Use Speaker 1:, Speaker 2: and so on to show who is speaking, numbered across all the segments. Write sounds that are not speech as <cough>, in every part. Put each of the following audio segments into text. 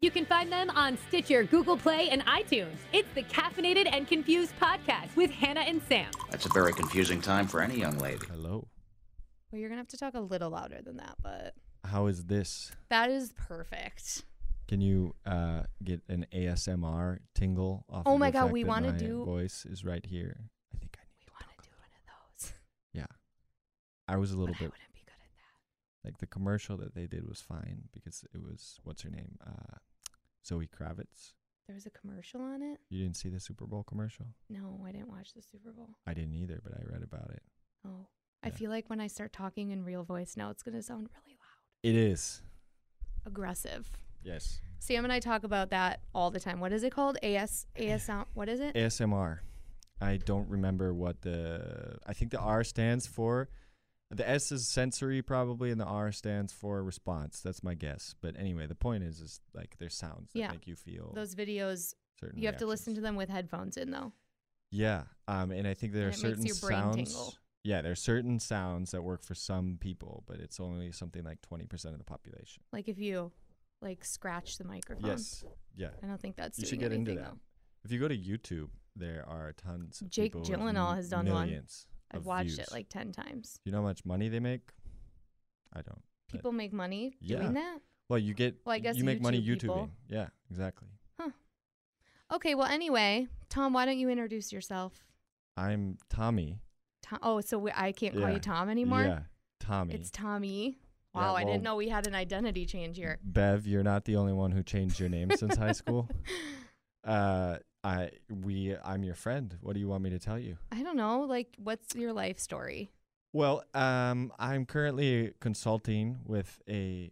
Speaker 1: You can find them on Stitcher, Google Play, and iTunes. It's the Caffeinated and Confused podcast with Hannah and Sam.
Speaker 2: That's a very confusing time for any young lady.
Speaker 3: Hello.
Speaker 4: Well, you're gonna have to talk a little louder than that, but
Speaker 3: How is this?
Speaker 4: that is perfect.
Speaker 3: Can you uh, get an ASMR tingle off?
Speaker 4: Oh
Speaker 3: of
Speaker 4: my
Speaker 3: the
Speaker 4: God,
Speaker 3: fact
Speaker 4: we
Speaker 3: that
Speaker 4: wanna
Speaker 3: my
Speaker 4: do-
Speaker 3: Voice is right here. I think I need.
Speaker 4: We want to do one of those.
Speaker 3: Yeah. I was a little
Speaker 4: but I
Speaker 3: bit
Speaker 4: wouldn't be good at that.
Speaker 3: like the commercial that they did was fine because it was what's her name, uh, Zoe Kravitz.
Speaker 4: There was a commercial on it.
Speaker 3: You didn't see the Super Bowl commercial?
Speaker 4: No, I didn't watch the Super Bowl.
Speaker 3: I didn't either, but I read about it.
Speaker 4: Oh, I
Speaker 3: Yeah.
Speaker 4: feel like when I start talking in real voice now, it's gonna sound really loud,
Speaker 3: It is.
Speaker 4: aggressive.
Speaker 3: Yes.
Speaker 4: Sam and I talk about that all the time. What is it called? AS AS sound. What is it?
Speaker 3: ASMR. I don't remember what the I think the R stands for. The S is sensory probably and the R stands for response. That's my guess. But anyway, the point is is like there's sounds that
Speaker 4: Yeah.
Speaker 3: make you feel
Speaker 4: Those videos.
Speaker 3: certain
Speaker 4: You have to listen to
Speaker 3: reactions.
Speaker 4: them with headphones in, though.
Speaker 3: Yeah. Um and I think there
Speaker 4: And
Speaker 3: are
Speaker 4: it makes
Speaker 3: certain
Speaker 4: your brain
Speaker 3: sounds.
Speaker 4: tingle.
Speaker 3: Yeah, there are certain sounds that work for some people, but it's only something like 20% of the population.
Speaker 4: Like if you like scratch the microphone.
Speaker 3: Yes. Yeah.
Speaker 4: I don't think that's
Speaker 3: You
Speaker 4: doing
Speaker 3: should get
Speaker 4: anything
Speaker 3: into that.
Speaker 4: though.
Speaker 3: If you go to YouTube, there are tons of
Speaker 4: Jake
Speaker 3: people with
Speaker 4: Gyllenhaal has done one.
Speaker 3: millions
Speaker 4: I've
Speaker 3: of
Speaker 4: watched
Speaker 3: views.
Speaker 4: it like ten times.
Speaker 3: Do you know how much money they make? I don't. but-
Speaker 4: People make money
Speaker 3: Yeah.
Speaker 4: doing that.
Speaker 3: Well, you get.
Speaker 4: Well, I guess
Speaker 3: you make money
Speaker 4: YouTube
Speaker 3: YouTubing.
Speaker 4: people-
Speaker 3: Yeah, exactly.
Speaker 4: Okay, well anyway, Tom, why don't you introduce yourself?
Speaker 3: I'm Tommy.
Speaker 4: Tom- oh, so we- I can't call
Speaker 3: Yeah.
Speaker 4: you Tom anymore.
Speaker 3: Yeah, Tommy.
Speaker 4: It's Tommy.
Speaker 3: Yeah,
Speaker 4: Wow, I
Speaker 3: well-
Speaker 4: didn't know we had an identity change here.
Speaker 3: Bev, you're not the only one who changed your name since high
Speaker 4: <laughs>
Speaker 3: school. Uh, I we I'm your friend. What do you want me to tell you?
Speaker 4: I don't know. Like, what's your life story?
Speaker 3: Well, um, I'm currently consulting with a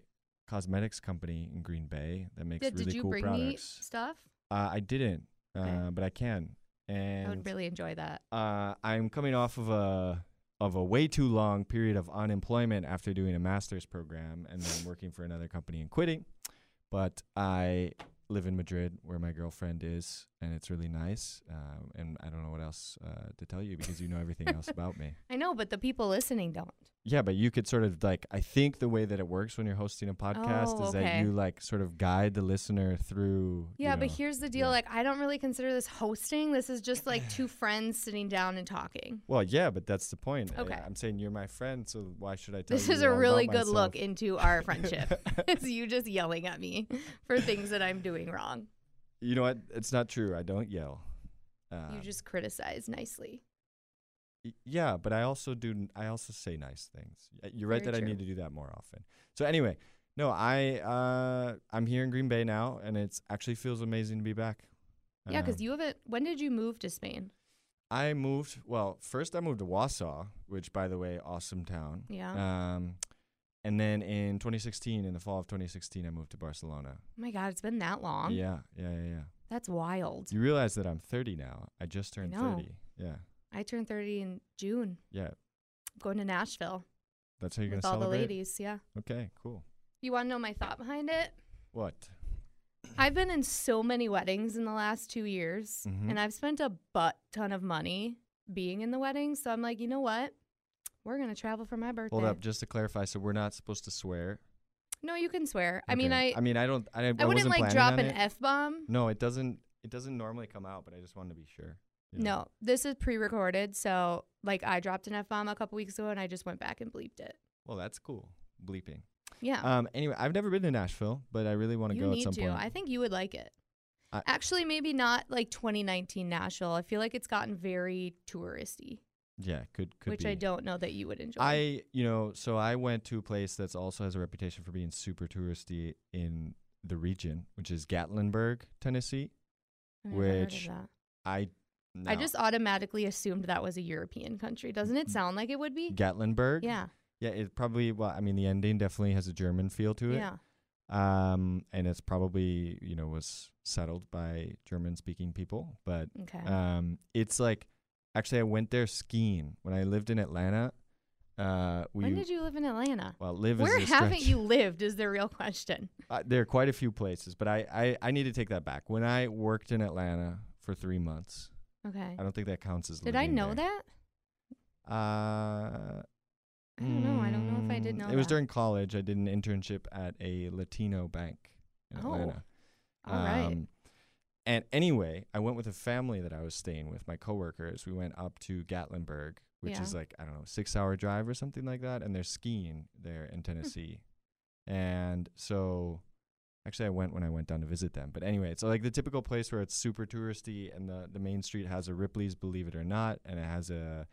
Speaker 3: cosmetics company in Green Bay that makes
Speaker 4: Did,
Speaker 3: really
Speaker 4: did you
Speaker 3: cool
Speaker 4: bring me
Speaker 3: products.
Speaker 4: stuff?
Speaker 3: Uh, I didn't, uh,
Speaker 4: Okay.
Speaker 3: but I can. And
Speaker 4: I would really enjoy that.
Speaker 3: uh, I'm coming off of a of a way too long period of unemployment after doing a master's program and then working for another company and quitting. But I live in Madrid, where my girlfriend is, and it's really nice. Um, and I don't know what else uh, to tell you because you know everything else about
Speaker 4: <laughs>
Speaker 3: me.
Speaker 4: I know, but the people listening don't.
Speaker 3: Yeah, but you could sort of like I think the way that it works when you're hosting a podcast
Speaker 4: Oh,
Speaker 3: is
Speaker 4: okay.
Speaker 3: that you like sort of guide the listener through. you
Speaker 4: Yeah, but
Speaker 3: know-
Speaker 4: here's the deal.
Speaker 3: yeah.
Speaker 4: Like, I don't really consider this hosting. This is just
Speaker 3: <laughs>
Speaker 4: like two friends sitting down and talking.
Speaker 3: Well, yeah, but that's the point.
Speaker 4: Okay.
Speaker 3: I, am saying you're my friend, so why should I tell
Speaker 4: This
Speaker 3: you
Speaker 4: is a
Speaker 3: all about
Speaker 4: really good
Speaker 3: myself?
Speaker 4: look into
Speaker 3: <laughs>
Speaker 4: our friendship. <laughs> it's you just yelling at me <laughs> for things that I'm doing wrong.
Speaker 3: You know what? It's not true. I don't yell. Um,
Speaker 4: You just criticize nicely.
Speaker 3: y- yeah, but I also do. n- I also say nice things. Y- uh, You're right
Speaker 4: Very
Speaker 3: that I need to
Speaker 4: true.
Speaker 3: do that more often. So anyway, no, I uh, I'm here in Green Bay now, and it's actually feels amazing to be back.
Speaker 4: Yeah, because
Speaker 3: Um,
Speaker 4: you haven't. When did you move to Spain?
Speaker 3: I moved. Well, first I moved to Wausau, which, by the way, awesome town.
Speaker 4: Yeah.
Speaker 3: Um, and then in 2016, in the fall of 2016, I moved to Barcelona.
Speaker 4: Oh my God, it's been that long.
Speaker 3: Yeah, yeah, yeah, yeah.
Speaker 4: That's wild.
Speaker 3: You realize that I'm 30 now. I just turned
Speaker 4: know.
Speaker 3: 30. Yeah,
Speaker 4: I turned 30 in June.
Speaker 3: yeah.
Speaker 4: I'm going to Nashville
Speaker 3: That's how you're
Speaker 4: with
Speaker 3: gonna
Speaker 4: all
Speaker 3: celebrate.
Speaker 4: the ladies. Yeah.
Speaker 3: Okay, cool.
Speaker 4: You want to know my thought behind it?
Speaker 3: What?
Speaker 4: I've been in so many weddings in the last two years,
Speaker 3: Mhm.
Speaker 4: and I've spent a butt ton of money being in the weddings. So I'm like, you know what? We're gonna travel for my birthday.
Speaker 3: Hold up, just to clarify. So we're not supposed to swear.
Speaker 4: No, you can swear. I mean,
Speaker 3: Okay.
Speaker 4: I I,
Speaker 3: I mean, I don't. I, I,
Speaker 4: wouldn't
Speaker 3: wasn't
Speaker 4: like
Speaker 3: planning
Speaker 4: drop
Speaker 3: on
Speaker 4: an
Speaker 3: it.
Speaker 4: f bomb.
Speaker 3: No, it doesn't. It doesn't normally come out, but I just wanted to be sure. Yeah.
Speaker 4: No, this is pre-recorded. So like, I dropped an f bomb a couple weeks ago, and I just went back and bleeped it.
Speaker 3: Well, that's cool. Bleeping.
Speaker 4: Yeah,
Speaker 3: Um. Anyway, I've never been to Nashville, but I really want to
Speaker 4: you
Speaker 3: go
Speaker 4: need
Speaker 3: at some
Speaker 4: to.
Speaker 3: point.
Speaker 4: I think you would like it.
Speaker 3: I-
Speaker 4: Actually, maybe not like 2019 Nashville. I feel like it's gotten very touristy,
Speaker 3: yeah, could could
Speaker 4: which
Speaker 3: be.
Speaker 4: I don't know that you would enjoy.
Speaker 3: I you know so I went to a place that's also has a reputation for being super touristy in the region, which is Gatlinburg, Tennessee.
Speaker 4: I've never heard of
Speaker 3: which-
Speaker 4: that.
Speaker 3: I
Speaker 4: I
Speaker 3: no. Mm-hmm.
Speaker 4: just automatically assumed that was a European country. Doesn't it sound like it would be?
Speaker 3: Gatlinburg.
Speaker 4: Yeah.
Speaker 3: Yeah, it probably well, I mean the ending definitely has a German feel to it.
Speaker 4: Yeah.
Speaker 3: Um and it's probably, you know, was settled by German speaking people, but
Speaker 4: Okay.
Speaker 3: um it's like actually I went there skiing when I lived in Atlanta. Uh we
Speaker 4: when did you live in Atlanta?
Speaker 3: well live
Speaker 4: Where
Speaker 3: is a
Speaker 4: haven't
Speaker 3: stretch.
Speaker 4: you lived is the real question.
Speaker 3: <laughs> Uh, there are quite a few places, but I, I I need to take that back. When I worked in Atlanta for 3 months,
Speaker 4: Okay.
Speaker 3: I don't think that counts as
Speaker 4: Did I
Speaker 3: living
Speaker 4: know
Speaker 3: there.
Speaker 4: that?
Speaker 3: that? Uh
Speaker 4: I don't know. I don't know if I did
Speaker 3: Mm,
Speaker 4: know
Speaker 3: It was
Speaker 4: that.
Speaker 3: during college. I did an internship at a Latino bank in
Speaker 4: Oh.
Speaker 3: Atlanta.
Speaker 4: All right.
Speaker 3: Um, And anyway, I went with a family that I was staying with, my coworkers. We went up to Gatlinburg, which
Speaker 4: Yeah.
Speaker 3: is like, I don't know, six hour drive or something like that. And they're skiing there
Speaker 4: Hmm.
Speaker 3: in Tennessee. And so actually I went when I went down to visit them. But anyway, it's like the typical place where it's super touristy and the, the main street has a Ripley's Believe It or Not and it has a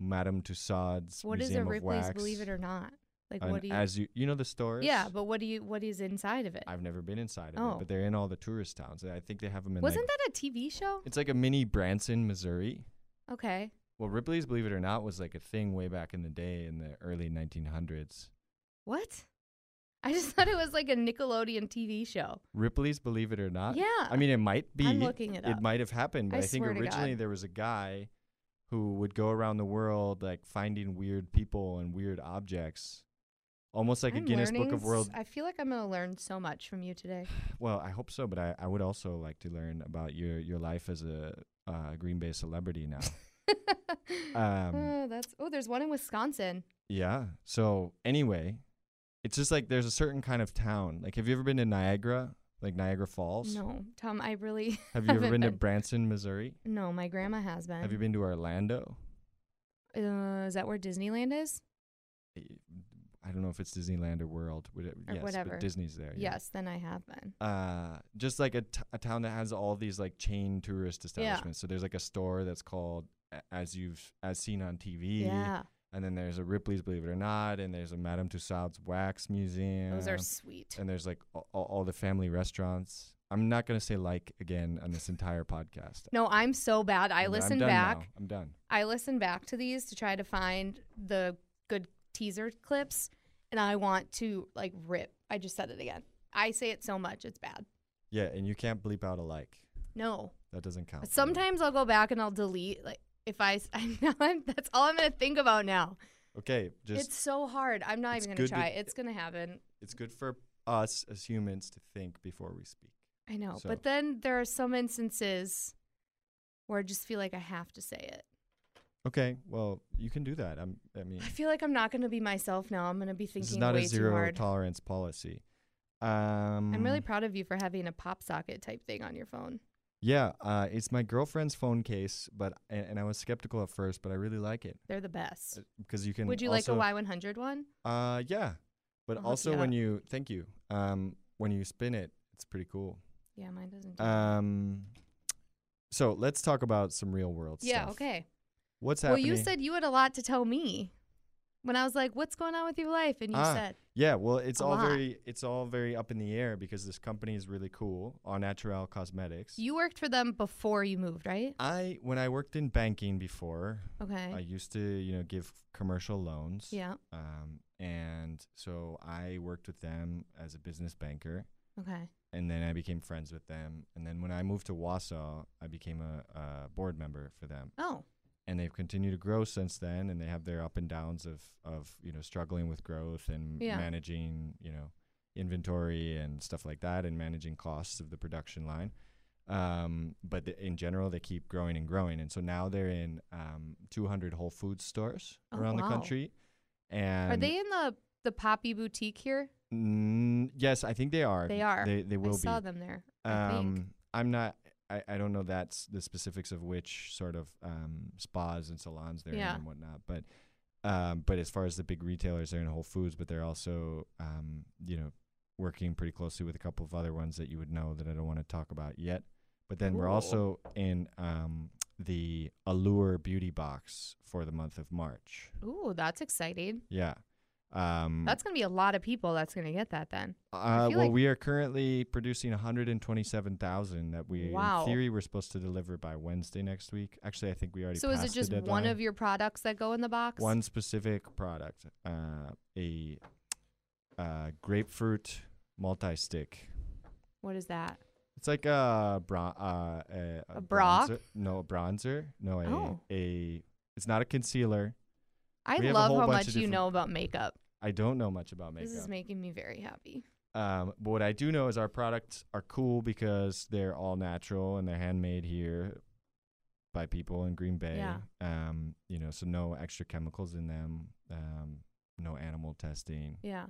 Speaker 3: Madame Tussauds
Speaker 4: What is
Speaker 3: Museum
Speaker 4: a
Speaker 3: of
Speaker 4: Ripley's
Speaker 3: Wax.
Speaker 4: Believe It or Not? Like
Speaker 3: And
Speaker 4: what do you?
Speaker 3: as you you know the stores?
Speaker 4: yeah, but what do you? What is inside of it?
Speaker 3: I've never been inside of it,
Speaker 4: Oh.
Speaker 3: but they're in all the tourist towns. I think they have them in like
Speaker 4: Wasn't that a TV show?
Speaker 3: It's like a mini Branson, Missouri.
Speaker 4: Okay.
Speaker 3: Well, Ripley's, believe it or not, was like a thing way back in the day in the early 1900s.
Speaker 4: What? I just <laughs> thought it was like a Nickelodeon TV show.
Speaker 3: Ripley's, believe it or not.
Speaker 4: Yeah.
Speaker 3: I mean, it might be.
Speaker 4: looking it up.
Speaker 3: might have happened, but
Speaker 4: I
Speaker 3: I, think
Speaker 4: swear to
Speaker 3: originally
Speaker 4: God.
Speaker 3: there was a guy who would go around the world like finding weird people and weird objects, almost like
Speaker 4: I'm
Speaker 3: a Guinness
Speaker 4: learning
Speaker 3: Book of
Speaker 4: s-
Speaker 3: World.
Speaker 4: I feel like I'm gonna learn so much from you today. <laughs>
Speaker 3: Well, I hope so, but I, I would also like to learn about your your life as a uh, Green Bay celebrity
Speaker 4: <laughs>
Speaker 3: now. <laughs> um,
Speaker 4: oh, that's oh, there's one in Wisconsin.
Speaker 3: Yeah. So anyway, it's just like there's a certain kind of town. Like, have you ever been to Niagara? Like Niagara Falls?
Speaker 4: No, <laughs> Tom, I really <laughs>
Speaker 3: Have you ever
Speaker 4: haven't
Speaker 3: been, to Branson, Missouri?
Speaker 4: No, my grandma has been.
Speaker 3: Have you been to Orlando?
Speaker 4: Uh, is that where Disneyland is?
Speaker 3: I don't know if it's Disneyland or World. Would it-
Speaker 4: Or
Speaker 3: yes,
Speaker 4: whatever.
Speaker 3: But Disney's there. yeah.
Speaker 4: Yes, then I have been.
Speaker 3: Uh, just like a, t- a town that has all these like chain tourist
Speaker 4: Yeah.
Speaker 3: establishments. So there's like a store that's called A- as you've as seen on TV.
Speaker 4: Yeah,
Speaker 3: And then there's a Ripley's Believe It or Not, and there's a Madame Tussauds Wax Museum.
Speaker 4: those are sweet.
Speaker 3: and there's like all, all the family restaurants. I'm not gonna say like again on this entire podcast.
Speaker 4: No, I'm so bad. I
Speaker 3: I'm- I'm
Speaker 4: listen
Speaker 3: done
Speaker 4: back.
Speaker 3: now. I'm done.
Speaker 4: I listen back to these to try to find the good teaser clips, and I want to like rip. I just said it again. I say it so much, it's bad.
Speaker 3: Yeah, and you can't bleep out a like.
Speaker 4: No,
Speaker 3: That doesn't count.
Speaker 4: But sometimes I'll go back and I'll delete. Like if I, s- <laughs> I now I'm, that's all I'm gonna think about now.
Speaker 3: Okay, just
Speaker 4: it's so hard. I'm not
Speaker 3: it's
Speaker 4: even
Speaker 3: good
Speaker 4: gonna
Speaker 3: to-
Speaker 4: try. it's gonna happen.
Speaker 3: it's good for us as humans to think before we speak.
Speaker 4: I know.
Speaker 3: So-
Speaker 4: But then there are some instances where I just feel like I have to say it.
Speaker 3: Okay, well you can do that. I'm. I mean,
Speaker 4: I feel like I'm not gonna be myself now. I'm gonna be thinking
Speaker 3: this is not
Speaker 4: way
Speaker 3: a zero
Speaker 4: too hard.
Speaker 3: tolerance policy. Um,
Speaker 4: I'm really proud of you for having a pop socket type thing on your phone.
Speaker 3: yeah, uh, it's my girlfriend's phone case, but and, and I was skeptical at first, but I really like it
Speaker 4: They're the best.
Speaker 3: because you can.
Speaker 4: Would you
Speaker 3: also-
Speaker 4: like a Y100 one?
Speaker 3: Uh, yeah, but
Speaker 4: I'll hook
Speaker 3: also
Speaker 4: you
Speaker 3: when
Speaker 4: up.
Speaker 3: you thank you. Um, when you spin it, it's pretty cool.
Speaker 4: Yeah, mine doesn't. Do that.
Speaker 3: Um, so let's talk about some real world
Speaker 4: yeah.
Speaker 3: stuff.
Speaker 4: Okay.
Speaker 3: What's
Speaker 4: Well,
Speaker 3: happening?
Speaker 4: you said you had a lot to tell me when I was like, "What's going on with your life?" And you
Speaker 3: Ah.
Speaker 4: said,
Speaker 3: yeah. Well, it's
Speaker 4: a
Speaker 3: all
Speaker 4: lot.
Speaker 3: very it's all very up in the air because this company is really cool, Au Naturel Cosmetics.
Speaker 4: You worked for them before you moved, right?
Speaker 3: I when I worked in banking before,
Speaker 4: Okay.
Speaker 3: I used to you know give commercial loans.
Speaker 4: yeah.
Speaker 3: Um, and so I worked with them as a business banker.
Speaker 4: Okay.
Speaker 3: and then I became friends with them. And then when I moved to Wausau, I became a, a board member for them.
Speaker 4: Oh,
Speaker 3: And they've continued to grow since then, and they have their up and downs of of you know struggling with growth and
Speaker 4: Yeah.
Speaker 3: managing you know inventory and stuff like that, and managing costs of the production line. Um, but th- in general, they keep growing and growing, and so now they're in um, 200 Whole Foods stores
Speaker 4: Oh,
Speaker 3: around
Speaker 4: wow.
Speaker 3: the country. And
Speaker 4: are they in the the Poppy boutique here?
Speaker 3: Mm, yes, I think they are.
Speaker 4: They are.
Speaker 3: They, they will
Speaker 4: I saw
Speaker 3: be.
Speaker 4: them there. I think.
Speaker 3: Um, I'm not. I, I don't know that's the specifics of which sort of um, spas and salons they're
Speaker 4: Yeah.
Speaker 3: in and whatnot, but um, but as far as the big retailers, they're in Whole Foods, but they're also um, you know working pretty closely with a couple of other ones that you would know that I don't want to talk about yet. But then we're
Speaker 4: Ooh.
Speaker 3: also in um, the Allure Beauty Box for the month of March.
Speaker 4: Ooh, that's exciting.
Speaker 3: Yeah. Um,
Speaker 4: That's gonna be a lot of people. That's gonna get that then.
Speaker 3: uh,
Speaker 4: feel
Speaker 3: well,
Speaker 4: like-
Speaker 3: we are currently producing 127,000 that we,
Speaker 4: Wow.
Speaker 3: in theory, we're supposed to deliver by Wednesday next week. Actually, I think we already.
Speaker 4: So is it
Speaker 3: passed the
Speaker 4: just one of
Speaker 3: deadline.
Speaker 4: your products that go in the box?
Speaker 3: one specific product? Uh, a uh, grapefruit multi stick.
Speaker 4: What is that?
Speaker 3: It's like a bra, uh, a,
Speaker 4: A bra?
Speaker 3: bronzer- No, a bronzer. No, a,
Speaker 4: Oh.
Speaker 3: a. It's not a concealer.
Speaker 4: I
Speaker 3: We have a
Speaker 4: love
Speaker 3: whole
Speaker 4: how
Speaker 3: bunch
Speaker 4: much
Speaker 3: of
Speaker 4: you
Speaker 3: different
Speaker 4: know about makeup.
Speaker 3: I don't know much about makeup.
Speaker 4: This is making me very happy.
Speaker 3: Um, but what I do know is our products are cool because they're all natural and they're handmade here by people in Green Bay.
Speaker 4: Yeah.
Speaker 3: Um, you know, so no extra chemicals in them, um, no animal testing,
Speaker 4: Yeah.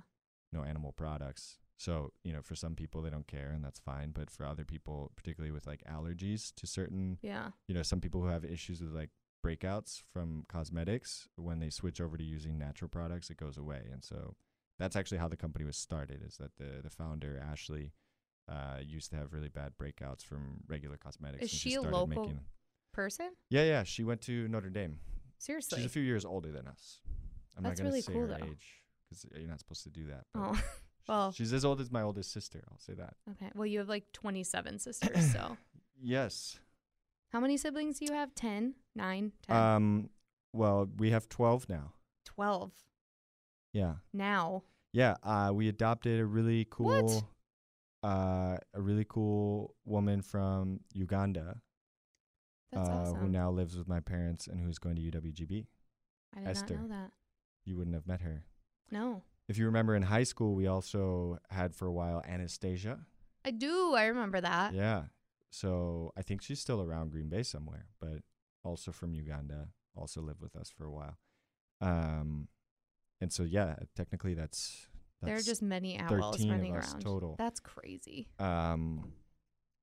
Speaker 3: no animal products. So, you know, for some people they don't care and that's fine, but for other people, particularly with like allergies to certain,
Speaker 4: Yeah.
Speaker 3: you know, some people who have issues with like breakouts from cosmetics, when they switch over to using natural products, it goes away. And so that's actually how the company was started is that the the founder Ashley uh, used to have really bad breakouts from regular cosmetics.
Speaker 4: Is
Speaker 3: and
Speaker 4: she a
Speaker 3: started
Speaker 4: local-
Speaker 3: making-
Speaker 4: Person?
Speaker 3: yeah, yeah. She went to Notre Dame.
Speaker 4: Seriously.
Speaker 3: She's a few years older than us. I'm
Speaker 4: That's
Speaker 3: not gonna
Speaker 4: really
Speaker 3: say
Speaker 4: cool,
Speaker 3: her
Speaker 4: though.
Speaker 3: age because you're not supposed to do that. but she's-
Speaker 4: oh. <laughs> well.
Speaker 3: she's as old as my oldest sister. I'll say that.
Speaker 4: Okay. Well, you have
Speaker 3: <clears throat>
Speaker 4: like 27 sisters, so.
Speaker 3: Yes.
Speaker 4: How many siblings do you have? 10, 9, 10,
Speaker 3: Um. Well, we have twelve now.
Speaker 4: 12
Speaker 3: Yeah.
Speaker 4: now.
Speaker 3: Yeah. Uh, we adopted a really cool, uh, a really cool woman from Uganda
Speaker 4: That's
Speaker 3: uh,
Speaker 4: awesome.
Speaker 3: who now lives with my parents and who's going to UWGB.
Speaker 4: I did
Speaker 3: Esther.
Speaker 4: not know that.
Speaker 3: You wouldn't have met her.
Speaker 4: No.
Speaker 3: If you remember in high school, we also had for a while Anastasia.
Speaker 4: I do. I remember that.
Speaker 3: Yeah. So I think she's still around Green Bay somewhere, but also from Uganda, also lived with us for a while. Um, and so yeah, technically that's that's
Speaker 4: there are just many owls
Speaker 3: 13 of
Speaker 4: running
Speaker 3: us
Speaker 4: around.
Speaker 3: total.
Speaker 4: That's crazy.
Speaker 3: um.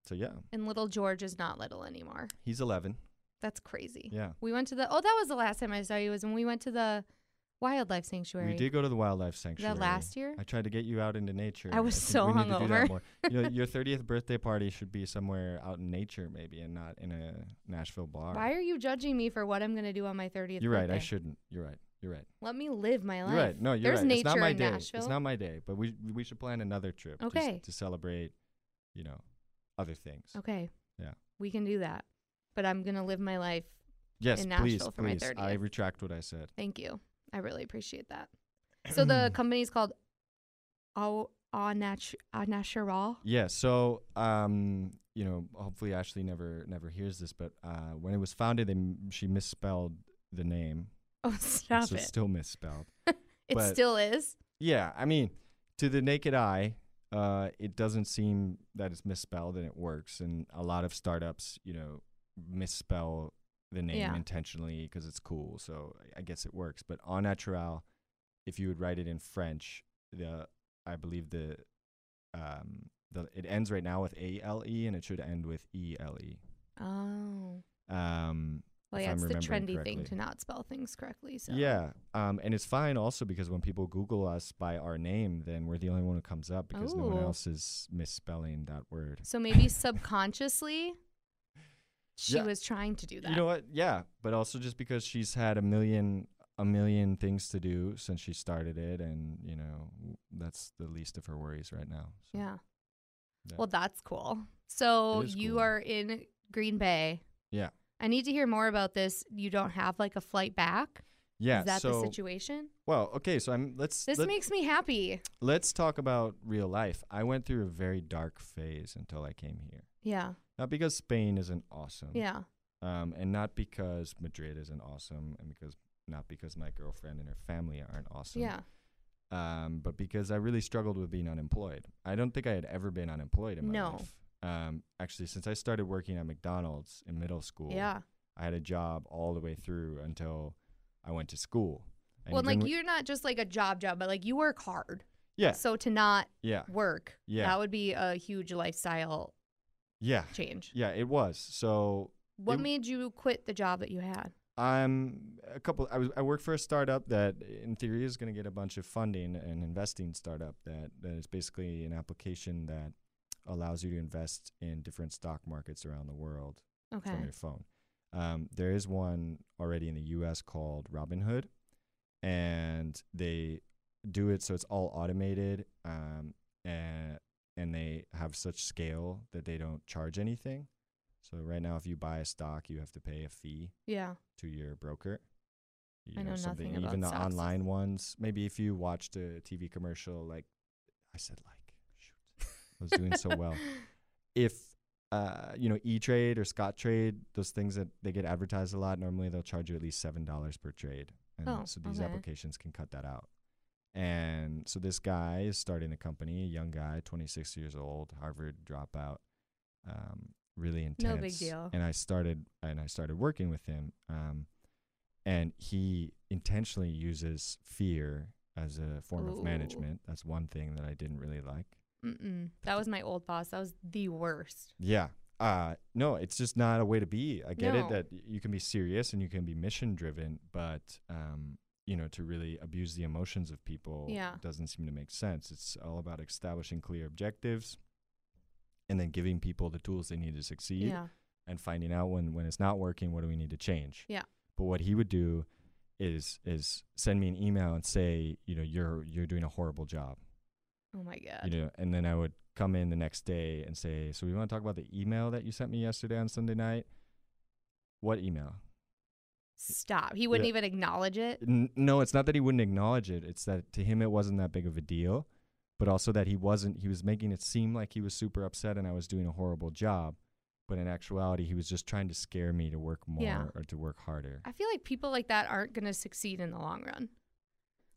Speaker 3: So yeah,
Speaker 4: And little George is not little anymore.
Speaker 3: he's 11.
Speaker 4: That's crazy.
Speaker 3: Yeah.
Speaker 4: We went to the Oh, that was the last time I saw you was when we went to the wildlife sanctuary.
Speaker 3: We did go to the wildlife sanctuary
Speaker 4: last year?
Speaker 3: I tried to get you out into nature.
Speaker 4: was
Speaker 3: think
Speaker 4: so
Speaker 3: we need to do that
Speaker 4: hungover.
Speaker 3: more.
Speaker 4: <laughs>
Speaker 3: You know, your 30th birthday party should be somewhere out in nature, maybe, and not in a Nashville bar.
Speaker 4: Why are you judging me for what I'm going to do on my 30th
Speaker 3: You're right. I
Speaker 4: birthday?
Speaker 3: shouldn't. You're right. You're right.
Speaker 4: Let me live my life.
Speaker 3: You're right. No, you're
Speaker 4: There's
Speaker 3: right.
Speaker 4: nature
Speaker 3: it's not my
Speaker 4: in
Speaker 3: day.
Speaker 4: Nashville.
Speaker 3: It's not my day. But we we should plan another trip. just
Speaker 4: Okay.
Speaker 3: To celebrate, you know, other things.
Speaker 4: Okay.
Speaker 3: Yeah.
Speaker 4: We can do that. But I'm going to live my life.
Speaker 3: Yes,
Speaker 4: in
Speaker 3: please,
Speaker 4: Nashville for my
Speaker 3: please. I
Speaker 4: 30th.
Speaker 3: retract what I said.
Speaker 4: Thank you. I really
Speaker 3: <clears throat>
Speaker 4: appreciate that. So the company is called Au Au Natu- Au Natural.
Speaker 3: Yeah. So, um, you know, hopefully Ashley never never hears this, but uh, when it was founded, they, m- she misspelled the name.
Speaker 4: <laughs> Oh, stop
Speaker 3: so
Speaker 4: it.
Speaker 3: it's still misspelled.
Speaker 4: it
Speaker 3: but-
Speaker 4: still is.
Speaker 3: Yeah, I mean, to the naked eye, uh, it doesn't seem that it's misspelled and it works. And a lot of startups, you know, misspell the name
Speaker 4: Yeah.
Speaker 3: intentionally because it's cool. So I- I guess it works. But en naturel, if you would write it in French, the I believe the um the it ends right now with A L E and it should end with E L E.
Speaker 4: Oh.
Speaker 3: Um,
Speaker 4: Well,
Speaker 3: if
Speaker 4: yeah,
Speaker 3: I'm
Speaker 4: it's the
Speaker 3: remembering
Speaker 4: trendy
Speaker 3: correctly.
Speaker 4: thing to not spell things correctly. So
Speaker 3: Yeah, um, and it's fine also because when people Google us by our name, then we're the only one who comes up because no one
Speaker 4: Oh.
Speaker 3: else is misspelling that word.
Speaker 4: So maybe
Speaker 3: <laughs>
Speaker 4: subconsciously, she
Speaker 3: Yeah.
Speaker 4: was trying to do that.
Speaker 3: You know what? Yeah, but also just because she's had a million a million things to do since she started it, and you know w- that's the least of her worries right now. So.
Speaker 4: yeah.
Speaker 3: Yeah.
Speaker 4: Well, that's cool. So
Speaker 3: It is
Speaker 4: you
Speaker 3: cool.
Speaker 4: are in Green Bay.
Speaker 3: Yeah.
Speaker 4: I need to hear more about this. You don't have like a flight back.
Speaker 3: Yeah.
Speaker 4: Is that
Speaker 3: so
Speaker 4: the situation?
Speaker 3: well, okay. So I'm let's
Speaker 4: This
Speaker 3: let,
Speaker 4: makes me happy.
Speaker 3: let's talk about real life. I went through a very dark phase until I came here.
Speaker 4: Yeah.
Speaker 3: Not because Spain isn't awesome.
Speaker 4: Yeah.
Speaker 3: um, and not because Madrid isn't awesome, and because not because my girlfriend and her family aren't awesome,
Speaker 4: Yeah.
Speaker 3: um, but because I really struggled with being unemployed. I don't think I had ever been unemployed in my
Speaker 4: No.
Speaker 3: life. Um, actually, since I started working at McDonald's in middle school,
Speaker 4: Yeah.
Speaker 3: I had a job all the way through until I went to school. And
Speaker 4: Well,
Speaker 3: even
Speaker 4: like
Speaker 3: wi-
Speaker 4: you're not just like a job job, but like you work hard.
Speaker 3: yeah,
Speaker 4: So to not
Speaker 3: yeah,
Speaker 4: work,
Speaker 3: Yeah.
Speaker 4: that would be a huge lifestyle
Speaker 3: yeah,
Speaker 4: change.
Speaker 3: yeah. It was so
Speaker 4: What
Speaker 3: It-
Speaker 4: made you quit the job that you had?
Speaker 3: I'm a couple. I was I work for a startup that, in theory, is going to get a bunch of funding an investing startup that that is basically an application that allows you to invest in different stock markets around the world
Speaker 4: Okay.
Speaker 3: from your phone. Um, there is one already in the U.S. called Robinhood, and they do it so it's all automated, um, and and they have such scale that they don't charge anything. So right now, if you buy a stock, you have to pay a fee
Speaker 4: Yeah.
Speaker 3: to your broker. You
Speaker 4: I know nothing about
Speaker 3: Even the
Speaker 4: stocks.
Speaker 3: online ones. Maybe if you watched a TV commercial, like I said, like shoot, I was doing so
Speaker 4: <laughs>
Speaker 3: well. If uh, you know E Trade or Scott Trade, those things that they get advertised a lot. Normally, they'll charge you at least seven dollars per trade, and
Speaker 4: Oh,
Speaker 3: so these
Speaker 4: okay.
Speaker 3: applications can cut that out. And so this guy is starting the company, a young guy, 26 years old, Harvard dropout, um, really
Speaker 4: No
Speaker 3: intense.
Speaker 4: big deal.
Speaker 3: And I started and I started working with him, um, and he intentionally uses fear as a form of
Speaker 4: Ooh.
Speaker 3: management. That's one thing that I didn't really like.
Speaker 4: Mm-mm. That was my old boss. That was the worst.
Speaker 3: Yeah. Uh, no, it's just not a way to be. I get
Speaker 4: No.
Speaker 3: it that y- you can be serious and you can be mission driven, but um, you know, to really abuse the emotions of people
Speaker 4: Yeah.
Speaker 3: doesn't seem to make sense. It's all about establishing clear objectives and then giving people the tools they need to succeed
Speaker 4: Yeah.
Speaker 3: and finding out when when it's not working, what do we need to change?
Speaker 4: Yeah.
Speaker 3: But what he would do is is send me an email and say, you know, you're you're doing a horrible job
Speaker 4: Oh my god.
Speaker 3: you know, and then I would come in the next day and say, "So we want to talk about the email that you sent me yesterday on Sunday night." What email?
Speaker 4: Stop. He wouldn't
Speaker 3: Yeah.
Speaker 4: even acknowledge it.
Speaker 3: N- no, it's not that he wouldn't acknowledge it. It's that to him it wasn't that big of a deal, but also that he wasn't. He was making it seem like he was super upset and I was doing a horrible job, but in actuality, he was just trying to scare me to work more
Speaker 4: Yeah.
Speaker 3: or to work harder.
Speaker 4: I feel like people like that aren't going to succeed in the long run.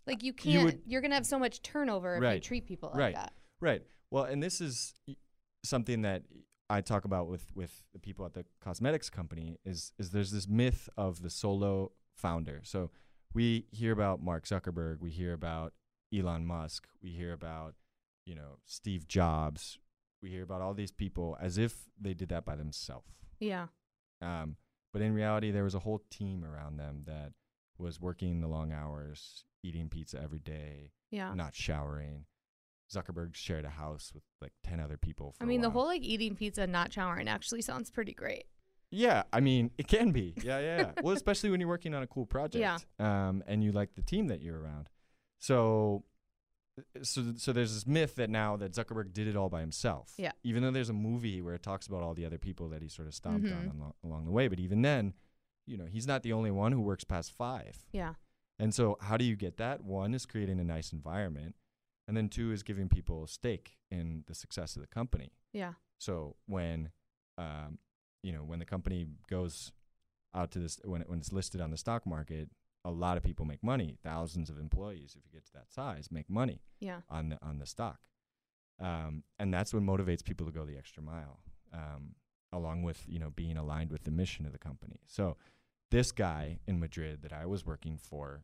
Speaker 4: Like you
Speaker 3: You
Speaker 4: can't.
Speaker 3: would-
Speaker 4: You are going to have so much turnover if you
Speaker 3: Right.
Speaker 4: treat people
Speaker 3: Right.
Speaker 4: like that.
Speaker 3: Right. Well, and this is y- something that I talk about with with the people at the cosmetics company is is there's this myth of the solo founder. So we hear about Mark Zuckerberg, we hear about Elon Musk, we hear about you know Steve Jobs, we hear about all these people as if they did that by themselves.
Speaker 4: Yeah.
Speaker 3: Um, but in reality, there was a whole team around them that was working the long hours, eating pizza every day,
Speaker 4: Yeah.
Speaker 3: not showering. Zuckerberg shared a house with like ten other people. For
Speaker 4: I
Speaker 3: a
Speaker 4: mean, the
Speaker 3: while.
Speaker 4: whole like eating pizza and not showering actually sounds pretty great.
Speaker 3: Yeah, I mean, it can
Speaker 4: <laughs>
Speaker 3: be. Yeah, yeah. yeah. well, especially when you're working on a cool project.
Speaker 4: Yeah.
Speaker 3: Um, and you like the team that you're around. So, so, so there's this myth that now that Zuckerberg did it all by himself.
Speaker 4: Yeah.
Speaker 3: Even though there's a movie where it talks about all the other people that he sort of stomped on
Speaker 4: Mhm.
Speaker 3: along, along the way, but even then, you know, he's not the only one who works past five.
Speaker 4: Yeah.
Speaker 3: And so, how do you get that? One is creating a nice environment, and then two is giving people a stake in the success of the company.
Speaker 4: Yeah.
Speaker 3: So when, um, you know, when the company goes out to this, when it, when it's listed on the stock market, a lot of people make money. Thousands of employees, if you get to that size, make money
Speaker 4: Yeah.
Speaker 3: on the on the stock, um, and that's what motivates people to go the extra mile, um, along with you know being aligned with the mission of the company. So, this guy in Madrid that I was working for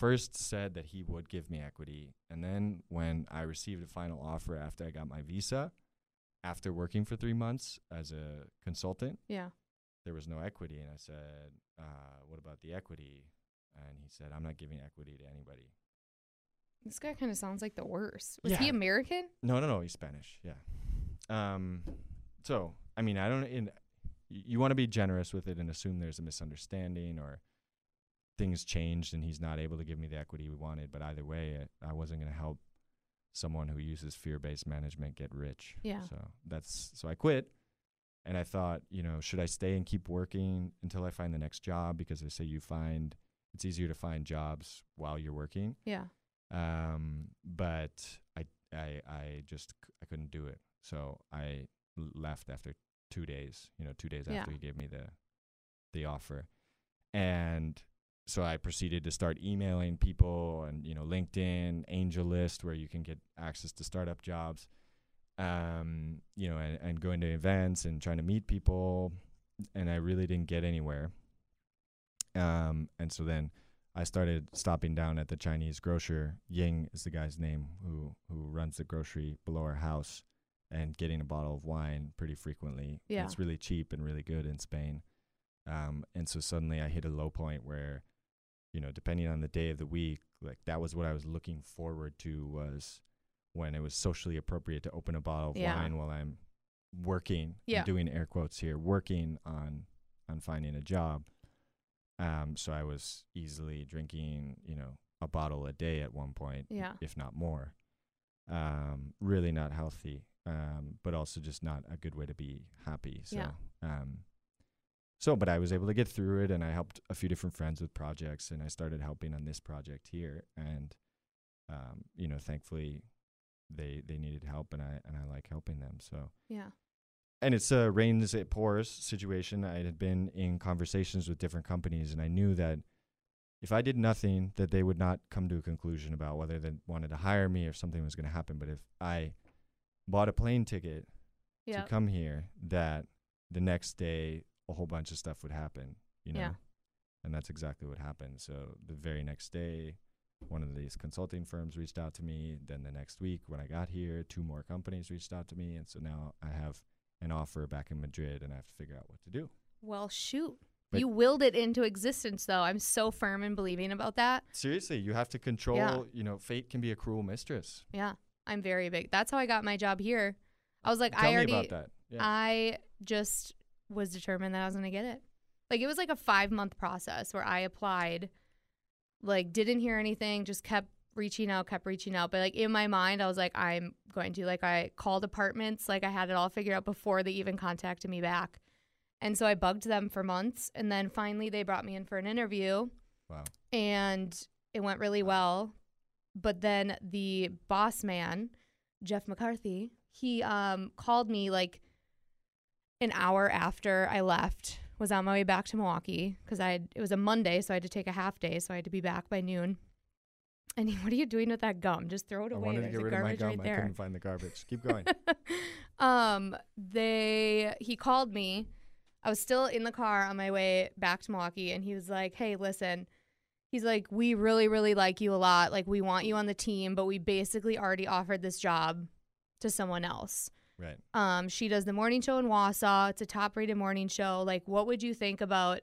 Speaker 3: first said that he would give me equity, and then when I received a final offer after I got my visa, after working for three months as a consultant,
Speaker 4: Yeah.
Speaker 3: there was no equity, and I said, uh, "What about the equity?" And he said, "I'm not giving equity to anybody."
Speaker 4: This guy kind of sounds like the worst. Was
Speaker 3: Yeah.
Speaker 4: he American?
Speaker 3: No, no, no. He's Spanish. Yeah. Um. So I mean, I don't. In, y- you want to be generous with it and assume there's a misunderstanding or things changed and he's not able to give me the equity we wanted. But either way, I, I wasn't going to help someone who uses fear-based management get rich.
Speaker 4: Yeah.
Speaker 3: So that's so I quit. And I thought, you know, should I stay and keep working until I find the next job? Because they say you find it's easier to find jobs while you're working
Speaker 4: Yeah.
Speaker 3: um, but I, I I just c- I couldn't do it, so I l- left after two days. You know, two days
Speaker 4: Yeah.
Speaker 3: after he gave me the the offer, and so I proceeded to start emailing people and you know LinkedIn, Angel List, where you can get access to startup jobs. Um, you know, and, and going to events and trying to meet people, and I really didn't get anywhere. Um, and so then I started stopping down at the Chinese grocer. Ying is the guy's name who who runs the grocery below our house, and getting a bottle of wine pretty frequently.
Speaker 4: Yeah.
Speaker 3: it's really cheap and really good in Spain. Um, and so suddenly I hit a low point where, you know, depending on the day of the week, like that was what I was looking forward to was when it was socially appropriate to open a bottle of
Speaker 4: Yeah.
Speaker 3: wine while I'm working.
Speaker 4: Yeah.
Speaker 3: I'm doing air quotes here, working on on finding a job. Um, so I was easily drinking, you know, a bottle a day at one point,
Speaker 4: Yeah.
Speaker 3: if not more. Um, really not healthy, um, but also just not a good way to be happy. So,
Speaker 4: Yeah.
Speaker 3: um, so, but I was able to get through it, and I helped a few different friends with projects, and I started helping on this project here, and um, you know, thankfully, they they needed help, and I and I like helping them. So,
Speaker 4: Yeah.
Speaker 3: and it's a rains it pours situation. I had been in conversations with different companies, and I knew that if I did nothing, that they would not come to a conclusion about whether they wanted to hire me or something was going to happen. But if I bought a plane ticket
Speaker 4: Yeah.
Speaker 3: to come here, that the next day a whole bunch of stuff would happen, you know,
Speaker 4: Yeah.
Speaker 3: and that's exactly what happened. So the very next day, one of these consulting firms reached out to me. Then the next week, when I got here, two more companies reached out to me, and so now I have an offer back in Madrid, and I have to figure out what to do.
Speaker 4: Well, shoot.
Speaker 3: But-
Speaker 4: you willed it into existence, though. I'm so firm in believing about that.
Speaker 3: Seriously, you have to control. You know, fate can be a cruel mistress.
Speaker 4: Yeah, I'm very big. That's how I got my job here. I was like,
Speaker 3: Tell
Speaker 4: I already,
Speaker 3: me about that. Yeah.
Speaker 4: I just was determined that I was going to get it. Like it was like a five month process where I applied, like didn't hear anything, just kept reaching out, kept reaching out. But like in my mind, I was like, I'm going to like I called apartments, like I had it all figured out before they even contacted me back. And so I bugged them for months, and then finally they brought me in for an interview
Speaker 3: wow.
Speaker 4: and it went really well. But then the boss man, Jeff McCarthy, he um, called me like an hour after I left, was on my way back to Milwaukee because I had, it was a Monday, so I had to take a half day, so I had to be back by noon. And he, what are you doing with that gum? Just throw it
Speaker 3: I
Speaker 4: away.
Speaker 3: wanted to
Speaker 4: There's
Speaker 3: get
Speaker 4: a
Speaker 3: rid of my
Speaker 4: garbage
Speaker 3: gum.
Speaker 4: right
Speaker 3: I
Speaker 4: there
Speaker 3: couldn't find the garbage.
Speaker 4: <laughs>
Speaker 3: Keep going.
Speaker 4: um, they he called me. I was still in the car on my way back to Milwaukee, and he was like, "Hey, listen." He's like, "We really, really like you a lot. Like, we want you on the team, but we basically already offered this job to someone else.
Speaker 3: right.
Speaker 4: Um, she does the morning show in Wausau. It's a top-rated morning show. Like, what would you think about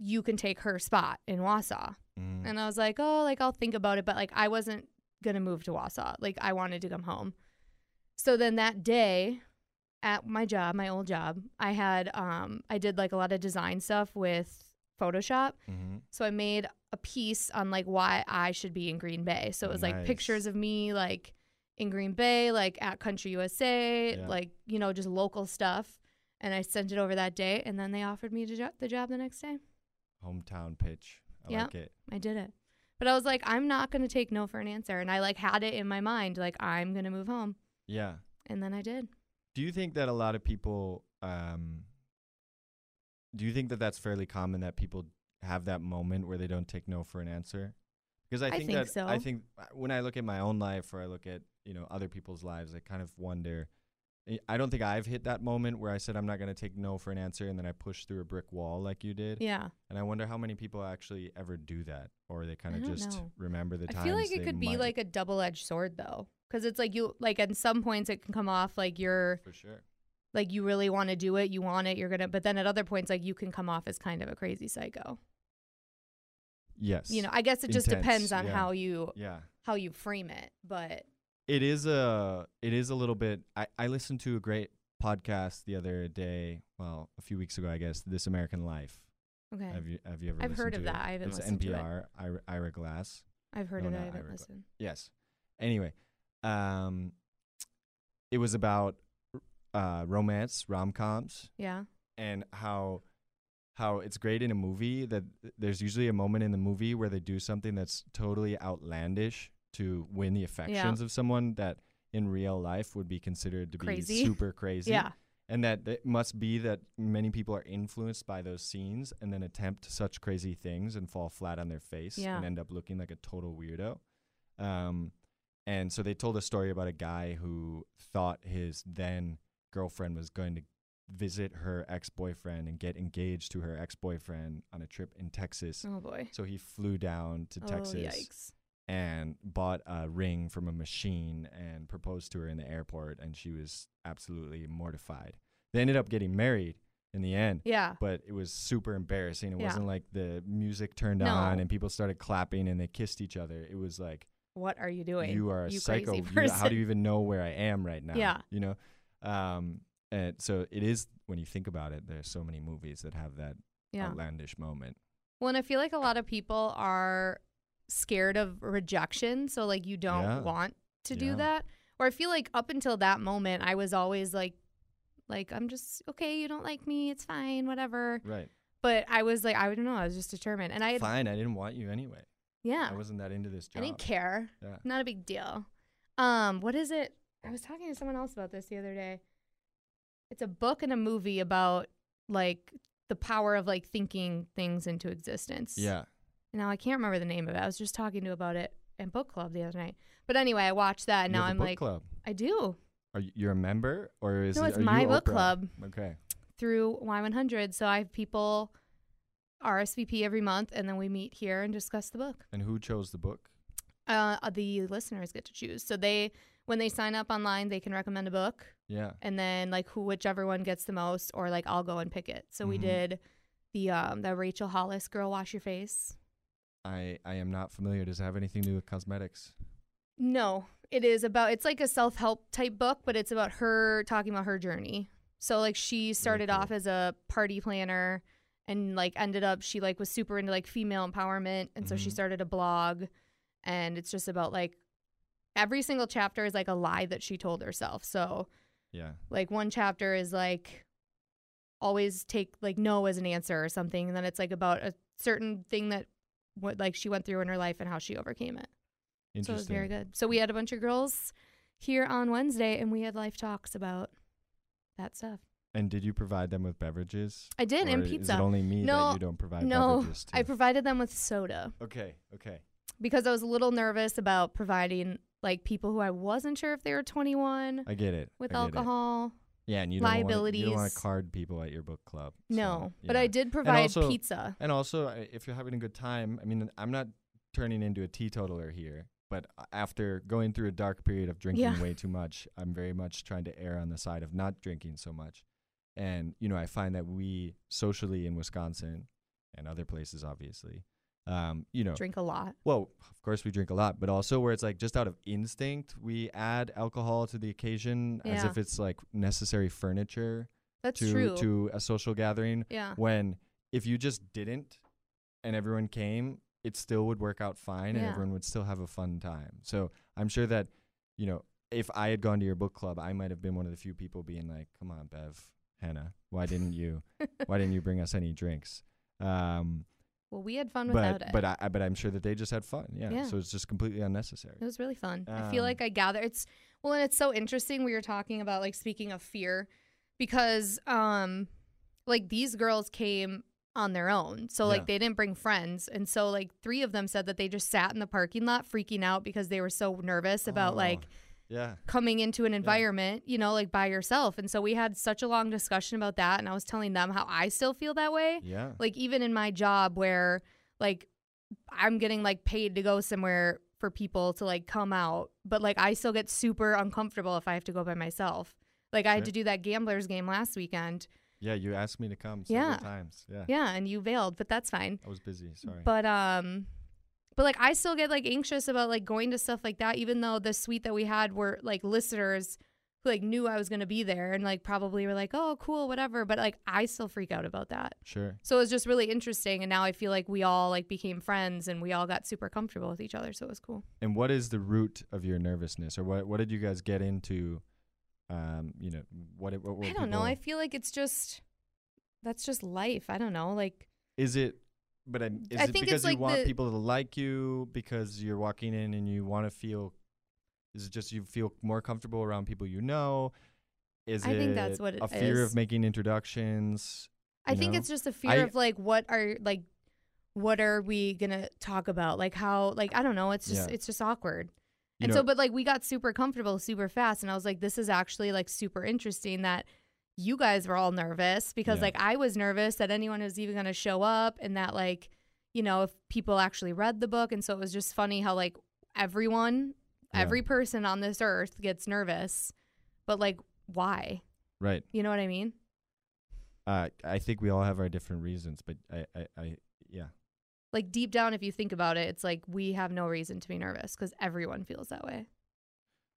Speaker 4: you can take her spot in Wausau?"
Speaker 3: Mm.
Speaker 4: And I was like, oh, like I'll think about it, but like I wasn't gonna move to Wausau. Like I wanted to come home. So then that day at my job, my old job, I had um I did like a lot of design stuff with Photoshop.
Speaker 3: hmm
Speaker 4: So I made a piece on like why I should be in Green Bay. So it was like
Speaker 3: Nice.
Speaker 4: pictures of me like in Green Bay, like at Country USA,
Speaker 3: Yeah.
Speaker 4: like, you know, just local stuff. And I sent it over that day and then they offered me the jo- the job the next day.
Speaker 3: Hometown pitch. I
Speaker 4: Yeah.
Speaker 3: like it.
Speaker 4: I did it. But I was like, I'm not gonna take no for an answer. And I like had it in my mind, like I'm gonna move home.
Speaker 3: Yeah.
Speaker 4: And then I did.
Speaker 3: Do you think that a lot of people, um, do you think that that's fairly common that people have that moment where they don't take no for an answer? Because I
Speaker 4: I
Speaker 3: think,
Speaker 4: think
Speaker 3: that I
Speaker 4: so.
Speaker 3: think uh, when I look at my own life or I look at you know other people's lives, I kind of wonder. I- I don't think I've hit that moment where I said I'm not going to take no for an answer, and then I pushed through a brick wall like you did.
Speaker 4: Yeah.
Speaker 3: And I wonder how many people actually ever do that, or they kind
Speaker 4: I
Speaker 3: of
Speaker 4: don't
Speaker 3: just
Speaker 4: know.
Speaker 3: remember the
Speaker 4: I
Speaker 3: times.
Speaker 4: feel like it
Speaker 3: they
Speaker 4: could be
Speaker 3: might-
Speaker 4: like a double edged sword though. Cause it's like you like at some points it can come off like you're
Speaker 3: for sure.
Speaker 4: like you really wanna do it, you want it, you're gonna but then at other points like you can come off as kind of a crazy psycho.
Speaker 3: Yes.
Speaker 4: You know, I guess it just
Speaker 3: Intense,
Speaker 4: depends on
Speaker 3: yeah.
Speaker 4: how you
Speaker 3: Yeah.
Speaker 4: how you frame it. But
Speaker 3: it is a it is a little bit I, I listened to a great podcast the other day well a few weeks ago i guess this american life
Speaker 4: okay.
Speaker 3: have you have you ever
Speaker 4: I've heard
Speaker 3: listened to
Speaker 4: of
Speaker 3: it?
Speaker 4: that. I haven't
Speaker 3: it's
Speaker 4: listened to it.
Speaker 3: npr Ira, ira glass
Speaker 4: I've heard
Speaker 3: No,
Speaker 4: of it,
Speaker 3: not
Speaker 4: I haven't
Speaker 3: Ira Glass.
Speaker 4: listened.
Speaker 3: yes anyway um it was about uh romance rom-coms
Speaker 4: Yeah.
Speaker 3: and how how it's great in a movie that th- there's usually a moment in the movie where they do something that's totally outlandish to win the affections of someone that in real life would be considered to
Speaker 4: Crazy.
Speaker 3: be super crazy.
Speaker 4: <laughs> Yeah.
Speaker 3: And that it must be that many people are influenced by those scenes and then attempt such crazy things and fall flat on their face
Speaker 4: Yeah.
Speaker 3: and end up looking like a total weirdo. Um, and so they told a story about a guy who thought his then girlfriend was going to visit her ex boyfriend and get engaged to her ex boyfriend on a trip in Texas.
Speaker 4: Oh boy.
Speaker 3: So he flew down to Texas
Speaker 4: Oh yikes.
Speaker 3: and bought a ring from a machine and proposed to her in the airport, and she was absolutely mortified. They ended up getting married in the end.
Speaker 4: Yeah.
Speaker 3: But it was super embarrassing. It
Speaker 4: Yeah.
Speaker 3: wasn't like the music turned on
Speaker 4: No.
Speaker 3: and people started clapping and they kissed each other. It was like
Speaker 4: What are you doing?
Speaker 3: you are a psycho.
Speaker 4: Crazy
Speaker 3: <laughs> You- how do
Speaker 4: person.
Speaker 3: you even know where I am right now?
Speaker 4: Yeah.
Speaker 3: You know? Um, and so it is, when you think about it, there's so many movies that have that
Speaker 4: Yeah.
Speaker 3: outlandish moment.
Speaker 4: Well, and I feel like a lot of people are scared of rejection. So, like, you don't
Speaker 3: Yeah.
Speaker 4: want to
Speaker 3: Yeah.
Speaker 4: do that. Or I feel like up until that moment, I was always like, like, I'm just, okay, you don't like me. It's fine, whatever.
Speaker 3: Right.
Speaker 4: But I was like, I don't know. I was just determined. And I, had,
Speaker 3: Fine. I didn't want you anyway.
Speaker 4: yeah,
Speaker 3: I wasn't that into this
Speaker 4: I
Speaker 3: job.
Speaker 4: didn't care.
Speaker 3: Yeah.
Speaker 4: Not a big deal. Um, what is it? I was talking to someone else about this the other day. It's a book and a movie about like the power of like thinking things into existence.
Speaker 3: Yeah.
Speaker 4: Now I can't remember the name of it. I was just talking to about it in book club the other night. But anyway, I watched that and
Speaker 3: You
Speaker 4: now
Speaker 3: have a
Speaker 4: I'm
Speaker 3: book
Speaker 4: like
Speaker 3: club.
Speaker 4: I do
Speaker 3: Are you, you're a member or is
Speaker 4: No,
Speaker 3: it,
Speaker 4: it's
Speaker 3: are you
Speaker 4: my book
Speaker 3: Oprah?
Speaker 4: club.
Speaker 3: Okay.
Speaker 4: through Y100. So I have people RSVP every month, and then we meet here and discuss the book.
Speaker 3: And who chose the book?
Speaker 4: Uh, the listeners get to choose. So they, when they sign up online, they can recommend a book,
Speaker 3: Yeah.
Speaker 4: and then like who, whichever one gets the most, or like I'll go and pick it. So we
Speaker 3: Mhm.
Speaker 4: did the um the Rachel Hollis Girl Wash Your Face.
Speaker 3: I, I am not familiar. Does it have anything to do with cosmetics?
Speaker 4: No, it is about it's like a self help type book, but it's about her talking about her journey. So like she started
Speaker 3: cool.
Speaker 4: off as a party planner and like ended up she like was super into like female empowerment and so she
Speaker 3: Mhm.
Speaker 4: started a blog and it's just about like every single chapter is like a lie that she told herself. So
Speaker 3: Yeah.
Speaker 4: like one chapter is like always take like no as an answer or something and then it's like about a certain thing that what like she went through in her life and how she overcame it. So it was
Speaker 3: Interesting.
Speaker 4: very good. So we had a bunch of girls here on Wednesday and we had life talks about that stuff.
Speaker 3: And did you provide them with beverages?
Speaker 4: I did, and
Speaker 3: Or Is
Speaker 4: pizza.
Speaker 3: it only me
Speaker 4: No,
Speaker 3: that you don't provide
Speaker 4: no,
Speaker 3: beverages to?
Speaker 4: I provided them with soda
Speaker 3: okay. Okay.
Speaker 4: because I was a little nervous about providing like people who I wasn't sure if they were 21
Speaker 3: I get it.
Speaker 4: with
Speaker 3: I get it.
Speaker 4: alcohol.
Speaker 3: Yeah, and you don't Wanna, you don't want
Speaker 4: liabilities.
Speaker 3: to card people at your book club. so,
Speaker 4: No, but I
Speaker 3: yeah.
Speaker 4: did provide
Speaker 3: also-
Speaker 4: pizza.
Speaker 3: And also, I- if you're having a good time, I mean, I'm not turning into a teetotaler here, but a- after going through a dark period of drinking
Speaker 4: Yeah.
Speaker 3: way too much, I'm very much trying to err on the side of not drinking so much. And, you know, I find that we socially in Wisconsin and other places, obviously, um, you know,
Speaker 4: Drink a lot.
Speaker 3: well, of course we drink a lot, but also where it's like just out of instinct, we add alcohol to the occasion as
Speaker 4: Yeah.
Speaker 3: if it's like necessary furniture
Speaker 4: That's
Speaker 3: to
Speaker 4: true.
Speaker 3: to a social gathering
Speaker 4: yeah.
Speaker 3: when if you just didn't and everyone came, it still would work out fine and
Speaker 4: Yeah.
Speaker 3: everyone would still have a fun time. So I'm sure that, you know, if I had gone to your book club, I might have been one of the few people being like, come on, Bev, Hannah, why didn't
Speaker 4: <laughs>
Speaker 3: you, why didn't you bring us any drinks? Um,
Speaker 4: well, we had fun without
Speaker 3: but,
Speaker 4: it.
Speaker 3: but I, I- but I'm sure that they just had fun. Yeah.
Speaker 4: Yeah.
Speaker 3: So it's just completely unnecessary.
Speaker 4: It was really fun. I feel
Speaker 3: Um,
Speaker 4: like I gather it's well, and it's so interesting. We were talking about like speaking of fear, because um, like these girls came on their own, so like
Speaker 3: Yeah.
Speaker 4: they didn't bring friends, and so like three of them said that they just sat in the parking lot freaking out because they were so nervous about
Speaker 3: Oh,
Speaker 4: like <laughs>
Speaker 3: yeah.
Speaker 4: coming into an environment, you know, like by yourself. And so we had such a long discussion about that, and I was telling them how I still feel that way
Speaker 3: Yeah.
Speaker 4: like even in my job where like i'm getting like paid to go somewhere for people to like come out but like i still get super uncomfortable if i have to go by myself like i had
Speaker 3: Sure.
Speaker 4: to do that gamblers game last weekend
Speaker 3: Yeah. You asked me to come several
Speaker 4: Yeah.
Speaker 3: times. Yeah.
Speaker 4: yeah and you veiled but that's fine
Speaker 3: I was busy. Sorry.
Speaker 4: but um but like i still get like anxious about like going to stuff like that even though the suite that we had were like listeners who like knew i was going to be there and like probably were like oh cool whatever but like i still freak out about that
Speaker 3: sure.
Speaker 4: So it was just really interesting, and now I feel like we all like became friends, and we all got super comfortable with each other. So it was cool.
Speaker 3: and what is the root of your nervousness or what what did you guys get into um you know what it, what were
Speaker 4: I don't know.
Speaker 3: people-
Speaker 4: I feel like it's just that's just life. I don't know. Like
Speaker 3: is it but I'm, is
Speaker 4: I
Speaker 3: it
Speaker 4: think it's
Speaker 3: because
Speaker 4: like
Speaker 3: you want
Speaker 4: the-
Speaker 3: people to like you because you're walking in and you want to feel is it just you feel more comfortable around people you know is
Speaker 4: I
Speaker 3: it
Speaker 4: think that's what it
Speaker 3: a fear
Speaker 4: is.
Speaker 3: of making introductions
Speaker 4: I
Speaker 3: You
Speaker 4: think
Speaker 3: know?
Speaker 4: it's just a fear
Speaker 3: I-
Speaker 4: of like what are like what are we gonna talk about? Like how like I don't know. It's just
Speaker 3: Yeah.
Speaker 4: it's just awkward.
Speaker 3: you
Speaker 4: and
Speaker 3: know,
Speaker 4: so, but like we got super comfortable super fast, and I was like, this is actually like super interesting that you guys were all nervous because
Speaker 3: Yeah.
Speaker 4: like I was nervous that anyone was even going to show up and that like, you know, if people actually read the book. And so it was just funny how like everyone,
Speaker 3: Yeah.
Speaker 4: every person on this earth gets nervous, but like, why?
Speaker 3: right
Speaker 4: You know what I mean?
Speaker 3: uh i think we all have our different reasons but i i, I yeah
Speaker 4: Like deep down, if you think about it, it's like we have no reason to be nervous because everyone feels that way.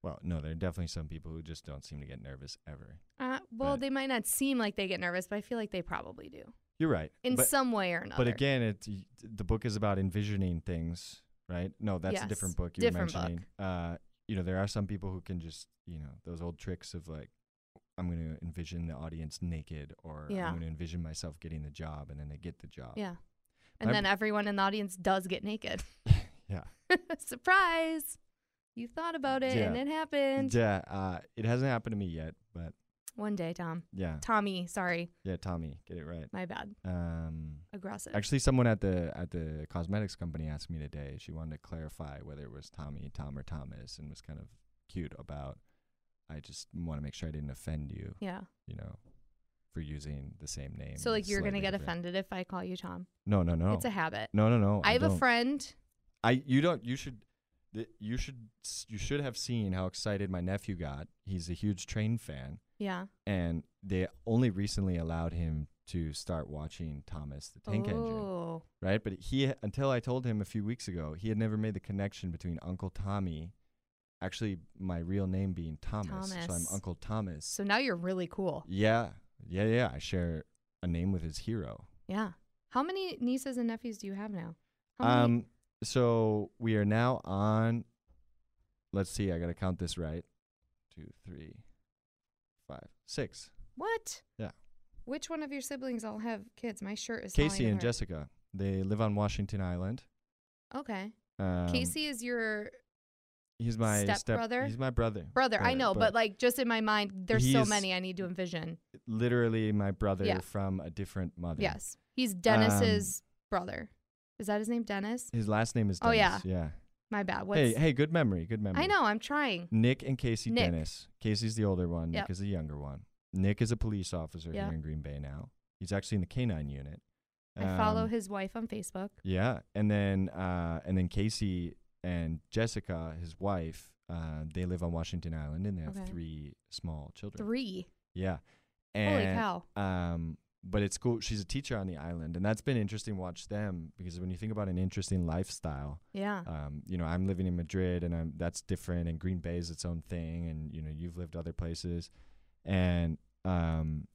Speaker 3: well no there are definitely some people who just don't seem to get nervous ever
Speaker 4: Uh, well,
Speaker 3: Right.
Speaker 4: they might not seem like they get nervous, but I feel like they probably do
Speaker 3: you're right
Speaker 4: in
Speaker 3: but-
Speaker 4: some way or another.
Speaker 3: But again, it y- the book is about envisioning things, right? No, that's a different
Speaker 4: Yes,
Speaker 3: book you
Speaker 4: different
Speaker 3: were
Speaker 4: book.
Speaker 3: mentioning. Uh, you know, there are some people who can just, you know, those old tricks of like, I'm going to envision the audience naked, or
Speaker 4: Yeah.
Speaker 3: I'm going to envision myself getting the job, and then they get the job.
Speaker 4: Yeah. And
Speaker 3: My-
Speaker 4: then everyone in the audience does get naked.
Speaker 3: <laughs>
Speaker 4: <laughs>
Speaker 3: Yeah.
Speaker 4: Surprise! You thought about it and
Speaker 3: Yeah.
Speaker 4: it happened.
Speaker 3: yeah. Uh, it hasn't happened to me yet, but
Speaker 4: One day, Tom.
Speaker 3: yeah,
Speaker 4: Tommy, sorry.
Speaker 3: yeah. Tommy, get it right.
Speaker 4: My bad.
Speaker 3: Um,
Speaker 4: Aggressive.
Speaker 3: actually, someone at the at the cosmetics company asked me today. She wanted to clarify whether it was Tommy, Tom, or Thomas, and was kind of cute about. I just want to make sure I didn't offend you.
Speaker 4: yeah.
Speaker 3: you know, for using the same name.
Speaker 4: So like you're gonna
Speaker 3: slightly
Speaker 4: get
Speaker 3: different-
Speaker 4: offended if I call you Tom.
Speaker 3: No, no, no.
Speaker 4: It's a habit.
Speaker 3: no, no, no.
Speaker 4: I have a
Speaker 3: don't.
Speaker 4: friend.
Speaker 3: I you don't you should th- you should s- you should have seen how excited my nephew got. He's a huge train fan
Speaker 4: Yeah.
Speaker 3: and they only recently allowed him to start watching Thomas the Tank Engine,
Speaker 4: oh.
Speaker 3: right? But he until I told him a few weeks ago, he had never made the connection between Uncle Tommy actually my real name being Thomas, so I'm
Speaker 4: Thomas.
Speaker 3: Uncle Thomas.
Speaker 4: So now you're really cool.
Speaker 3: yeah. Yeah, yeah, I share a name with his hero.
Speaker 4: Yeah. How many nieces and nephews do you have now? How many?
Speaker 3: Um, so we are now on. Let's see. I gotta count this right. Two, three, five, six.
Speaker 4: What?
Speaker 3: yeah.
Speaker 4: Which one of your siblings all have kids? My shirt is falling
Speaker 3: Casey and
Speaker 4: apart.
Speaker 3: Jessica. They live on Washington Island.
Speaker 4: Okay.
Speaker 3: Um,
Speaker 4: Casey is your
Speaker 3: He's my
Speaker 4: stepbrother?
Speaker 3: He's my brother.
Speaker 4: brother. I
Speaker 3: but-
Speaker 4: know, but, like just in my mind, there's so
Speaker 3: he's-
Speaker 4: many I need to envision.
Speaker 3: literally my brother
Speaker 4: Yeah.
Speaker 3: from a different mother.
Speaker 4: Yes. He's Dennis's
Speaker 3: Um,
Speaker 4: brother. Is that his name? Dennis?
Speaker 3: His last name is.
Speaker 4: Oh, yeah.
Speaker 3: Dennis. Yeah.
Speaker 4: My bad. What's
Speaker 3: hey, hey, good memory. Good memory.
Speaker 4: I know, I'm trying.
Speaker 3: Nick and Casey
Speaker 4: Nick.
Speaker 3: Dennis. Casey's the older one.
Speaker 4: Yep.
Speaker 3: Nick is the younger one. Nick is a police officer
Speaker 4: Yeah.
Speaker 3: here in Green Bay now. He's actually in the K9 unit.
Speaker 4: I follow
Speaker 3: Um,
Speaker 4: his wife on Facebook.
Speaker 3: Yeah, and then uh, and then Casey and Jessica, his wife, uh, they live on Washington Island, and they have
Speaker 4: Okay.
Speaker 3: three small children.
Speaker 4: Three.
Speaker 3: Yeah, and
Speaker 4: cow.
Speaker 3: Um, but it's cool. She's a teacher on the island, and that's been interesting. to Watch them because when you think about an interesting lifestyle,
Speaker 4: Yeah.
Speaker 3: um, you know, I'm living in Madrid and I'm that's different and Green Bay is its own thing and you know, you've lived other places and um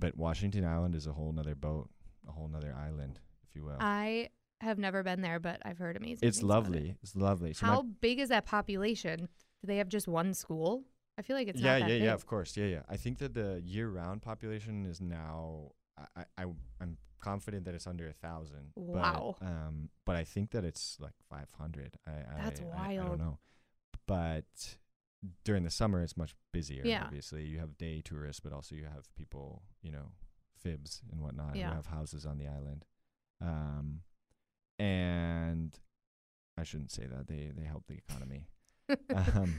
Speaker 3: but Washington Island is a whole nother boat, a whole nother island, if you will.
Speaker 4: I have never been there, but I've heard amazing.
Speaker 3: it's
Speaker 4: things about Uh, it.
Speaker 3: lovely. It's lovely. So my-
Speaker 4: How big is that population? Do they have just one school? I feel like it's
Speaker 3: yeah,
Speaker 4: not that
Speaker 3: yeah,
Speaker 4: big.
Speaker 3: yeah, of course. Yeah, yeah. I think that the year round population is now I, I I'm confident that it's under a thousand.
Speaker 4: Wow.
Speaker 3: But, um but I think that it's like five hundred. I
Speaker 4: That's
Speaker 3: I, I- I
Speaker 4: wild.
Speaker 3: don't know. But during the summer it's much busier,
Speaker 4: Yeah.
Speaker 3: obviously. You have day tourists, but also you have people, you know, fibs and whatnot
Speaker 4: Yeah.
Speaker 3: who have houses on the island. Um and I shouldn't say that. They they help the economy.
Speaker 4: <laughs>
Speaker 3: <laughs>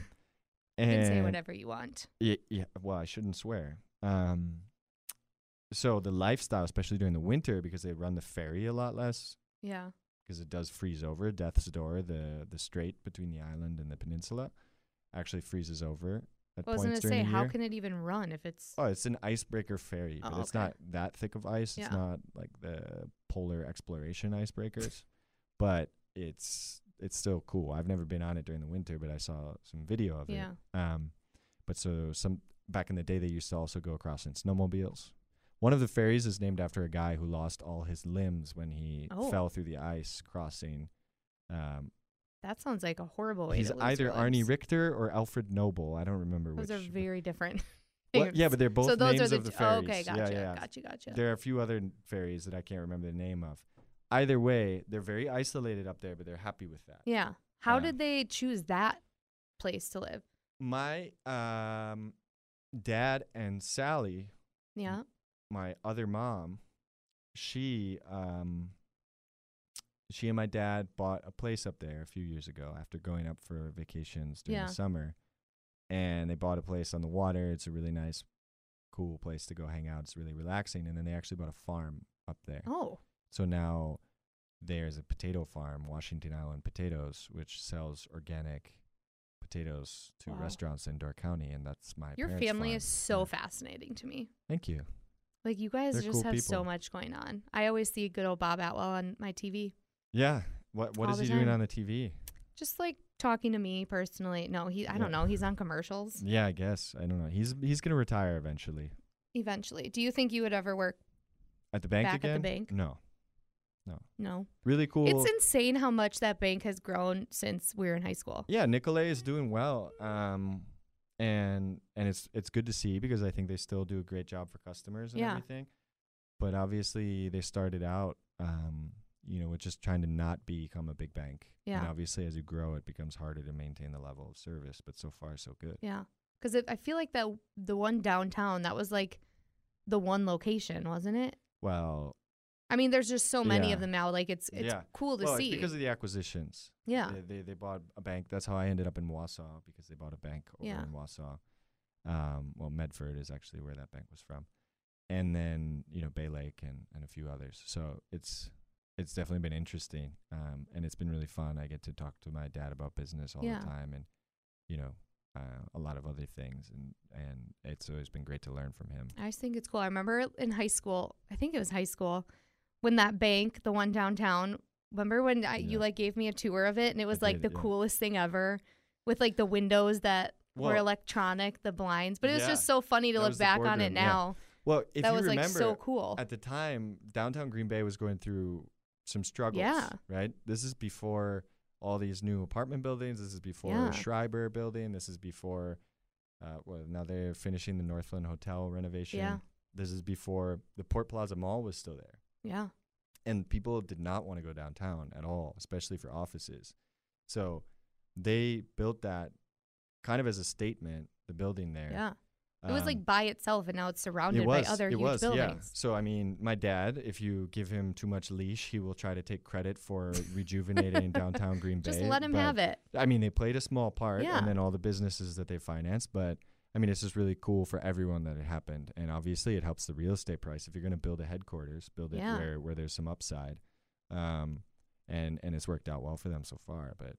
Speaker 3: Um
Speaker 4: you can say
Speaker 3: and-
Speaker 4: whatever you want.
Speaker 3: yeah, yeah. Well, I shouldn't swear. Um, so the lifestyle, especially during the winter, because they run the ferry a lot less,
Speaker 4: Yeah.
Speaker 3: because it does freeze over. Death's Door, the the strait between the island and the peninsula, actually freezes over at
Speaker 4: I was gonna
Speaker 3: points during
Speaker 4: say,
Speaker 3: the
Speaker 4: how
Speaker 3: year.
Speaker 4: can it even run if it's?
Speaker 3: oh, it's an icebreaker ferry, but
Speaker 4: Oh,
Speaker 3: it's
Speaker 4: okay.
Speaker 3: not that thick of ice.
Speaker 4: Yeah.
Speaker 3: It's not like the polar exploration icebreakers, <laughs> but it's it's still cool. I've never been on it during the winter, but I saw some video of it.
Speaker 4: Yeah.
Speaker 3: Um, but so some back in the day, they used to also go across in snowmobiles. One of the ferries is named after a guy who lost all his limbs when he
Speaker 4: Oh.
Speaker 3: fell through the ice crossing. Um,
Speaker 4: That sounds like a horrible way.
Speaker 3: he's
Speaker 4: to lose
Speaker 3: either
Speaker 4: your
Speaker 3: Arnie
Speaker 4: limbs.
Speaker 3: Richter or Alfred Noble. I don't remember
Speaker 4: Those
Speaker 3: which.
Speaker 4: are
Speaker 3: but-
Speaker 4: very different.
Speaker 3: <laughs> Well, yeah,
Speaker 4: names.
Speaker 3: but they're both
Speaker 4: so those
Speaker 3: names
Speaker 4: are the
Speaker 3: of the
Speaker 4: t- oh,
Speaker 3: ferries.
Speaker 4: Okay, gotcha,
Speaker 3: Yeah, yeah.
Speaker 4: gotcha, gotcha.
Speaker 3: There are a few other n- ferries that I can't remember the name of. Either way, they're very isolated up there, but they're happy with that.
Speaker 4: yeah. How
Speaker 3: Yeah.
Speaker 4: did they choose that place to live?
Speaker 3: My um, dad and Sally, Mm.
Speaker 4: Yeah.
Speaker 3: my other mom, she um she and my dad bought a place up there a few years ago after going up for vacations during
Speaker 4: Yeah.
Speaker 3: the summer. And they bought a place on the water. It's a really nice cool place to go hang out. It's really relaxing and then they actually bought a farm up there.
Speaker 4: Oh.
Speaker 3: So now there's a potato farm, Washington Island Potatoes, which sells organic potatoes to
Speaker 4: Wow.
Speaker 3: restaurants in Door County and that's my
Speaker 4: Your
Speaker 3: parents'
Speaker 4: family
Speaker 3: farm.
Speaker 4: is so
Speaker 3: Yeah.
Speaker 4: fascinating to me.
Speaker 3: Thank you.
Speaker 4: Like you guys
Speaker 3: They're
Speaker 4: just
Speaker 3: cool
Speaker 4: have so
Speaker 3: people.
Speaker 4: much going on. I always see good old Bob Atwell on my TV.
Speaker 3: Yeah. What what
Speaker 4: All
Speaker 3: is
Speaker 4: the
Speaker 3: he doing
Speaker 4: time.
Speaker 3: on the TV?
Speaker 4: Just like talking to me personally. No, he I don't
Speaker 3: Yeah.
Speaker 4: know. He's on commercials
Speaker 3: Yeah, I guess. I don't know. He's he's gonna retire eventually.
Speaker 4: eventually. Do you think you would ever work?
Speaker 3: At the bank
Speaker 4: Back at the
Speaker 3: again?
Speaker 4: bank?
Speaker 3: No.
Speaker 4: No.
Speaker 3: Really cool.
Speaker 4: It's insane how much that bank has grown since we were in high school.
Speaker 3: yeah, Nicolay is doing well. Um and and it's it's good to see because I think they still do a great job for customers and
Speaker 4: Yeah.
Speaker 3: everything. But obviously they started out um, you know, with just trying to not become a big bank.
Speaker 4: Yeah.
Speaker 3: And obviously as you grow it becomes harder to maintain the level of service, but so far so good.
Speaker 4: Yeah. Cuz I feel like that the one downtown that was like the one location, wasn't it?
Speaker 3: Well
Speaker 4: I mean, there's just so many
Speaker 3: Yeah.
Speaker 4: of them now. Like it's it's
Speaker 3: Yeah.
Speaker 4: cool to
Speaker 3: well,
Speaker 4: see.
Speaker 3: It's because of the acquisitions.
Speaker 4: yeah.
Speaker 3: They, they they bought a bank. That's how I ended up in Wausau because they bought a bank over
Speaker 4: Yeah.
Speaker 3: in Wausau. Um, well, Medford is actually where that bank was from, and then you know Bay Lake and and a few others. So it's it's definitely been interesting, um, and it's been really fun. I get to talk to my dad about business all
Speaker 4: Yeah.
Speaker 3: the time, and you know uh, a lot of other things, and and it's always been great to learn from him.
Speaker 4: I just think it's cool. I remember in high school, I think it was high school, when that bank, the one downtown, remember when I,
Speaker 3: Yeah.
Speaker 4: you like gave me a tour of it and it was like
Speaker 3: did,
Speaker 4: the
Speaker 3: yeah.
Speaker 4: coolest thing ever with like the windows that were
Speaker 3: Well-
Speaker 4: electronic, the blinds. But it was
Speaker 3: Yeah.
Speaker 4: just so funny to
Speaker 3: That
Speaker 4: look
Speaker 3: was the
Speaker 4: back on it
Speaker 3: boardroom, yeah.
Speaker 4: now.
Speaker 3: Well, if
Speaker 4: that
Speaker 3: you
Speaker 4: was
Speaker 3: remember,
Speaker 4: like so cool.
Speaker 3: at the time, downtown Green Bay was going through some struggles.
Speaker 4: Yeah.
Speaker 3: Right. This is before all these new apartment buildings. This is before
Speaker 4: Yeah.
Speaker 3: Schreiber building. This is before. Uh, well, now they're finishing the Northland Hotel renovation.
Speaker 4: Yeah.
Speaker 3: This is before the Port Plaza Mall was still there,
Speaker 4: yeah.
Speaker 3: and people did not want to go downtown at all, especially for offices. So, they built that kind of as a statement. The building there.
Speaker 4: Yeah. It was
Speaker 3: um,
Speaker 4: like by itself and now it's surrounded
Speaker 3: it was,
Speaker 4: by other
Speaker 3: it
Speaker 4: huge
Speaker 3: was, Yeah.
Speaker 4: buildings.
Speaker 3: So I mean, my dad, if you give him too much leash, he will try to take credit
Speaker 4: <laughs>
Speaker 3: for rejuvenating downtown Green Bay.
Speaker 4: Just let him have it.
Speaker 3: I mean, they played a small part,
Speaker 4: Yeah.
Speaker 3: and then all the businesses that they financed. But I mean, it's just really cool for everyone that it happened, and obviously, it helps the real estate price. If you're going to build a headquarters, build it
Speaker 4: Yeah.
Speaker 3: where where there's some upside, um, and and it's worked out well for them so far. But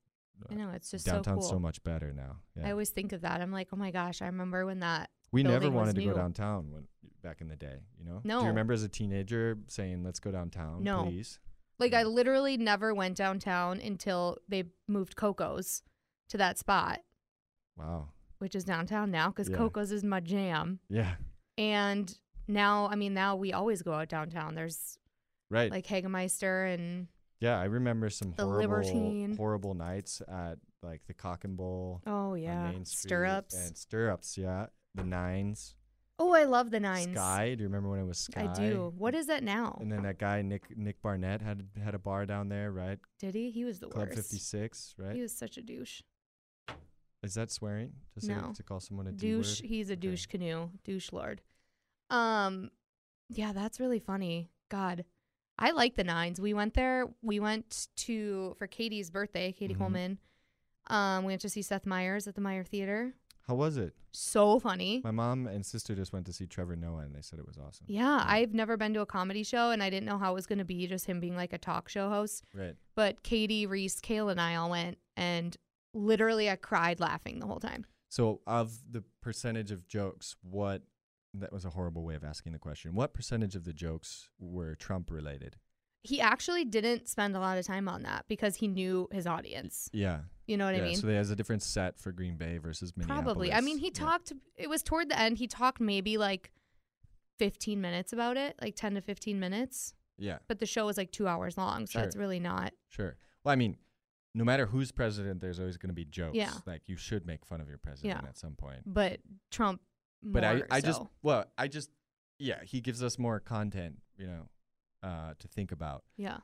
Speaker 4: I know, it's just so
Speaker 3: downtown's
Speaker 4: cool.
Speaker 3: so much better now. Yeah.
Speaker 4: I always think of that. I'm like, oh my gosh, I remember when that
Speaker 3: We never
Speaker 4: building was
Speaker 3: wanted to
Speaker 4: new.
Speaker 3: go downtown when back in the day, you know? Do
Speaker 4: No.
Speaker 3: you remember as a teenager saying, "Let's go downtown,
Speaker 4: No.
Speaker 3: please"?
Speaker 4: Like I literally never went downtown until they moved Coco's to that spot,
Speaker 3: Wow.
Speaker 4: which is downtown now because
Speaker 3: Yeah.
Speaker 4: Coco's is my jam.
Speaker 3: Yeah.
Speaker 4: And now, I mean, now we always go out downtown. There's
Speaker 3: Right.
Speaker 4: like Hagemeister and
Speaker 3: yeah, I remember some
Speaker 4: The
Speaker 3: horrible,
Speaker 4: Libertine.
Speaker 3: horrible nights at like the Cock and Bull.
Speaker 4: oh
Speaker 3: on
Speaker 4: yeah,
Speaker 3: Main Street
Speaker 4: stirrups.
Speaker 3: and stirrups. Yeah, the nines.
Speaker 4: oh, I love the nines.
Speaker 3: Sky. Do you remember when it was Sky?
Speaker 4: I do. What is that now?
Speaker 3: And then that guy Nick Nick Barnett had had a bar down there, right?
Speaker 4: Did he? He was the
Speaker 3: Club
Speaker 4: worst.
Speaker 3: Fifty Six, right?
Speaker 4: He was such a douche.
Speaker 3: Is that swearing to say
Speaker 4: No.
Speaker 3: to call someone a D word?
Speaker 4: douche. He's a
Speaker 3: Okay.
Speaker 4: douche canoe, douche lord. Um, yeah, that's really funny. God, I like the nines. We went there. We went to for Katie's birthday, Katie
Speaker 3: Mhm.
Speaker 4: Coleman. Um, we went to see Seth Meyers at the Meyer Theater.
Speaker 3: How was it?
Speaker 4: So funny.
Speaker 3: My mom and sister just went to see Trevor Noah, and they said it was awesome.
Speaker 4: Yeah, I've never been to a comedy show, and I didn't know how it was going to be. Just him being like a talk show host.
Speaker 3: Right.
Speaker 4: But Katie, Reese, Kayla, and I all went, and literally I cried laughing the whole time.
Speaker 3: So, of the percentage of jokes, what that was a horrible way of asking the question. What percentage of the jokes were Trump related?
Speaker 4: He actually didn't spend a lot of time on that because he knew his audience.
Speaker 3: Yeah.
Speaker 4: You know what
Speaker 3: yeah.
Speaker 4: I mean?
Speaker 3: So, there's a different set for Green Bay versus Minneapolis.
Speaker 4: Probably. I mean, he
Speaker 3: Yeah.
Speaker 4: talked, it was toward the end. He talked maybe like 15 minutes about it, like 10 to 15 minutes.
Speaker 3: Yeah,
Speaker 4: But the show was like two hours long. So
Speaker 3: Sure.
Speaker 4: it's really not.
Speaker 3: sure. Well, I mean, no matter who's president, there's always going to be jokes.
Speaker 4: Yeah.
Speaker 3: Like, you should make fun of your president at some point.
Speaker 4: But Trump.
Speaker 3: But I,
Speaker 4: more
Speaker 3: I just,
Speaker 4: so.
Speaker 3: well, I just, yeah, he gives us more content, you know, uh, to think about.
Speaker 4: Yeah.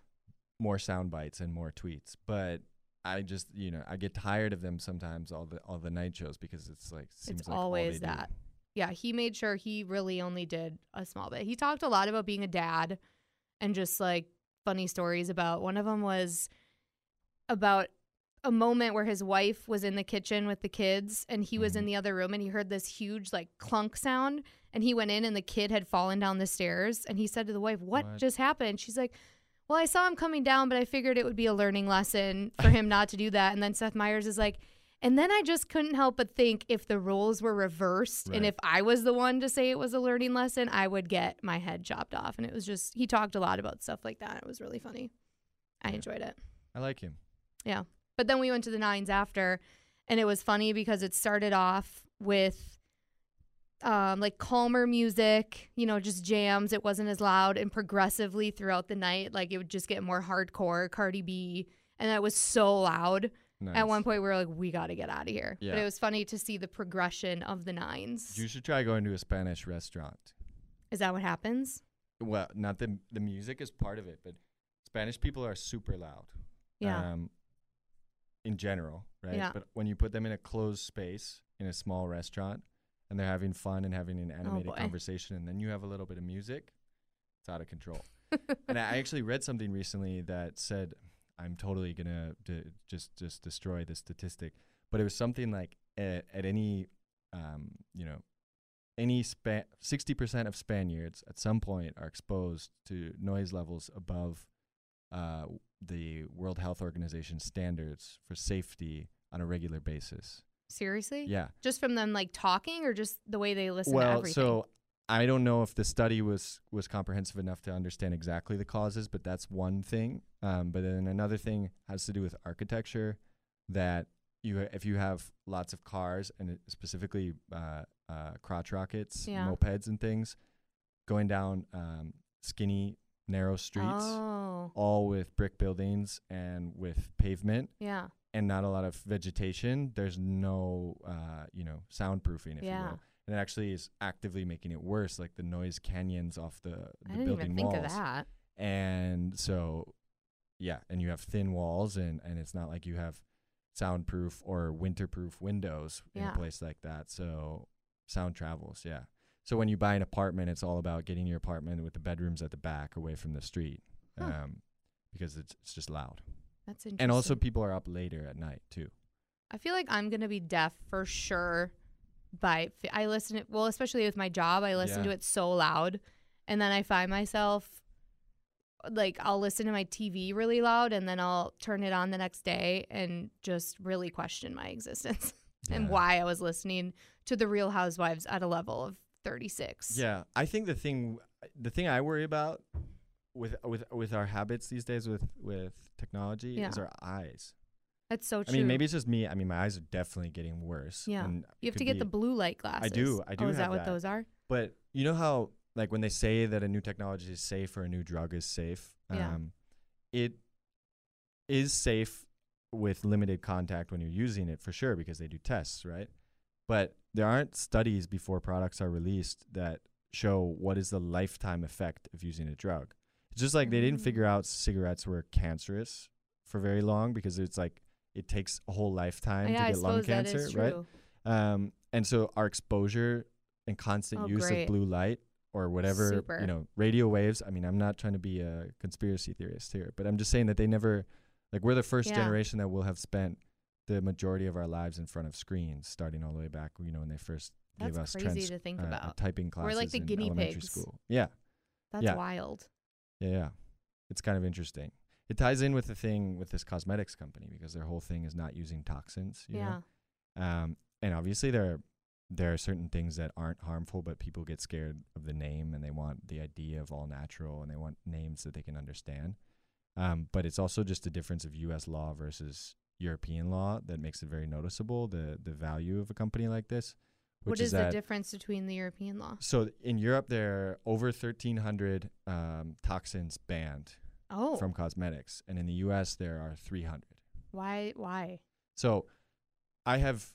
Speaker 3: more sound bites and more tweets. But I just, you know, I get tired of them sometimes. All the all the night shows because it's like seems like all
Speaker 4: always
Speaker 3: they do.
Speaker 4: that. Yeah. He made sure he really only did a small bit. He talked a lot about being a dad and just like funny stories about one of them was about a moment where his wife was in the kitchen with the kids and he was in the other room and he heard this huge like clunk sound and he went in and the kid had fallen down the stairs and he said to the wife what,
Speaker 3: What?
Speaker 4: just happened she's like well i saw him coming down but i figured it would be a learning lesson for him not to do that and then seth meyers is like and then i just couldn't help but think if the roles were reversed and
Speaker 3: Right.
Speaker 4: if i was the one to say it was a learning lesson i would get my head chopped off and it was just he talked a lot about stuff like that it was really funny i
Speaker 3: Yeah.
Speaker 4: enjoyed it
Speaker 3: I like him.
Speaker 4: yeah. But then we went to the nines after, and it was funny because it started off with um, like calmer music, you know, just jams. It wasn't as loud, and progressively throughout the night, like it would just get more hardcore, Cardi B. And that was so loud.
Speaker 3: Nice.
Speaker 4: At one point, we were like, we got to get out of here. But
Speaker 3: Yeah.
Speaker 4: it was funny to see the progression of the nines.
Speaker 3: you should try going to a Spanish restaurant.
Speaker 4: Is that what happens?
Speaker 3: Well, not the the music is part of it, but Spanish people are super loud.
Speaker 4: Yeah.
Speaker 3: Um, in general, right?
Speaker 4: Yeah.
Speaker 3: But when you put them in a closed space in a small restaurant, and they're having fun and having an animated
Speaker 4: boy.
Speaker 3: conversation, and then you have a little bit of music, it's out of control. and I actually read something recently that said, "I'm totally gonna d- just just destroy this statistic," but it was something like at, at any um, you know any span, 60% of Spaniards at some point are exposed to noise levels above uh, w- the World Health Organization standards for safety on a regular basis.
Speaker 4: Seriously?
Speaker 3: Yeah.
Speaker 4: Just from them like talking or just the way they listen to
Speaker 3: well,
Speaker 4: everything?
Speaker 3: so I don't know if the study was was comprehensive enough to understand exactly the causes, but that's one thing. Um, but then another thing has to do with architecture that you ha- if you have lots of cars and it- specifically uh, uh, crotch rockets,
Speaker 4: Yeah.
Speaker 3: mopeds, and things going down um, skinny, narrow streets,
Speaker 4: Oh,
Speaker 3: all with brick buildings and with pavement
Speaker 4: yeah.
Speaker 3: and not a lot of vegetation, there's no, uh, you know, soundproofing, if you
Speaker 4: Yeah.
Speaker 3: will. And it actually is actively making it worse, like the noise canyons off the,
Speaker 4: I
Speaker 3: the
Speaker 4: didn't
Speaker 3: building
Speaker 4: even think
Speaker 3: walls.
Speaker 4: of that.
Speaker 3: And so, yeah, and you have thin walls, and, and it's not like you have soundproof or winterproof windows in
Speaker 4: Yeah.
Speaker 3: a place like that. So, sound travels, yeah. So, when you buy an apartment, it's all about getting your apartment with the bedrooms at the back away from the street
Speaker 4: Huh.
Speaker 3: um, because it's, it's just loud.
Speaker 4: That's interesting.
Speaker 3: And also, people are up later at night, too.
Speaker 4: I feel like I'm gonna be deaf for sure. By fi- I listen to well, especially with my job, I listen
Speaker 3: Yeah.
Speaker 4: to it so loud, and then I find myself like I'll listen to my TV really loud, and then I'll turn it on the next day and just really question my existence <laughs> and
Speaker 3: Yeah.
Speaker 4: why I was listening to the Real Housewives at a level of 36.
Speaker 3: Yeah, I think the thing, the thing I worry about with with with our habits these days with with technology
Speaker 4: Yeah.
Speaker 3: is our eyes.
Speaker 4: that's so true.
Speaker 3: I mean, maybe it's just me. I mean, my eyes are definitely getting worse.
Speaker 4: Yeah.
Speaker 3: and
Speaker 4: you have
Speaker 3: could
Speaker 4: to get
Speaker 3: be-
Speaker 4: the blue light glasses.
Speaker 3: do- I do
Speaker 4: Oh, is
Speaker 3: have
Speaker 4: that what
Speaker 3: that.
Speaker 4: those are?
Speaker 3: But you know how, like, when they say that a new technology is safe or a new drug is safe,
Speaker 4: Yeah.
Speaker 3: um, it is safe with limited contact when you're using it for sure because they do tests, right? But there aren't studies before products are released that show what is the lifetime effect of using a drug. It's just like they didn't
Speaker 4: Mm.
Speaker 3: figure out cigarettes were cancerous for very long because it's like it takes a whole lifetime
Speaker 4: yeah,
Speaker 3: to
Speaker 4: I
Speaker 3: get lung
Speaker 4: suppose
Speaker 3: cancer,
Speaker 4: that is true.
Speaker 3: right? Um, and so our exposure and constant
Speaker 4: Oh,
Speaker 3: use
Speaker 4: great.
Speaker 3: of blue light or whatever,
Speaker 4: Super.
Speaker 3: you know, radio waves. I mean, I'm not trying to be a conspiracy theorist here, but I'm just saying that they never, like, we're the first
Speaker 4: Yeah.
Speaker 3: generation that will have spent the majority of our lives in front of screens, starting all the way back, you know, when they first gave us
Speaker 4: That's
Speaker 3: trans-
Speaker 4: crazy to think
Speaker 3: uh, uh,
Speaker 4: about.
Speaker 3: typing classes
Speaker 4: We're like the
Speaker 3: in
Speaker 4: guinea
Speaker 3: elementary
Speaker 4: pigs.
Speaker 3: school. Yeah.
Speaker 4: That's
Speaker 3: yeah.
Speaker 4: wild.
Speaker 3: Yeah, yeah. It's kind of interesting. It ties in with the thing with this cosmetics company because their whole thing is not using toxins. You
Speaker 4: yeah.
Speaker 3: Know? Um, and obviously there are, there are certain things that aren't harmful, but people get scared of the name and they want the idea of all natural and they want names that they can understand. Um, but it's also just the difference of U.S. law versus European law that makes it very noticeable the the value of a company like this. Which
Speaker 4: What is, the
Speaker 3: that
Speaker 4: difference between the European law?
Speaker 3: so in Europe there are over 1,300 um, toxins banned
Speaker 4: Oh,
Speaker 3: from cosmetics, and in the U.S. there are 300.
Speaker 4: why? Why?
Speaker 3: So I have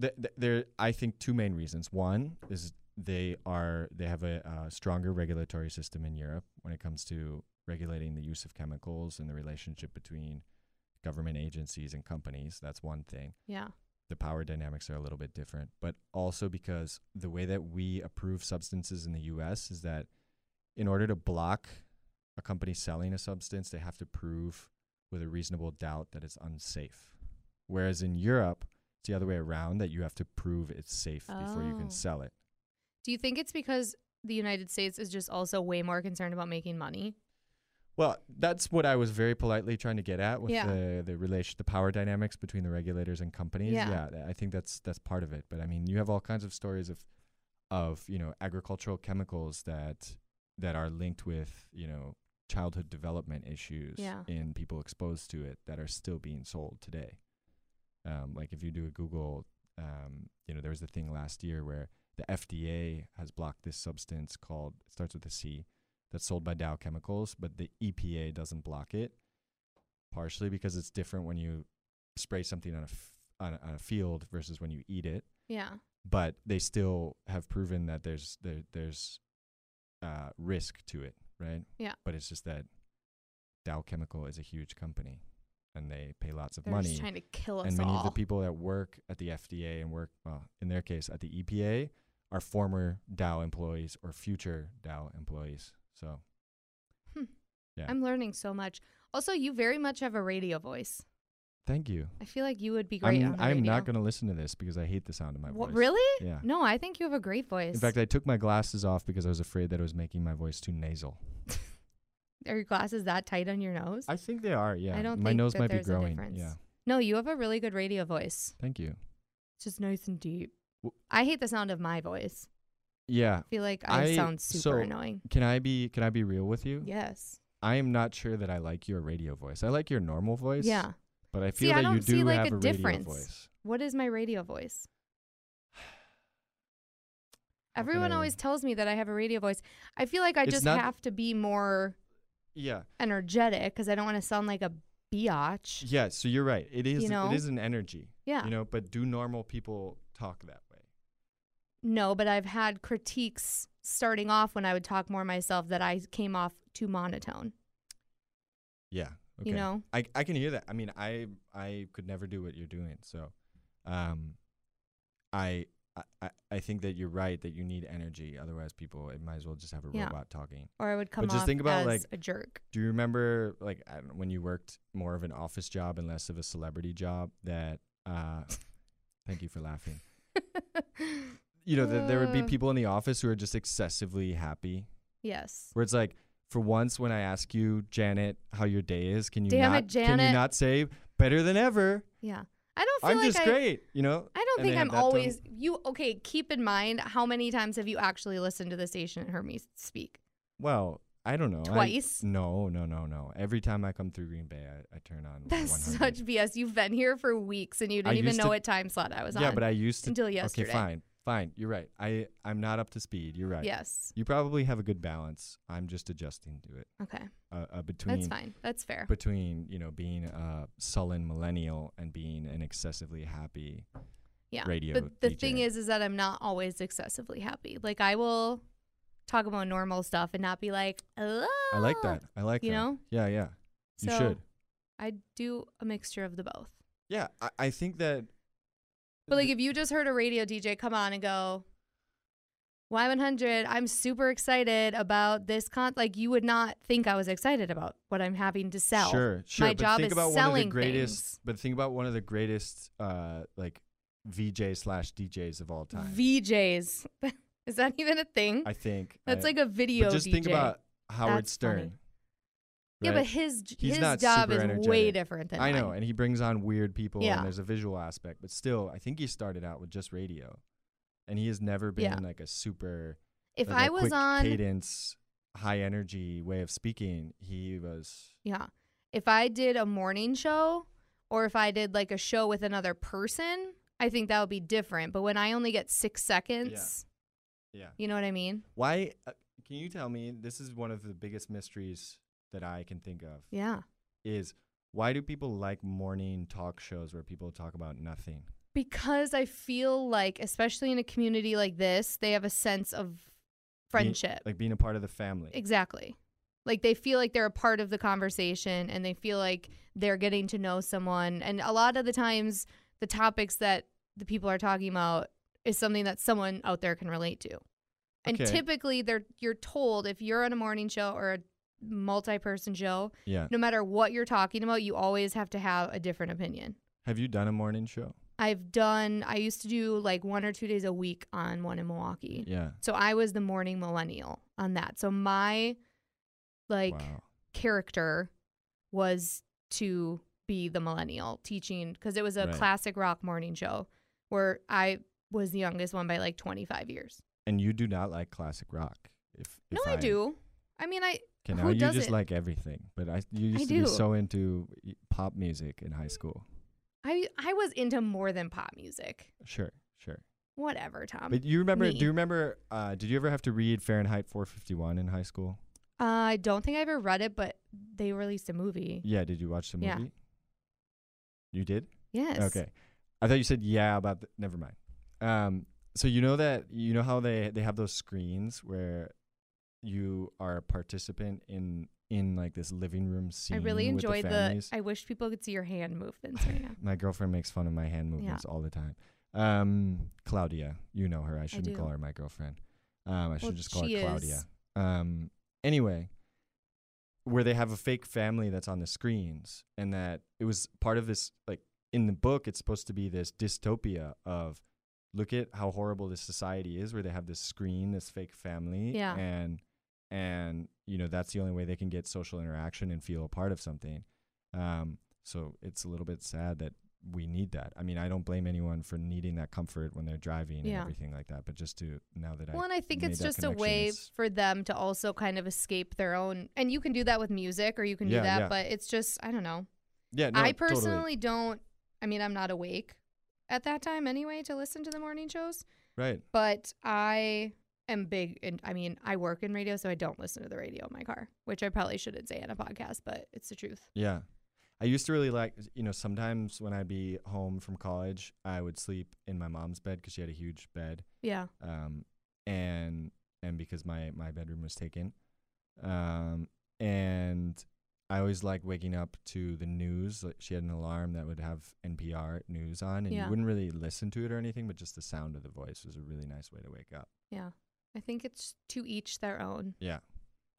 Speaker 3: th- th- there I think two main reasons. One is they are they have a, uh stronger regulatory system in Europe when it comes to regulating the use of chemicals and the relationship between government agencies and companies. That's one thing.
Speaker 4: Yeah.
Speaker 3: The power dynamics are a little bit different, but also because the way that we approve substances in the US is that in order to block a company selling a substance, they have to prove with a reasonable doubt that it's unsafe. Whereas in Europe, it's the other way around that you have to prove it's safe before you
Speaker 4: Oh.
Speaker 3: can sell it.
Speaker 4: Do you think it's because the United States is just also way more concerned about making money?
Speaker 3: Well, that's what I was very politely trying to get at with
Speaker 4: Yeah.
Speaker 3: the the relation the power dynamics between the regulators and companies.
Speaker 4: Yeah.
Speaker 3: th- I think that's that's part of it. But I mean, you have all kinds of stories of of, you know, agricultural chemicals that that are linked with, you know, childhood development issues
Speaker 4: Yeah.
Speaker 3: in people exposed to it that are still being sold today. Um, like if you do a Google, um, you know, there was a thing last year where the FDA has blocked this substance called it starts with a C that's sold by Dow Chemicals, but the EPA doesn't block it, partially because it's different when you spray something on a f- on a, on a field versus when you eat it.
Speaker 4: Yeah.
Speaker 3: But they still have proven that there's there, there's uh, risk to it, right?
Speaker 4: Yeah.
Speaker 3: But it's just that Dow Chemical is a huge company, and they pay lots of
Speaker 4: They're
Speaker 3: money
Speaker 4: just trying to kill us
Speaker 3: and many
Speaker 4: all.
Speaker 3: of the people that work at the FDA and work, well, in their case, at the EPA, are former Dow employees or future Dow employees. So yeah.
Speaker 4: Hmm. I'm learning so much. Also, you very much have a radio voice.
Speaker 3: Thank you.
Speaker 4: I feel like you would be great
Speaker 3: I'm,
Speaker 4: on the
Speaker 3: I'm
Speaker 4: radio.
Speaker 3: not going to listen to this because I hate the sound of my
Speaker 4: Wha-
Speaker 3: voice.
Speaker 4: really?
Speaker 3: Yeah.
Speaker 4: No, I think you have a great voice.
Speaker 3: In fact, I took my glasses off because I was afraid that it was making my voice too nasal.
Speaker 4: are your glasses that tight on your nose?
Speaker 3: I think they are. Yeah.
Speaker 4: don't
Speaker 3: my
Speaker 4: think
Speaker 3: nose
Speaker 4: that
Speaker 3: might be
Speaker 4: there's a
Speaker 3: growing.
Speaker 4: difference.
Speaker 3: Yeah.
Speaker 4: No, you have a really good radio voice.
Speaker 3: Thank you.
Speaker 4: It's just nice and deep.
Speaker 3: W-
Speaker 4: I hate the sound of my voice.
Speaker 3: Yeah.
Speaker 4: I feel like I,
Speaker 3: I-
Speaker 4: sound super
Speaker 3: so-
Speaker 4: annoying.
Speaker 3: Can I be can I be real with you?
Speaker 4: Yes.
Speaker 3: I am not sure that I like your radio voice. I like your normal voice.
Speaker 4: Yeah.
Speaker 3: But I
Speaker 4: See,
Speaker 3: feel
Speaker 4: I
Speaker 3: that you
Speaker 4: don't see,
Speaker 3: do
Speaker 4: like,
Speaker 3: have a,
Speaker 4: a
Speaker 3: radio
Speaker 4: difference.
Speaker 3: voice.
Speaker 4: What is my
Speaker 3: <sighs>
Speaker 4: radio voice?
Speaker 3: How can
Speaker 4: Everyone
Speaker 3: I-
Speaker 4: always tells me that I have a radio voice. I feel like I
Speaker 3: It's
Speaker 4: just
Speaker 3: not-
Speaker 4: have to be more
Speaker 3: Yeah.
Speaker 4: energetic because I don't want to sound like a biatch.
Speaker 3: Yeah, so you're right. It is
Speaker 4: know?
Speaker 3: it is an energy.
Speaker 4: Yeah.
Speaker 3: You know, but do normal people talk that way?
Speaker 4: No, but I've had critiques starting off when I would talk more myself that I came off too monotone.
Speaker 3: Yeah. Okay.
Speaker 4: You know?
Speaker 3: I, I can hear that. I mean, I I could never do what you're doing. So, um, I I- I I think that you're right that you need energy. Otherwise, people it might as well just have a
Speaker 4: Yeah.
Speaker 3: robot talking.
Speaker 4: Or I would come
Speaker 3: just
Speaker 4: off
Speaker 3: think about,
Speaker 4: as
Speaker 3: like-
Speaker 4: a jerk.
Speaker 3: Do you remember like I don't know, when you worked more of an office job and less of a celebrity job? That
Speaker 4: <laughs>
Speaker 3: uh, thank you for laughing. You know that there would be
Speaker 4: Uh.
Speaker 3: people in the office who are just excessively happy,
Speaker 4: yes.
Speaker 3: where it's like. For once, when I ask you, Janet, how your day is, can you
Speaker 4: Damn
Speaker 3: not
Speaker 4: it,
Speaker 3: can
Speaker 4: Janet.
Speaker 3: you not say better than ever?
Speaker 4: Yeah. I don't feel
Speaker 3: I'm
Speaker 4: like
Speaker 3: just
Speaker 4: I,
Speaker 3: great, you know.
Speaker 4: I don't
Speaker 3: And they
Speaker 4: think
Speaker 3: have
Speaker 4: I'm
Speaker 3: that tone.
Speaker 4: always you okay, keep in mind how many times have you actually listened to the station and heard me speak?
Speaker 3: Well, I don't know. I-
Speaker 4: Twice?
Speaker 3: no, no, no, no. Every time I come through Green Bay, I, I turn on.
Speaker 4: <laughs> That's
Speaker 3: 100.
Speaker 4: such BS. You've been here for weeks and you
Speaker 3: I
Speaker 4: didn't even
Speaker 3: used
Speaker 4: know
Speaker 3: to-
Speaker 4: what time slot I was on.
Speaker 3: Yeah, but I used to
Speaker 4: until yesterday.
Speaker 3: Okay, fine, fine. You're right. I I'm not up to speed. You're right.
Speaker 4: Yes.
Speaker 3: You probably have a good balance. I'm just adjusting to it.
Speaker 4: Okay.
Speaker 3: Uh, uh, between
Speaker 4: That's fine. That's fair.
Speaker 3: between you know being a sullen millennial and being an excessively happy.
Speaker 4: yeah.
Speaker 3: radio
Speaker 4: But the thing
Speaker 3: DJ.
Speaker 4: is is that I'm not always excessively happy. Like I will talk about normal stuff and not be like, oh.
Speaker 3: I like that. I like
Speaker 4: You
Speaker 3: that.
Speaker 4: know?
Speaker 3: Yeah, yeah. You
Speaker 4: So,
Speaker 3: should.
Speaker 4: I do a mixture of the both.
Speaker 3: Yeah, I, I think that.
Speaker 4: But like if you just heard a radio DJ come on and go, Y100, I'm super excited about this con. Like you would not think I was excited about what I'm having to sell.
Speaker 3: Sure, sure.
Speaker 4: My
Speaker 3: but
Speaker 4: job
Speaker 3: think
Speaker 4: is
Speaker 3: about one of
Speaker 4: selling
Speaker 3: the greatest.
Speaker 4: things.
Speaker 3: But think about one of the greatest, uh, like VJ slash DJs of all time.
Speaker 4: VJs. <laughs> Is that even a thing?
Speaker 3: I think
Speaker 4: That's
Speaker 3: I-
Speaker 4: like a video
Speaker 3: But just
Speaker 4: DJ.
Speaker 3: think about Howard
Speaker 4: That's
Speaker 3: Stern.
Speaker 4: funny. Yeah, but
Speaker 3: right?
Speaker 4: his
Speaker 3: He's
Speaker 4: his
Speaker 3: not
Speaker 4: job
Speaker 3: super
Speaker 4: is way
Speaker 3: energetic.
Speaker 4: different than
Speaker 3: I know,
Speaker 4: mine.
Speaker 3: and he brings on weird people,
Speaker 4: Yeah.
Speaker 3: and there's a visual aspect. But still, I think he started out with just radio, and he has never been
Speaker 4: Yeah.
Speaker 3: like a super.
Speaker 4: If
Speaker 3: like a
Speaker 4: I was
Speaker 3: quick
Speaker 4: on
Speaker 3: cadence, high energy way of speaking, he was.
Speaker 4: Yeah. If I did a morning show or if I did like a show with another person, I think that would be different. But when I only get six seconds,
Speaker 3: Yeah.
Speaker 4: you know what I mean?
Speaker 3: Why? Uh, can you tell me? This is one of the biggest mysteries that I can think of.
Speaker 4: Yeah.
Speaker 3: is why do people like morning talk shows where people talk about nothing?
Speaker 4: Because I feel like, especially in a community like this, they have a sense of friendship.
Speaker 3: Being, like being a part of the family.
Speaker 4: exactly. Like they feel like they're a part of the conversation and they feel like they're getting to know someone. And a lot of the times, the topics that the people are talking about is something that someone out there can relate to. And
Speaker 3: Okay.
Speaker 4: typically, they're you're told if you're on a morning show or a multi-person show,
Speaker 3: yeah.
Speaker 4: no matter what you're talking about, you always have to have a different opinion.
Speaker 3: Have you done a morning show?
Speaker 4: I've done. I used to do like one or two days a week on one in Milwaukee.
Speaker 3: Yeah.
Speaker 4: So I was the morning millennial on that. So my like
Speaker 3: wow.
Speaker 4: character was to be the millennial teaching because it was a
Speaker 3: Right.
Speaker 4: classic rock morning show where I was the youngest one by like 25 years.
Speaker 3: And you do not like classic rock. If, if
Speaker 4: No, I, do. I mean, I
Speaker 3: Okay, now
Speaker 4: Who
Speaker 3: you
Speaker 4: does
Speaker 3: just
Speaker 4: it?
Speaker 3: like everything, but I you used to
Speaker 4: do.
Speaker 3: be so into y- pop music in high school.
Speaker 4: I I was into more than pop music.
Speaker 3: Sure, sure.
Speaker 4: Whatever, Tom.
Speaker 3: But you remember?
Speaker 4: Um, me.
Speaker 3: Do you remember? Uh, did you ever have to read Fahrenheit 451 in high school?
Speaker 4: uh, I don't think I ever read it, but they released a movie.
Speaker 3: Yeah. Did you watch the movie?
Speaker 4: Yeah.
Speaker 3: You did.
Speaker 4: Yes.
Speaker 3: Okay. I thought you said yeah about the, never mind. Um so you know that you know how they they have those screens where you are a participant in in like this living room scene.
Speaker 4: I really
Speaker 3: with
Speaker 4: enjoyed
Speaker 3: the,
Speaker 4: the.
Speaker 3: families.
Speaker 4: I wish people could see your hand movements right now.
Speaker 3: My girlfriend makes fun of my hand movements all the time. Um Claudia, you know her. I shouldn't call
Speaker 4: do.
Speaker 3: her my girlfriend. Um I should
Speaker 4: Well,
Speaker 3: just call her
Speaker 4: she
Speaker 3: Claudia.
Speaker 4: is.
Speaker 3: Um anyway, Um, where they have a fake family that's on the screens and that it was part of this like in the book it's supposed to be this dystopia of look at how horrible this society is where they have this screen this fake family
Speaker 4: Yeah.
Speaker 3: and and you know that's the only way they can get social interaction and feel a part of something um so it's a little bit sad that we need that i mean i don't blame anyone for needing that comfort when they're driving
Speaker 4: Yeah.
Speaker 3: and everything like that but just to now that
Speaker 4: Well,
Speaker 3: i
Speaker 4: and I think
Speaker 3: made
Speaker 4: it's
Speaker 3: that
Speaker 4: just a
Speaker 3: connection,
Speaker 4: way
Speaker 3: it's-
Speaker 4: for them to also kind of escape their own. And you can do that with music, or you can
Speaker 3: Yeah,
Speaker 4: do that,
Speaker 3: yeah.
Speaker 4: but it's just I don't know.
Speaker 3: yeah no,
Speaker 4: I
Speaker 3: totally.
Speaker 4: personally don't. I mean, I'm not awake at that time anyway to listen to the morning shows,
Speaker 3: right
Speaker 4: but I am big. And I mean, I work in radio, so I don't listen to the radio in my car, which I probably shouldn't say on a podcast, but it's the truth.
Speaker 3: Yeah. I used to really like, you know, sometimes when I'd be home from college, I would sleep in my mom's bed because she had a huge bed.
Speaker 4: Yeah,
Speaker 3: Um, and, and because my, my bedroom was taken. Um, and I always like waking up to the news. Like she had an alarm that would have NPR news on, and
Speaker 4: Yeah.
Speaker 3: you wouldn't really listen to it or anything, but just the sound of the voice was a really nice way to wake up.
Speaker 4: yeah. I think it's to each their own.
Speaker 3: Yeah.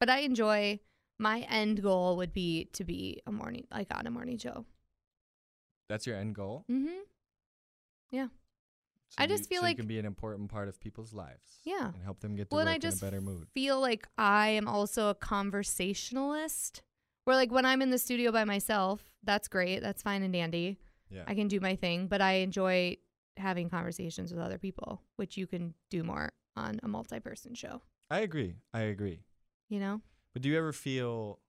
Speaker 4: But I enjoy. My end goal would be to be a morning, like on a morning show.
Speaker 3: That's your end goal.
Speaker 4: Mm-hmm.
Speaker 3: So
Speaker 4: I
Speaker 3: you-
Speaker 4: just feel
Speaker 3: so you
Speaker 4: like-
Speaker 3: can be an important part of people's lives.
Speaker 4: Yeah.
Speaker 3: And help them get to
Speaker 4: Well, and
Speaker 3: work
Speaker 4: I just
Speaker 3: in a better mood.
Speaker 4: feel like I am also a conversationalist. Where like when I'm in the studio by myself, that's great, that's fine and dandy.
Speaker 3: Yeah.
Speaker 4: I can do my thing, but I enjoy having conversations with other people, which you can do more on a multi-person show.
Speaker 3: I agree. I agree.
Speaker 4: You know?
Speaker 3: But do you ever feel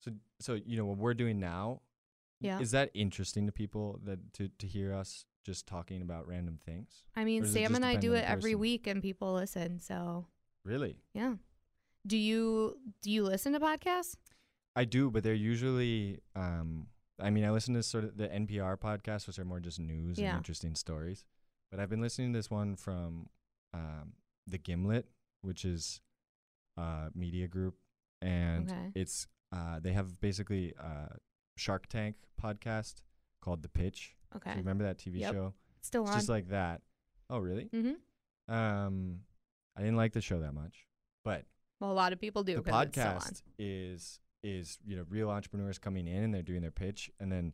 Speaker 3: so so you know what we're doing now?
Speaker 4: Yeah.
Speaker 3: Is that interesting to people that to to hear us just talking about random things?
Speaker 4: I
Speaker 3: Or
Speaker 4: mean,
Speaker 3: does it
Speaker 4: Sam
Speaker 3: just
Speaker 4: and I
Speaker 3: depend
Speaker 4: do
Speaker 3: on
Speaker 4: it
Speaker 3: the
Speaker 4: every
Speaker 3: person?
Speaker 4: week, and people listen. So
Speaker 3: Really?
Speaker 4: yeah. Do you do you listen to podcasts?
Speaker 3: I do, but they're usually um I mean, I listen to sort of the NPR podcasts, which are more just news
Speaker 4: Yeah.
Speaker 3: and interesting stories. But I've been listening to this one from um, the Gimlet, which is uh, media group, and
Speaker 4: Okay.
Speaker 3: it's uh, they have basically a Shark Tank podcast called The Pitch.
Speaker 4: Okay,
Speaker 3: Do you remember that TV
Speaker 4: Yep.
Speaker 3: show?
Speaker 4: still
Speaker 3: It's
Speaker 4: on.
Speaker 3: just like that. Oh, really?
Speaker 4: mm-hmm.
Speaker 3: Um, I didn't like the show that much, but
Speaker 4: Well, a lot of people do.
Speaker 3: the
Speaker 4: 'cause it's still on.
Speaker 3: podcast is is you know real entrepreneurs coming in and they're doing their pitch, and then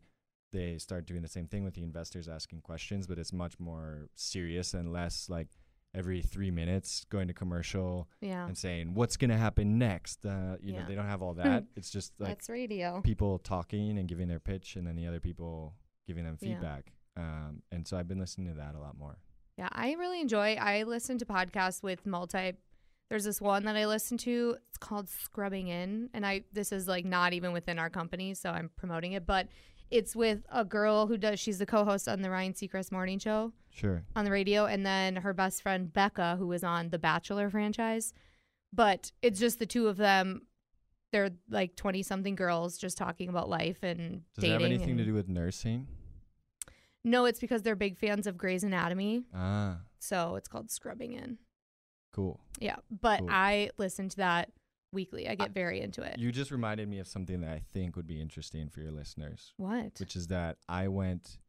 Speaker 3: they start doing the same thing with the investors asking questions, but it's much more serious and less like every three minutes going to commercial
Speaker 4: Yeah,
Speaker 3: and saying what's going to happen next. Uh, you
Speaker 4: Yeah.
Speaker 3: know, they don't have
Speaker 4: <laughs>
Speaker 3: all that. it's just like
Speaker 4: that's radio.
Speaker 3: people talking and giving their pitch, and then the other people giving them
Speaker 4: Yeah.
Speaker 3: feedback. Um, and so I've been listening to that a lot more.
Speaker 4: Yeah, I really enjoy. I listen to podcasts with multi. There's this one that I listen to. It's called Scrubbing In, and I this is like not even within our company, so I'm promoting it, but it's with a girl who does. She's the co-host on the Ryan Seacrest Morning Show
Speaker 3: Sure.
Speaker 4: on the radio, and then her best friend Becca, who was on the Bachelor franchise. But it's just the two of them. They're like twenty something girls just talking about life and
Speaker 3: Does it
Speaker 4: dating.
Speaker 3: have anything to
Speaker 4: and-
Speaker 3: do with nursing?
Speaker 4: No, it's because they're big fans of Grey's Anatomy,
Speaker 3: Ah,
Speaker 4: so it's called Scrubbing In.
Speaker 3: cool.
Speaker 4: Yeah, but
Speaker 3: Cool.
Speaker 4: I listen to that weekly. I get very into it.
Speaker 3: You just reminded me of something that I think would be interesting for your listeners,
Speaker 4: what? <gasps>
Speaker 3: which is that I went.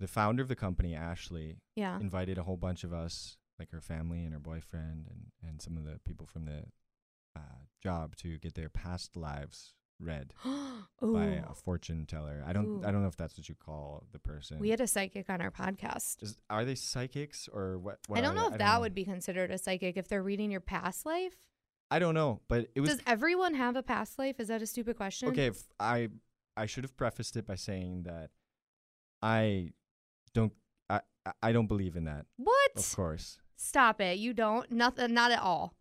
Speaker 3: The founder of the company, Ashley,
Speaker 4: yeah.
Speaker 3: invited a whole bunch of us, like her family and her boyfriend, and and some of the people from the uh, job, to get their past lives read
Speaker 4: Ooh.
Speaker 3: by a fortune teller. I don't
Speaker 4: Ooh.
Speaker 3: I don't know if that's what you call the person.
Speaker 4: we had a psychic on our podcast.
Speaker 3: Is, are they psychics or what? what
Speaker 4: I don't
Speaker 3: are
Speaker 4: know
Speaker 3: they?
Speaker 4: if that would be considered a psychic if they're reading your past life.
Speaker 3: I don't know, but it was
Speaker 4: Does everyone have a past life? Is that a stupid question?
Speaker 3: okay. F- I I should have prefaced it by saying that I don't I I- I don't believe in that. Of
Speaker 4: What?
Speaker 3: course,
Speaker 4: Stop it. You don't. Nothing. Not at all.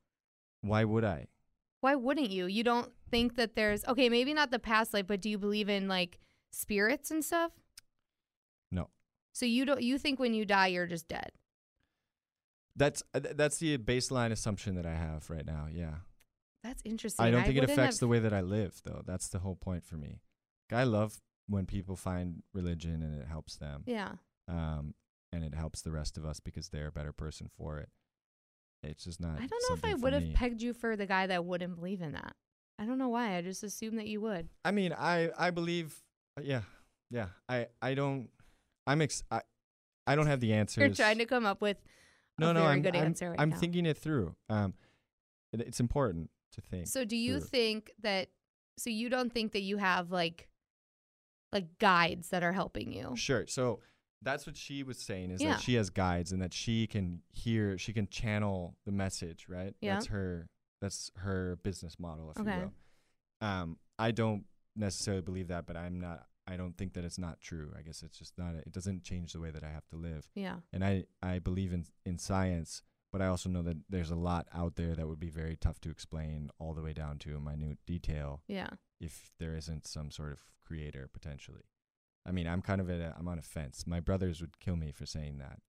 Speaker 3: why would I?
Speaker 4: Why wouldn't you? You don't think that there's okay. Maybe not the past life, but do you believe in like spirits and stuff?
Speaker 3: No,
Speaker 4: So you don't. You think when you die, you're just dead.
Speaker 3: that's uh, th- that's the baseline assumption that I have right now. Yeah,
Speaker 4: That's interesting.
Speaker 3: I don't think it
Speaker 4: wouldn't
Speaker 3: affects
Speaker 4: have-
Speaker 3: the way that I live, though. That's the whole point for me. I love when people find religion and it helps them.
Speaker 4: Yeah.
Speaker 3: um, and it helps the rest of us because they're a better person for it. It's just not.
Speaker 4: I don't know if
Speaker 3: something
Speaker 4: I
Speaker 3: for
Speaker 4: would have
Speaker 3: me.
Speaker 4: pegged you for the guy that wouldn't believe in that. I don't know why. I just assumed that you would.
Speaker 3: I mean, I I believe. uh, Yeah, yeah. I I don't. I'm ex. I, I don't have the answers.
Speaker 4: You're trying to come up with
Speaker 3: no
Speaker 4: a
Speaker 3: no.
Speaker 4: very
Speaker 3: I'm
Speaker 4: good
Speaker 3: I'm,
Speaker 4: answer right
Speaker 3: I'm
Speaker 4: now.
Speaker 3: thinking it through. Um, it, it's important to think.
Speaker 4: So do you
Speaker 3: through.
Speaker 4: think that so you don't think that you have like like guides that are helping you?
Speaker 3: Sure. So that's what she was saying is
Speaker 4: Yeah.
Speaker 3: that she has guides and that she can hear, she can channel the message, right?
Speaker 4: Yeah.
Speaker 3: That's her. That's her business model, if
Speaker 4: Okay.
Speaker 3: you will. Um, I don't necessarily believe that, but I'm not. I don't think that it's not true. I guess it's just not. It doesn't change the way that I have to live.
Speaker 4: Yeah.
Speaker 3: And I I believe in in science, but I also know that there's a lot out there that would be very tough to explain all the way down to a minute detail
Speaker 4: Yeah.
Speaker 3: if there isn't some sort of creator potentially. I mean, I'm kind of at a, I'm on a fence. My brothers would kill me for saying that,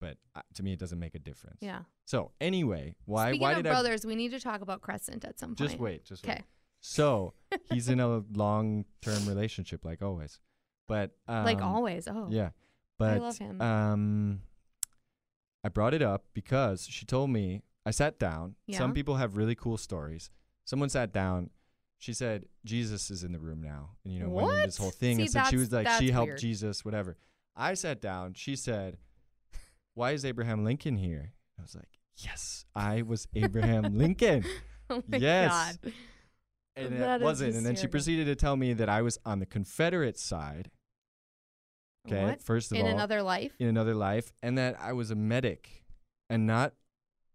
Speaker 3: but uh, to me, it doesn't make a difference.
Speaker 4: Yeah.
Speaker 3: So anyway, why
Speaker 4: Speaking
Speaker 3: why
Speaker 4: of
Speaker 3: did
Speaker 4: brothers, we need to talk about Crescent at some
Speaker 3: I
Speaker 4: point.
Speaker 3: <laughs> just wait? Just wait.
Speaker 4: Okay. <laughs>
Speaker 3: So he's in a long term relationship, like always, but um,
Speaker 4: like always. Oh.
Speaker 3: Yeah, but
Speaker 4: love him.
Speaker 3: um, I brought it up because she told me I sat down.
Speaker 4: Yeah.
Speaker 3: Some people have really cool stories. Someone sat down. She said Jesus is in the room now, and you know went into this
Speaker 4: What?
Speaker 3: whole thing.
Speaker 4: See,
Speaker 3: and so she
Speaker 4: that's-
Speaker 3: was like,
Speaker 4: that's
Speaker 3: she helped
Speaker 4: weird.
Speaker 3: Jesus, whatever. I sat down. She said, "Why is Abraham Lincoln here?" I was like, "Yes, I was
Speaker 4: <laughs>
Speaker 3: Abraham Lincoln."
Speaker 4: <laughs> Oh my
Speaker 3: Yes.
Speaker 4: god.
Speaker 3: and
Speaker 4: That
Speaker 3: it
Speaker 4: is
Speaker 3: wasn't. And then she
Speaker 4: hysterical.
Speaker 3: proceeded to tell me that I was on the Confederate side. Okay,
Speaker 4: What?
Speaker 3: first of
Speaker 4: In
Speaker 3: all,
Speaker 4: another life?
Speaker 3: in another life, and that I was a medic, and not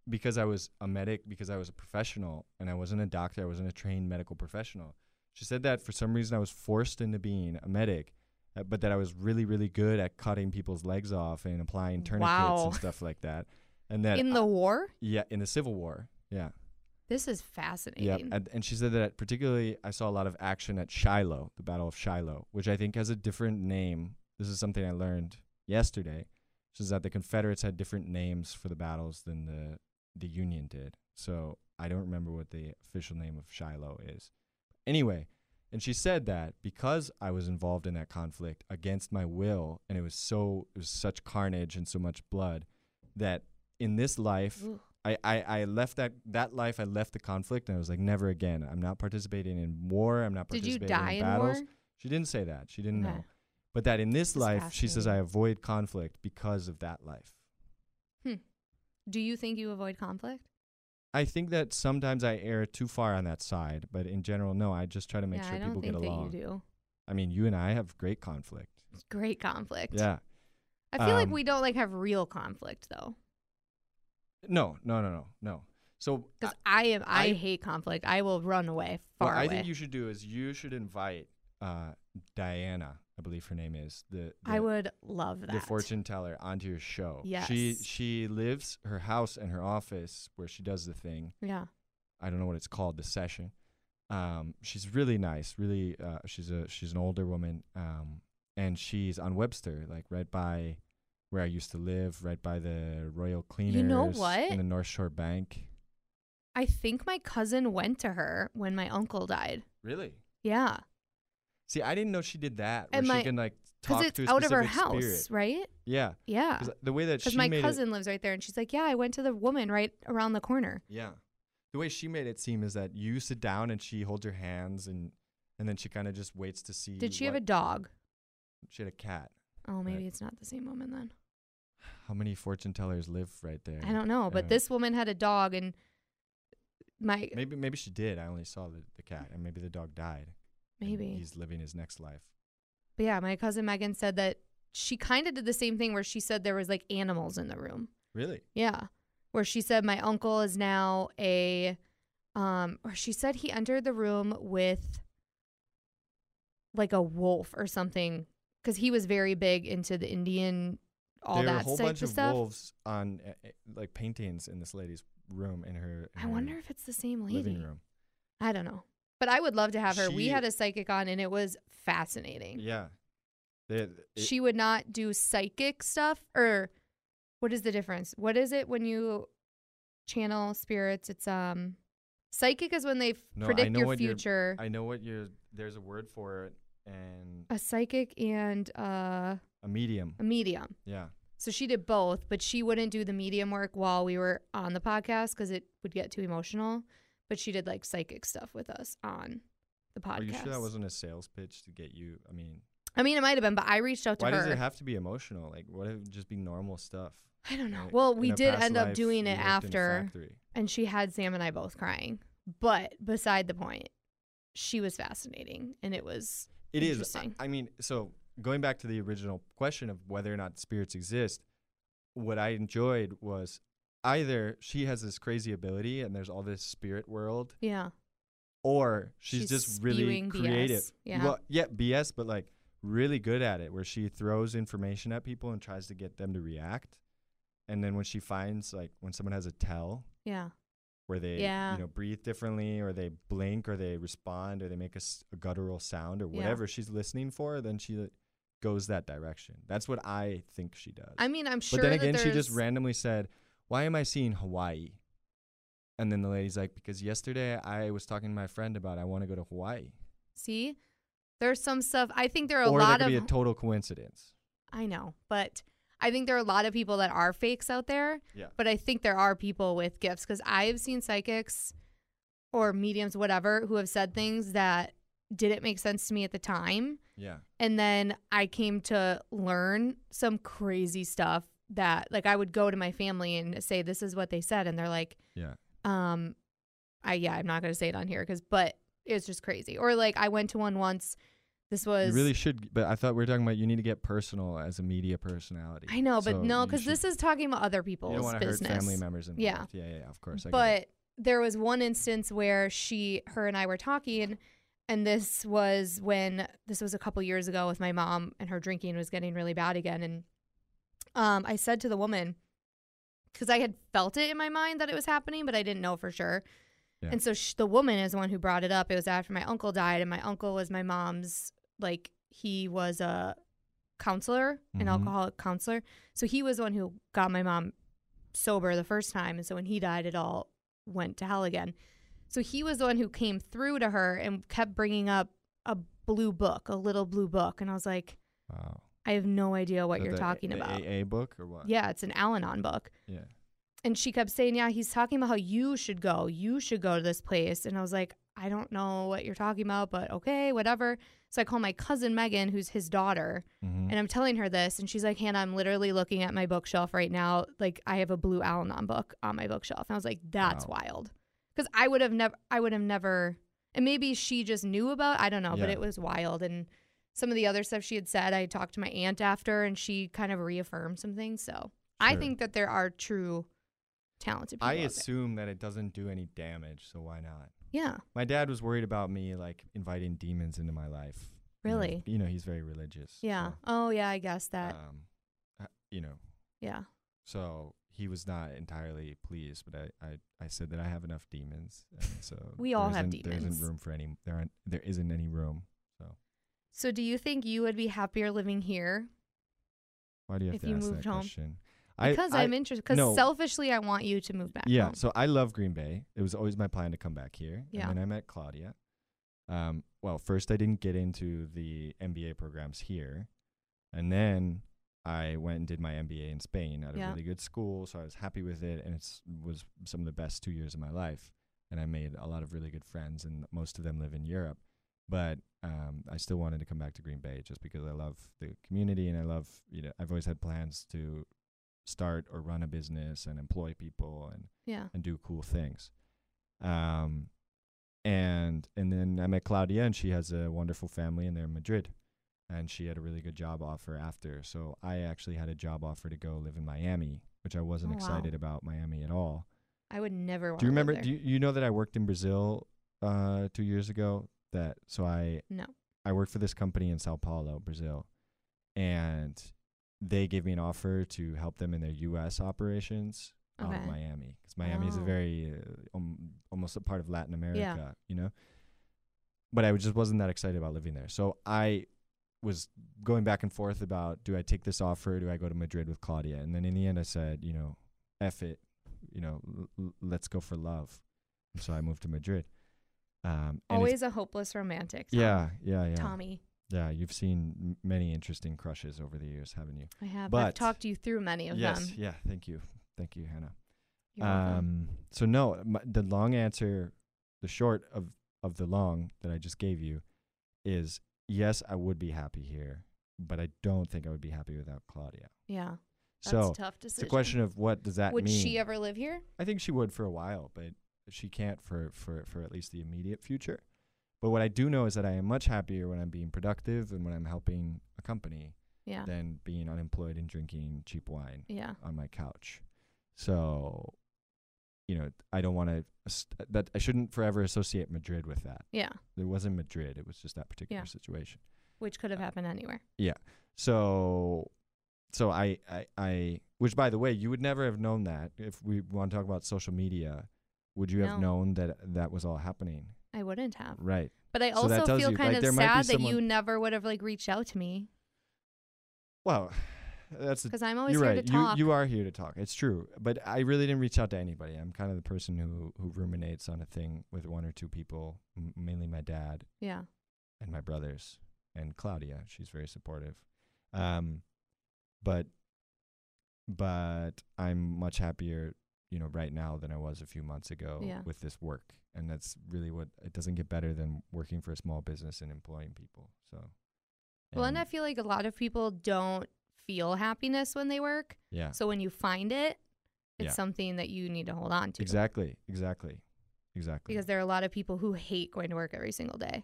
Speaker 3: because I was a medic because I was a professional and I wasn't a doctor. I wasn't a trained medical professional. She said that for some reason I was forced into being a medic, uh, but that I was really really good at cutting people's legs off and applying tourniquets
Speaker 4: Wow.
Speaker 3: and stuff like that, and that
Speaker 4: In the war?
Speaker 3: yeah in the Civil War yeah.
Speaker 4: This is
Speaker 3: Yeah,
Speaker 4: fascinating.
Speaker 3: and, and she said that particularly I saw a lot of action at Shiloh, the Battle of Shiloh, which I think has a different name. This is something I learned yesterday, which is that the Confederates had different names for the battles than the the Union did. So I don't remember what the official name of Shiloh is. Anyway, and she said that because I was involved in that conflict against my will, and it was so it was such carnage and so much blood, that in this life
Speaker 4: Ooh.
Speaker 3: I, I, I left that that life. I left the conflict, and I was like, never again. I'm not participating in war. I'm not
Speaker 4: Did you
Speaker 3: participating
Speaker 4: die
Speaker 3: in
Speaker 4: in
Speaker 3: battles.
Speaker 4: war?
Speaker 3: She didn't say that. She didn't
Speaker 4: Okay.
Speaker 3: know. But that in this
Speaker 4: This is
Speaker 3: life, she says, I
Speaker 4: fascinating.
Speaker 3: avoid conflict because of that life.
Speaker 4: Hmm. Do you think you avoid conflict?
Speaker 3: I think that sometimes I err too far on that side, but in general, no. I just try to make
Speaker 4: yeah,
Speaker 3: sure
Speaker 4: I don't
Speaker 3: people
Speaker 4: think
Speaker 3: get along.
Speaker 4: that you do.
Speaker 3: I mean, you and I have great conflict.
Speaker 4: It's great conflict.
Speaker 3: Yeah.
Speaker 4: I feel like
Speaker 3: Um,
Speaker 4: we don't like have real conflict though.
Speaker 3: No, no, no, no, no. So
Speaker 4: Because I, am I,
Speaker 3: I-
Speaker 4: hate conflict. I will run away
Speaker 3: What
Speaker 4: far
Speaker 3: I
Speaker 4: away.
Speaker 3: think you should do is you should invite uh, Diana, I believe her name is the.
Speaker 4: I
Speaker 3: the-
Speaker 4: would love that.
Speaker 3: the fortune teller onto your show. She
Speaker 4: Yes.
Speaker 3: she lives her house and her office where she does the thing.
Speaker 4: Yeah.
Speaker 3: I don't know what it's called, the session. Um, she's really nice. Really, uh, she's a she's an older woman. Um, and she's on Webster, like right by where I used to live, right by the Royal Cleaners.
Speaker 4: what?
Speaker 3: In the North Shore Bank.
Speaker 4: I think my cousin went to her when my uncle died.
Speaker 3: Really?
Speaker 4: Yeah.
Speaker 3: See, I didn't know she did that. Where
Speaker 4: And my-
Speaker 3: she can like
Speaker 4: Because
Speaker 3: talk
Speaker 4: it's
Speaker 3: to a
Speaker 4: out of her
Speaker 3: specific
Speaker 4: house,
Speaker 3: spirit.
Speaker 4: right?
Speaker 3: Yeah.
Speaker 4: Yeah.
Speaker 3: 'Cause The way that
Speaker 4: Because
Speaker 3: she
Speaker 4: my
Speaker 3: made it-
Speaker 4: cousin lives right there and she's like, Yeah, I went to the woman right around the corner.
Speaker 3: Yeah. The way she made it seem is that you sit down and she holds your hands and and then she kind of just waits to see.
Speaker 4: Did she have a
Speaker 3: what-
Speaker 4: dog?
Speaker 3: She had a cat.
Speaker 4: Oh, maybe
Speaker 3: Right.
Speaker 4: it's not the same woman then.
Speaker 3: How many fortune tellers live right there?
Speaker 4: I don't know. But
Speaker 3: Uh,
Speaker 4: this woman had a dog and my
Speaker 3: Maybe maybe she did. I only saw the, the cat, and maybe the dog died. and
Speaker 4: maybe.
Speaker 3: he's living his next life.
Speaker 4: But yeah, my cousin Megan said that she kind of did the same thing where she said there was like animals in the room.
Speaker 3: Really?
Speaker 4: Yeah. Where she said my uncle is now a um or she said he entered the room with like a wolf or something cuz he was very big into the Indian all
Speaker 3: there were a
Speaker 4: that
Speaker 3: whole
Speaker 4: type
Speaker 3: bunch
Speaker 4: of
Speaker 3: of
Speaker 4: stuff.
Speaker 3: wolves on uh, uh, like paintings in this lady's room in her. in
Speaker 4: I
Speaker 3: her
Speaker 4: wonder if it's the same
Speaker 3: living
Speaker 4: lady.
Speaker 3: room.
Speaker 4: I don't know. But I would love to have her. we
Speaker 3: She-
Speaker 4: had a psychic on and it was fascinating.
Speaker 3: Yeah. There- it-
Speaker 4: she would not do psychic stuff or what is the difference what is it when you channel spirits it's um psychic is when they f-
Speaker 3: No, I
Speaker 4: predict
Speaker 3: know
Speaker 4: your
Speaker 3: what you're-
Speaker 4: future
Speaker 3: I know what you're. There's a word for it, and
Speaker 4: a psychic and uh,
Speaker 3: a medium.
Speaker 4: a medium
Speaker 3: Yeah.
Speaker 4: so she did both but she wouldn't do the medium work while we were on the podcast because it would get too emotional but she did like psychic stuff with us on the podcast
Speaker 3: Are you sure that wasn't a sales pitch to get you? I mean,
Speaker 4: i mean it might have been but i reached out to
Speaker 3: why
Speaker 4: her
Speaker 3: does it have to be emotional? Like, what if it just be normal stuff?
Speaker 4: i don't know
Speaker 3: Like,
Speaker 4: well
Speaker 3: in
Speaker 4: we
Speaker 3: a
Speaker 4: did
Speaker 3: past
Speaker 4: end up
Speaker 3: life,
Speaker 4: doing
Speaker 3: you
Speaker 4: it
Speaker 3: worked in a
Speaker 4: after
Speaker 3: factory.
Speaker 4: and she had sam and i both crying But beside the point, she was fascinating, and it was
Speaker 3: It is. I,
Speaker 4: Interesting.
Speaker 3: I mean, so going back to the original question of whether or not spirits exist, what I enjoyed was either she has this crazy ability and there's all this spirit world,
Speaker 4: yeah,
Speaker 3: or she's,
Speaker 4: She's
Speaker 3: just really
Speaker 4: spewing BS.
Speaker 3: creative.
Speaker 4: Yeah.
Speaker 3: Well, yeah, BS, but like really good at it, where she throws information at people and tries to get them to react. And then when she finds like when someone has a tell
Speaker 4: yeah,
Speaker 3: where they
Speaker 4: Yeah.
Speaker 3: you know breathe differently or they blink or they respond or they make a, s- a guttural sound or
Speaker 4: Yeah.
Speaker 3: whatever she's listening for then she goes that direction that's what i think she does
Speaker 4: I mean, I'm sure.
Speaker 3: but then
Speaker 4: that
Speaker 3: again she just
Speaker 4: there's-
Speaker 3: randomly said why am i seeing hawaii and then the lady's like because yesterday i was talking to my friend about i want to go to hawaii
Speaker 4: See, there's some stuff. I think there are a
Speaker 3: or
Speaker 4: lot
Speaker 3: that could
Speaker 4: of.
Speaker 3: be a total coincidence
Speaker 4: I know, but I think there are a lot of people that are fakes out there.
Speaker 3: Yeah.
Speaker 4: But I think there are people with gifts because I've seen psychics or mediums, whatever, who have said things that didn't make sense to me at the time.
Speaker 3: yeah
Speaker 4: And then I came to learn some crazy stuff that, like, I would go to my family and say, This is what they said. And they're like,
Speaker 3: yeah
Speaker 4: um i yeah i'm not gonna say it on here because but it's just crazy or like i went to one once this was
Speaker 3: you really should g- but i thought we were talking about you need to get personal as a media personality
Speaker 4: i know but
Speaker 3: So
Speaker 4: no
Speaker 3: you
Speaker 4: because
Speaker 3: should-
Speaker 4: this is talking about other
Speaker 3: you
Speaker 4: people's
Speaker 3: don't want to hurt
Speaker 4: business
Speaker 3: family members involved.
Speaker 4: Yeah.
Speaker 3: yeah yeah, yeah of course I get it.
Speaker 4: but there was one instance where she her and i were talking and this was when this was a couple years ago with my mom and her drinking was getting really bad again and um, i said to the woman because i had felt it in my mind that it was happening but i didn't know for sure
Speaker 3: Yeah.
Speaker 4: and so sh- the woman is the one who brought it up it was after my uncle died and my uncle was my mom's like he was a counselor an
Speaker 3: Mhm.
Speaker 4: alcoholic counselor so he was the one who got my mom sober the first time. And so when he died, it all went to hell again. So he was the one who came through to her and kept bringing up a blue book, a little blue book. And I was like,
Speaker 3: Wow.
Speaker 4: I have no idea what
Speaker 3: So
Speaker 4: you're
Speaker 3: the-
Speaker 4: talking
Speaker 3: the
Speaker 4: about.
Speaker 3: AA book or what?
Speaker 4: yeah, it's an Al Anon book.
Speaker 3: Yeah.
Speaker 4: And she kept saying, Yeah, he's talking about how you should go. You should go to this place. And I was like, I don't know what you're talking about, but okay, whatever. So I call my cousin Megan, who's his daughter,
Speaker 3: Mhm.
Speaker 4: and I'm telling her this, and she's like, Hannah, I'm literally looking at my bookshelf right now. Like, I have a blue Al Anon book on my bookshelf. And I was like, that's
Speaker 3: Wow.
Speaker 4: wild. Because I would have never, I would have never, and maybe she just knew about, I don't know, but
Speaker 3: Yeah.
Speaker 4: it was wild. And some of the other stuff she had said, I talked to my aunt after, and she kind of reaffirmed some things. So I
Speaker 3: Sure.
Speaker 4: think that there are true talented people.
Speaker 3: I
Speaker 4: out there.
Speaker 3: assume that it doesn't do any damage, so why not?
Speaker 4: Yeah.
Speaker 3: My dad was worried about me like inviting demons into my life. You know,
Speaker 4: Really?
Speaker 3: You know, he's very religious.
Speaker 4: Yeah.
Speaker 3: so,
Speaker 4: Oh, yeah, I guess that.
Speaker 3: um, uh, you know,
Speaker 4: yeah.
Speaker 3: so he was not entirely pleased, but I, I, I said that I have enough demons,
Speaker 4: <laughs>
Speaker 3: and so
Speaker 4: We all
Speaker 3: there
Speaker 4: have
Speaker 3: isn't- There
Speaker 4: demons.
Speaker 3: isn't room for any. There aren't. There isn't any room.
Speaker 4: So do you think you would be happier living here?
Speaker 3: Why do you have
Speaker 4: If
Speaker 3: to
Speaker 4: you
Speaker 3: ask
Speaker 4: moved
Speaker 3: that
Speaker 4: home.
Speaker 3: question? I-
Speaker 4: Because
Speaker 3: I,
Speaker 4: I, am interested. Because
Speaker 3: no.
Speaker 4: selfishly, I want you to move back.
Speaker 3: Yeah,
Speaker 4: home.
Speaker 3: so I love Green Bay. It was always my plan to come back here.
Speaker 4: Yeah.
Speaker 3: And then I met Claudia. Um, well, first I didn't get into the MBA programs here. And then I went and did my MBA in Spain at a
Speaker 4: Yeah.
Speaker 3: really good school, so I was happy with it and it was some of the best 2 years of my life. And I made a lot of really good friends and most of them live in Europe. But um, I still wanted to come back to Green Bay just because I love the community and I love, you know, I've always had plans to start or run a business and employ people and
Speaker 4: Yeah.
Speaker 3: and do cool things. Um, and and then I met Claudia, and she has a wonderful family, and they're in Madrid, and she had a really good job offer after. So I actually had a job offer to go live in Miami, which I wasn't
Speaker 4: Oh, wow.
Speaker 3: excited about Miami at all.
Speaker 4: I would never want
Speaker 3: do you remember?
Speaker 4: There.
Speaker 3: Do you, you know that I worked in Brazil uh, two years ago? That so I
Speaker 4: no.
Speaker 3: I worked for this company in Sao Paulo, Brazil, and they gave me an offer to help them in their U.S. operations out of
Speaker 4: Okay.
Speaker 3: Miami because Miami is a
Speaker 4: Oh.
Speaker 3: very uh, um, almost a part of Latin America,
Speaker 4: Yeah.
Speaker 3: you know. But I just wasn't that excited about living there, so I was going back and forth about do I take this offer, do I go to Madrid with Claudia, and then in the end I said, you know, F it, you know, l- l- let's go for love, and so I moved to Madrid. Um, and it's-
Speaker 4: Always a hopeless romantic. Tom-
Speaker 3: yeah, yeah, yeah.
Speaker 4: Tommy,
Speaker 3: Yeah, you've seen m- many interesting crushes over the years, haven't you?
Speaker 4: I have. I've
Speaker 3: But-
Speaker 4: talked you through many of
Speaker 3: yes.
Speaker 4: them.
Speaker 3: Yeah. Thank you. Thank you, Hannah.
Speaker 4: You're welcome.
Speaker 3: um. So no, my, the long answer, the short of of the long that I just gave you, is yes, I would be happy here, but I don't think I would be happy without Claudia.
Speaker 4: yeah. That's
Speaker 3: so
Speaker 4: a tough
Speaker 3: it's
Speaker 4: decision.
Speaker 3: a question of what does that
Speaker 4: would
Speaker 3: mean?
Speaker 4: she ever live here?
Speaker 3: I think she would for a while, but she can't for for for at least the immediate future. But what I do know is that I am much happier when I'm being productive and when I'm helping a company
Speaker 4: Yeah.
Speaker 3: than being unemployed and drinking cheap wine
Speaker 4: Yeah.
Speaker 3: on my couch. So, you know, I don't want to that I shouldn't forever associate Madrid with that.
Speaker 4: Yeah.
Speaker 3: It wasn't Madrid, it was just that particular
Speaker 4: Yeah.
Speaker 3: situation.
Speaker 4: Which could have happened anywhere.
Speaker 3: So so I, I I which by the way, you would never have known that if we want to talk about social media, would you have
Speaker 4: No.
Speaker 3: known that that was all happening?
Speaker 4: I wouldn't have.
Speaker 3: Right.
Speaker 4: But I
Speaker 3: So that
Speaker 4: also
Speaker 3: tells
Speaker 4: feel
Speaker 3: you,
Speaker 4: kind
Speaker 3: like, there
Speaker 4: of
Speaker 3: might be
Speaker 4: sad that you
Speaker 3: someone-
Speaker 4: never would have like reached out to me
Speaker 3: Well, <sighs> that's the
Speaker 4: because I'm always
Speaker 3: You're
Speaker 4: here
Speaker 3: right.
Speaker 4: to talk.
Speaker 3: You you are here to talk. It's true. But I really didn't reach out to anybody. I'm kind of the person who who ruminates on a thing with one or two people, m- mainly my dad
Speaker 4: yeah.
Speaker 3: and my brothers and Claudia. She's very supportive. Um, but but I'm much happier, you know, right now than I was a few months ago
Speaker 4: Yeah.
Speaker 3: with this work, and that's really what it doesn't get better than working for a small business and employing people. So.
Speaker 4: Well, and I feel like a lot of people don't feel happiness when they work.
Speaker 3: yeah.
Speaker 4: So when you find it, it's
Speaker 3: Yeah.
Speaker 4: something that you need to hold on to.
Speaker 3: Exactly. Exactly. Exactly.
Speaker 4: Because there are a lot of people who hate going to work every single day,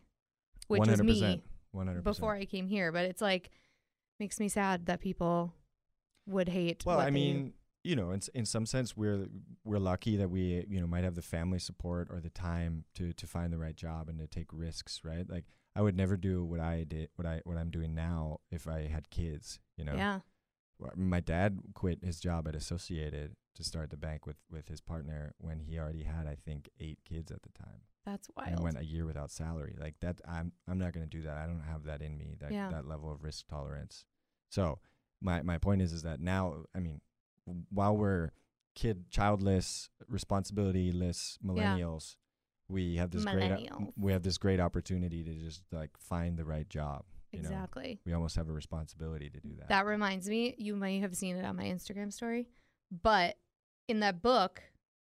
Speaker 4: which
Speaker 3: One
Speaker 4: was
Speaker 3: hundred
Speaker 4: me
Speaker 3: percent. One hundred
Speaker 4: before I came here. But it's like, makes me sad that people would hate.
Speaker 3: Well,
Speaker 4: what
Speaker 3: I
Speaker 4: they-
Speaker 3: mean, you know, in s- in some sense, we're we're lucky that we you know might have the family support or the time to to find the right job and to take risks, right? Like I would never do what I did, what I what I'm doing now if I had kids. You know,
Speaker 4: yeah,
Speaker 3: Wh- my dad quit his job at Associated to start the bank with with his partner when he already had I think eight kids at the time
Speaker 4: that's
Speaker 3: and
Speaker 4: wild.
Speaker 3: went a year without salary. Like that, I'm I'm not going to do that. I don't have that in me. That
Speaker 4: Yeah.
Speaker 3: that level of risk tolerance. So my my point is is that now, I mean, w- while we're kid childless, responsibility-less millennials, we have this great o-
Speaker 4: Millennials.
Speaker 3: we have this great opportunity to just like find the right job. You know,
Speaker 4: exactly.
Speaker 3: we almost have a responsibility to do that.
Speaker 4: That reminds me, you may have seen it on my Instagram story, but in that book,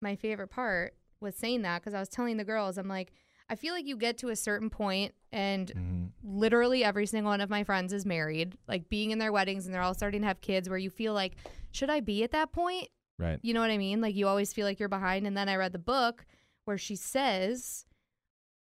Speaker 4: my favorite part was saying that because I was telling the girls, I'm like, I feel like you get to a certain point and
Speaker 3: hmm
Speaker 4: literally every single one of my friends is married, like being in their weddings and they're all starting to have kids where you feel like, should I be at that point?
Speaker 3: Right.
Speaker 4: You know what I mean? Like you always feel like you're behind. And then I read the book where she says,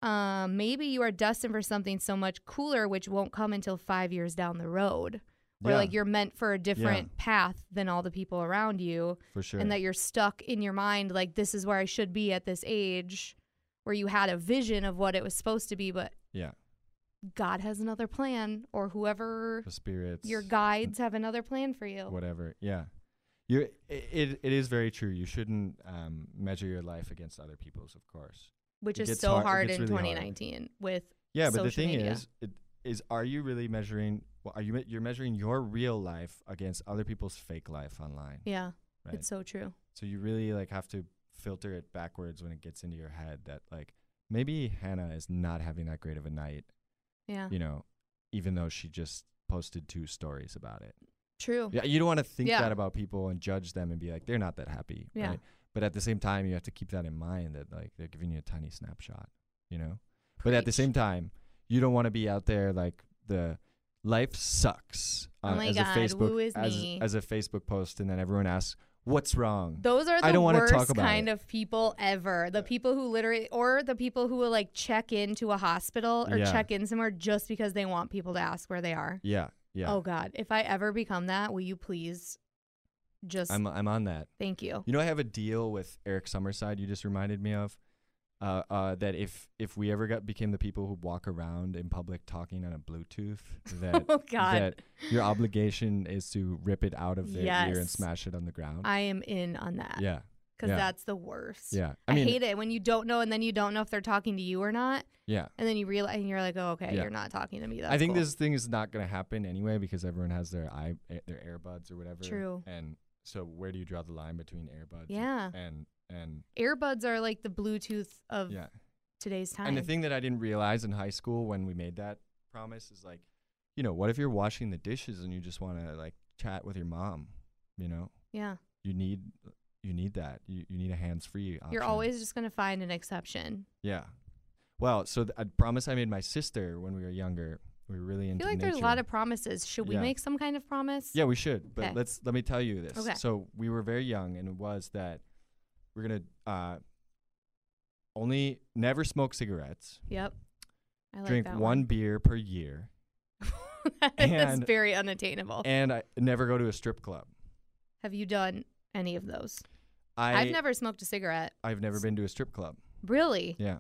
Speaker 4: um, maybe you are destined for something so much cooler, which won't come until five years down the road. Where
Speaker 3: Yeah.
Speaker 4: like you're meant for a different path than all the people around you,
Speaker 3: For sure.
Speaker 4: and that you're stuck in your mind like this is where I should be at this age, where you had a vision of what it was supposed to be, but
Speaker 3: yeah.
Speaker 4: God has another plan, or whoever
Speaker 3: The spirits.
Speaker 4: your guides have another plan for you.
Speaker 3: whatever. Yeah, you it it is very true. You shouldn't um, measure your life against other people's, of course.
Speaker 4: which
Speaker 3: It
Speaker 4: is
Speaker 3: gets
Speaker 4: so
Speaker 3: hard-
Speaker 4: hard,
Speaker 3: it gets
Speaker 4: in
Speaker 3: really hard.
Speaker 4: 2019 with
Speaker 3: Yeah, but the
Speaker 4: Social
Speaker 3: thing
Speaker 4: media.
Speaker 3: is, it, is are you really measuring? Well, are you me- you're measuring your real life against other people's fake life online?
Speaker 4: yeah,
Speaker 3: right.
Speaker 4: it's so true.
Speaker 3: so you really like have to filter it backwards when it gets into your head that like maybe Hannah is not having that great of a night.
Speaker 4: Yeah,
Speaker 3: You know, even though she just posted two stories about it.
Speaker 4: true.
Speaker 3: Yeah, you don't want to think
Speaker 4: Yeah.
Speaker 3: that about people and judge them and be like, they're not that happy.
Speaker 4: Yeah.
Speaker 3: Right? But at the same time, you have to keep that in mind that like they're giving you a tiny snapshot, you know? But at the
Speaker 4: Preach.
Speaker 3: same time, you don't want to be out there like the life sucks
Speaker 4: Oh
Speaker 3: uh,
Speaker 4: my
Speaker 3: as
Speaker 4: God,
Speaker 3: a Facebook
Speaker 4: woo is
Speaker 3: as,
Speaker 4: me.
Speaker 3: as a Facebook post, and then everyone asks, "What's wrong?"
Speaker 4: Those are the
Speaker 3: I don't wanna
Speaker 4: worst
Speaker 3: talk about
Speaker 4: kind
Speaker 3: it.
Speaker 4: of people ever. The people who literally, or the people who will like check into a hospital or
Speaker 3: Yeah.
Speaker 4: check in somewhere just because they want people to ask where they are.
Speaker 3: yeah, yeah.
Speaker 4: Oh God, if I ever become that, will you please just
Speaker 3: I'm I'm on that.
Speaker 4: thank you?
Speaker 3: You know, I have a deal with Eric Summerside. You just reminded me of uh, uh, that if if we ever got became the people who walk around in public talking on a Bluetooth, that
Speaker 4: <laughs> Oh, God.
Speaker 3: that your obligation is to rip it out of their ear and
Speaker 4: Yes.
Speaker 3: smash it on the ground.
Speaker 4: I am in on that
Speaker 3: yeah,
Speaker 4: because
Speaker 3: yeah.
Speaker 4: that's the worst.
Speaker 3: yeah.
Speaker 4: I, hate it when you don't know and then you don't know if they're talking to you or not.
Speaker 3: Yeah,
Speaker 4: And then you realize, and you're like, oh, okay,
Speaker 3: Yeah.
Speaker 4: you're not talking to me. That's
Speaker 3: I think
Speaker 4: cool.
Speaker 3: this thing is not gonna happen anyway because everyone has their eye eh, their earbuds or whatever.
Speaker 4: True.
Speaker 3: And so, where do you draw the line between earbuds?
Speaker 4: Yeah.
Speaker 3: And and
Speaker 4: Earbuds are like the Bluetooth of
Speaker 3: yeah.
Speaker 4: today's time.
Speaker 3: And the thing that I didn't realize in high school when we made that promise is like, you know, what if you're washing the dishes and you just want to like chat with your mom? You know,
Speaker 4: yeah.
Speaker 3: you need you need that. You you need a hands free.
Speaker 4: You're always just going to find an exception.
Speaker 3: yeah. Well, so th- I promise I made my sister when we were younger. We were really
Speaker 4: I
Speaker 3: into
Speaker 4: feel like there's a
Speaker 3: nature.
Speaker 4: lot of promises. Should we
Speaker 3: Yeah.
Speaker 4: make some kind of promise?
Speaker 3: Yeah, we should. But
Speaker 4: Okay.
Speaker 3: let's let me tell you this.
Speaker 4: Okay.
Speaker 3: So we were very young, and it was that we're gonna uh, only never smoke cigarettes,
Speaker 4: Yep. I like
Speaker 3: drink
Speaker 4: that
Speaker 3: one, beer per year,
Speaker 4: <laughs> That's
Speaker 3: and-
Speaker 4: very unattainable.
Speaker 3: and I never go to a strip club.
Speaker 4: Have you done any of those?
Speaker 3: I
Speaker 4: I, have never smoked a cigarette.
Speaker 3: I've never been to a strip club.
Speaker 4: Really?
Speaker 3: Yeah.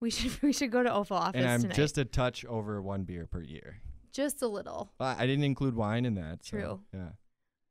Speaker 4: We should <laughs> we should go to Oval office
Speaker 3: and I'm
Speaker 4: tonight.
Speaker 3: just a touch over one beer per year.
Speaker 4: just a little.
Speaker 3: Well, I didn't include wine in that. so,
Speaker 4: True.
Speaker 3: yeah. Mm.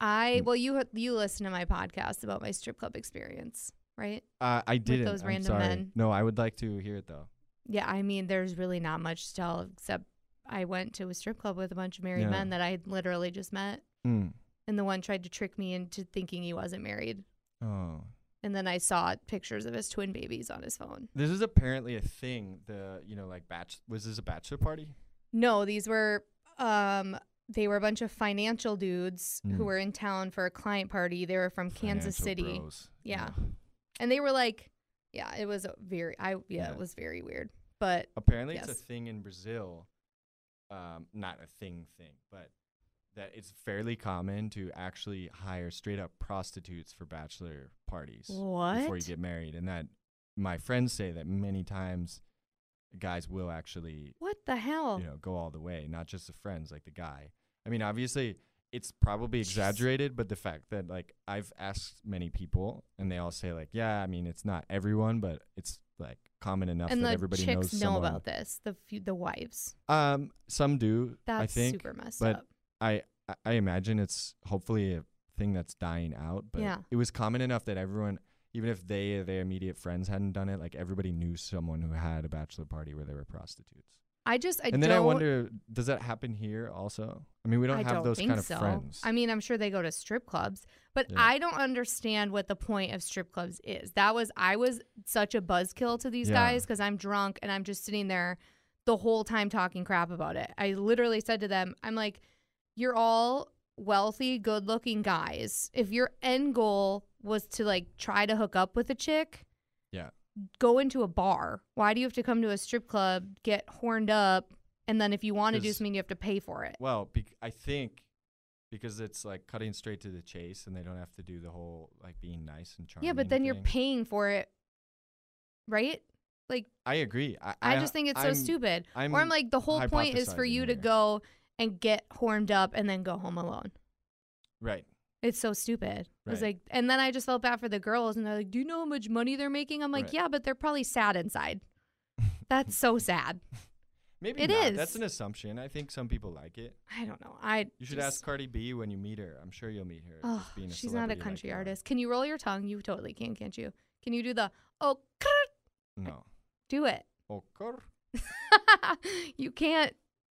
Speaker 4: I well you you listen to my podcast about my strip club experience, right?
Speaker 3: Uh, I didn't.
Speaker 4: those
Speaker 3: I'm
Speaker 4: random
Speaker 3: sorry.
Speaker 4: men.
Speaker 3: No, I would like to hear it though.
Speaker 4: Yeah, I mean there's really not much to tell except I went to a strip club with a bunch of married
Speaker 3: Yeah.
Speaker 4: men that I had literally just met
Speaker 3: Mm.
Speaker 4: and the one tried to trick me into thinking he wasn't married.
Speaker 3: Oh.
Speaker 4: And then I saw pictures of his twin babies on his phone.
Speaker 3: This is apparently a thing. The you know like batch was this a bachelor party?
Speaker 4: No, these were um they were a bunch of financial dudes who
Speaker 3: Mm.
Speaker 4: were in town for a client party. They were from Kansas
Speaker 3: Financial
Speaker 4: City.
Speaker 3: bros.
Speaker 4: Yeah. And they were like, yeah, it was a very I yeah,
Speaker 3: Yeah.
Speaker 4: it was very weird. But
Speaker 3: Apparently, it's
Speaker 4: Yes.
Speaker 3: a thing in Brazil. Um, not a thing thing, but that it's fairly common to actually hire straight up prostitutes for bachelor parties before you
Speaker 4: What?
Speaker 3: get married, and that my friends say that many times guys will actually
Speaker 4: what the hell?
Speaker 3: you know go all the way, not just the friends, like the guy. I mean, obviously. It's probably exaggerated, but the fact that like I've asked many people and they all say like, yeah, I mean it's not everyone, but it's like common enough
Speaker 4: and
Speaker 3: that
Speaker 4: the
Speaker 3: everybody knows
Speaker 4: chicks know
Speaker 3: someone.
Speaker 4: about this. The few, the wives.
Speaker 3: Um, some do.
Speaker 4: That's
Speaker 3: I think
Speaker 4: super messed
Speaker 3: but
Speaker 4: up.
Speaker 3: I I- I imagine it's hopefully a thing that's dying out. But
Speaker 4: Yeah.
Speaker 3: it was common enough that everyone, even if they or their immediate friends hadn't done it, like everybody knew someone who had a bachelor party where they were prostitutes.
Speaker 4: I just I
Speaker 3: and
Speaker 4: don't.
Speaker 3: then I wonder, does that happen here also? I mean, we don't
Speaker 4: I
Speaker 3: have
Speaker 4: don't
Speaker 3: those
Speaker 4: think
Speaker 3: kind of
Speaker 4: so.
Speaker 3: friends.
Speaker 4: I mean, I'm sure they go to strip clubs, but
Speaker 3: Yeah.
Speaker 4: I don't understand what the point of strip clubs is. That was I was such a buzzkill to these
Speaker 3: Yeah.
Speaker 4: guys because I'm drunk and I'm just sitting there the whole time talking crap about it. I literally said to them, I'm like, you're all wealthy, good-looking guys. If your end goal was to like try to hook up with a chick,
Speaker 3: yeah,
Speaker 4: go into a bar. Why do you have to come to a strip club, get horned up, and then if you want to do
Speaker 3: 'Cause-
Speaker 4: something, you have to pay for it?
Speaker 3: well, bec- I think because it's like cutting straight to the chase, and they don't have to do the whole like being nice and charming.
Speaker 4: Yeah, but then you're
Speaker 3: thing.
Speaker 4: paying for it, right? Like
Speaker 3: I agree. I,
Speaker 4: I, just think it's
Speaker 3: I'm-
Speaker 4: so stupid.
Speaker 3: I'm
Speaker 4: or I'm like, the whole point is for
Speaker 3: hypothesizing
Speaker 4: you to
Speaker 3: here.
Speaker 4: go and get horned up and then go home alone.
Speaker 3: Right.
Speaker 4: It's so stupid. I was
Speaker 3: Right.
Speaker 4: like, and then I just felt bad for the girls, and they're like, "Do you know how much money they're making?" I'm like,
Speaker 3: Right.
Speaker 4: "Yeah, but they're probably
Speaker 3: <laughs>
Speaker 4: sad inside." That's so sad.
Speaker 3: Maybe
Speaker 4: It
Speaker 3: not. That's
Speaker 4: is.
Speaker 3: an assumption. I think some people like it.
Speaker 4: I don't know. I
Speaker 3: You should
Speaker 4: just-
Speaker 3: ask Cardi B when you meet her. I'm sure you'll meet her.
Speaker 4: Oh,
Speaker 3: just being a
Speaker 4: she's not a
Speaker 3: celebrity like
Speaker 4: country
Speaker 3: you are.
Speaker 4: artist. Can you roll your tongue? You totally can, can't you? Can you do the oh? <laughs>
Speaker 3: No.
Speaker 4: Do it.
Speaker 3: Oh, cor-
Speaker 4: <laughs> you can't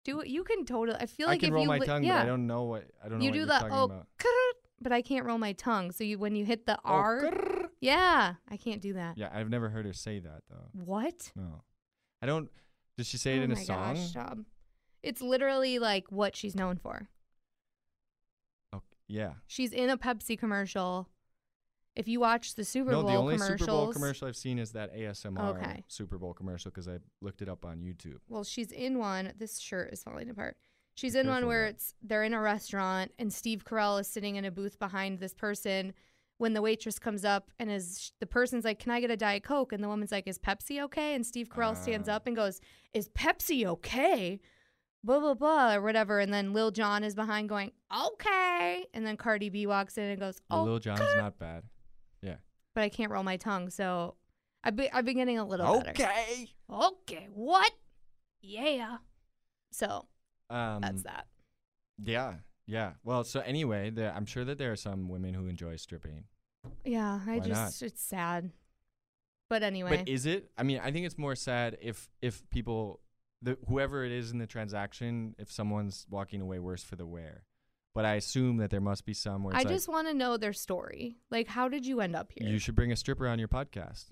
Speaker 4: do it. You can totally. I feel
Speaker 3: I
Speaker 4: like
Speaker 3: can
Speaker 4: if
Speaker 3: roll
Speaker 4: you
Speaker 3: my
Speaker 4: li-
Speaker 3: tongue,
Speaker 4: yeah,
Speaker 3: but I don't know what I don't
Speaker 4: you
Speaker 3: know
Speaker 4: do
Speaker 3: what
Speaker 4: the
Speaker 3: you're
Speaker 4: oh,
Speaker 3: talking about.
Speaker 4: krrrt, but I can't roll my tongue. So you when you hit the
Speaker 3: Oh,
Speaker 4: R,
Speaker 3: krrr.
Speaker 4: yeah, I can't do that.
Speaker 3: Yeah, I've never heard her say that though.
Speaker 4: What?
Speaker 3: No. I don't Does she say it
Speaker 4: oh
Speaker 3: in a
Speaker 4: my
Speaker 3: song?
Speaker 4: gosh, Rob. It's literally like what she's known for.
Speaker 3: Oh, yeah.
Speaker 4: She's in a Pepsi commercial. If you watch the Super
Speaker 3: no,
Speaker 4: Bowl
Speaker 3: the only
Speaker 4: commercials,
Speaker 3: Super Bowl commercial I've seen is that ASMR
Speaker 4: Okay.
Speaker 3: Super Bowl commercial because I looked it up on YouTube.
Speaker 4: well, she's in one. This shirt is falling apart. She's
Speaker 3: Be
Speaker 4: in one
Speaker 3: careful
Speaker 4: where
Speaker 3: with that.
Speaker 4: it's they're in a restaurant and Steve Carell is sitting in a booth behind this person. When the waitress comes up and is the person's like, "Can I get a diet coke?" and the woman's like, "Is Pepsi okay?" and Steve Carell stands
Speaker 3: Ah.
Speaker 4: up and goes, "Is Pepsi okay?" Blah blah blah or whatever. And then Lil Jon is behind going, "Okay," and then Cardi B walks in and goes,
Speaker 3: Oh,
Speaker 4: "Oh,"
Speaker 3: Lil John's not bad. Yeah.
Speaker 4: but I can't roll my tongue, so I've been I've been getting a little better.
Speaker 3: Okay.
Speaker 4: Okay, what? Yeah. So
Speaker 3: Um
Speaker 4: that's that.
Speaker 3: Yeah, yeah. Well, so anyway, there, I'm sure that there are some women who enjoy stripping.
Speaker 4: Yeah, I
Speaker 3: Why
Speaker 4: just it's sad. But anyway,
Speaker 3: But is it? I mean, I think it's more sad if if people, the, whoever it is in the transaction, if someone's walking away worse for the wear. But I assume that there must be some where
Speaker 4: I
Speaker 3: it's like,
Speaker 4: just want to know their story. Like, how did you end up here?
Speaker 3: you should bring a stripper on your
Speaker 4: <laughs>
Speaker 3: podcast.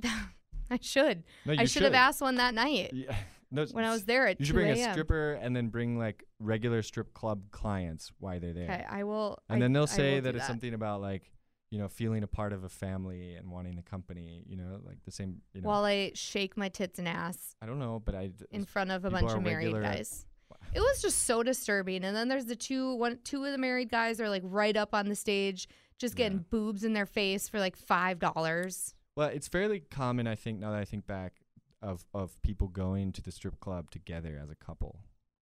Speaker 4: I should.
Speaker 3: No, you
Speaker 4: I should have
Speaker 3: should.
Speaker 4: asked one that night
Speaker 3: Yeah. <laughs> No,
Speaker 4: when I
Speaker 3: s-
Speaker 4: was there at
Speaker 3: you should
Speaker 4: 2
Speaker 3: bring
Speaker 4: a.m..
Speaker 3: a stripper and then bring like regular strip club clients while they're there.
Speaker 4: Okay, I will.
Speaker 3: And
Speaker 4: I-
Speaker 3: then
Speaker 4: I
Speaker 3: they'll
Speaker 4: will
Speaker 3: say
Speaker 4: do
Speaker 3: that it's something about like, you know, feeling a part of a family and wanting the company, you know, like the same, you know.
Speaker 4: While I shake my tits and ass
Speaker 3: I don't know, but I d-
Speaker 4: in front of a
Speaker 3: People
Speaker 4: bunch
Speaker 3: are
Speaker 4: of married
Speaker 3: regular at-
Speaker 4: guys. It was just so disturbing. And then there's the two one two of the married guys are like right up on the stage, just getting boobs in their face for like five dollars.
Speaker 3: Well, it's fairly common, I think, now that I think back, of of people going to the strip club together as a couple,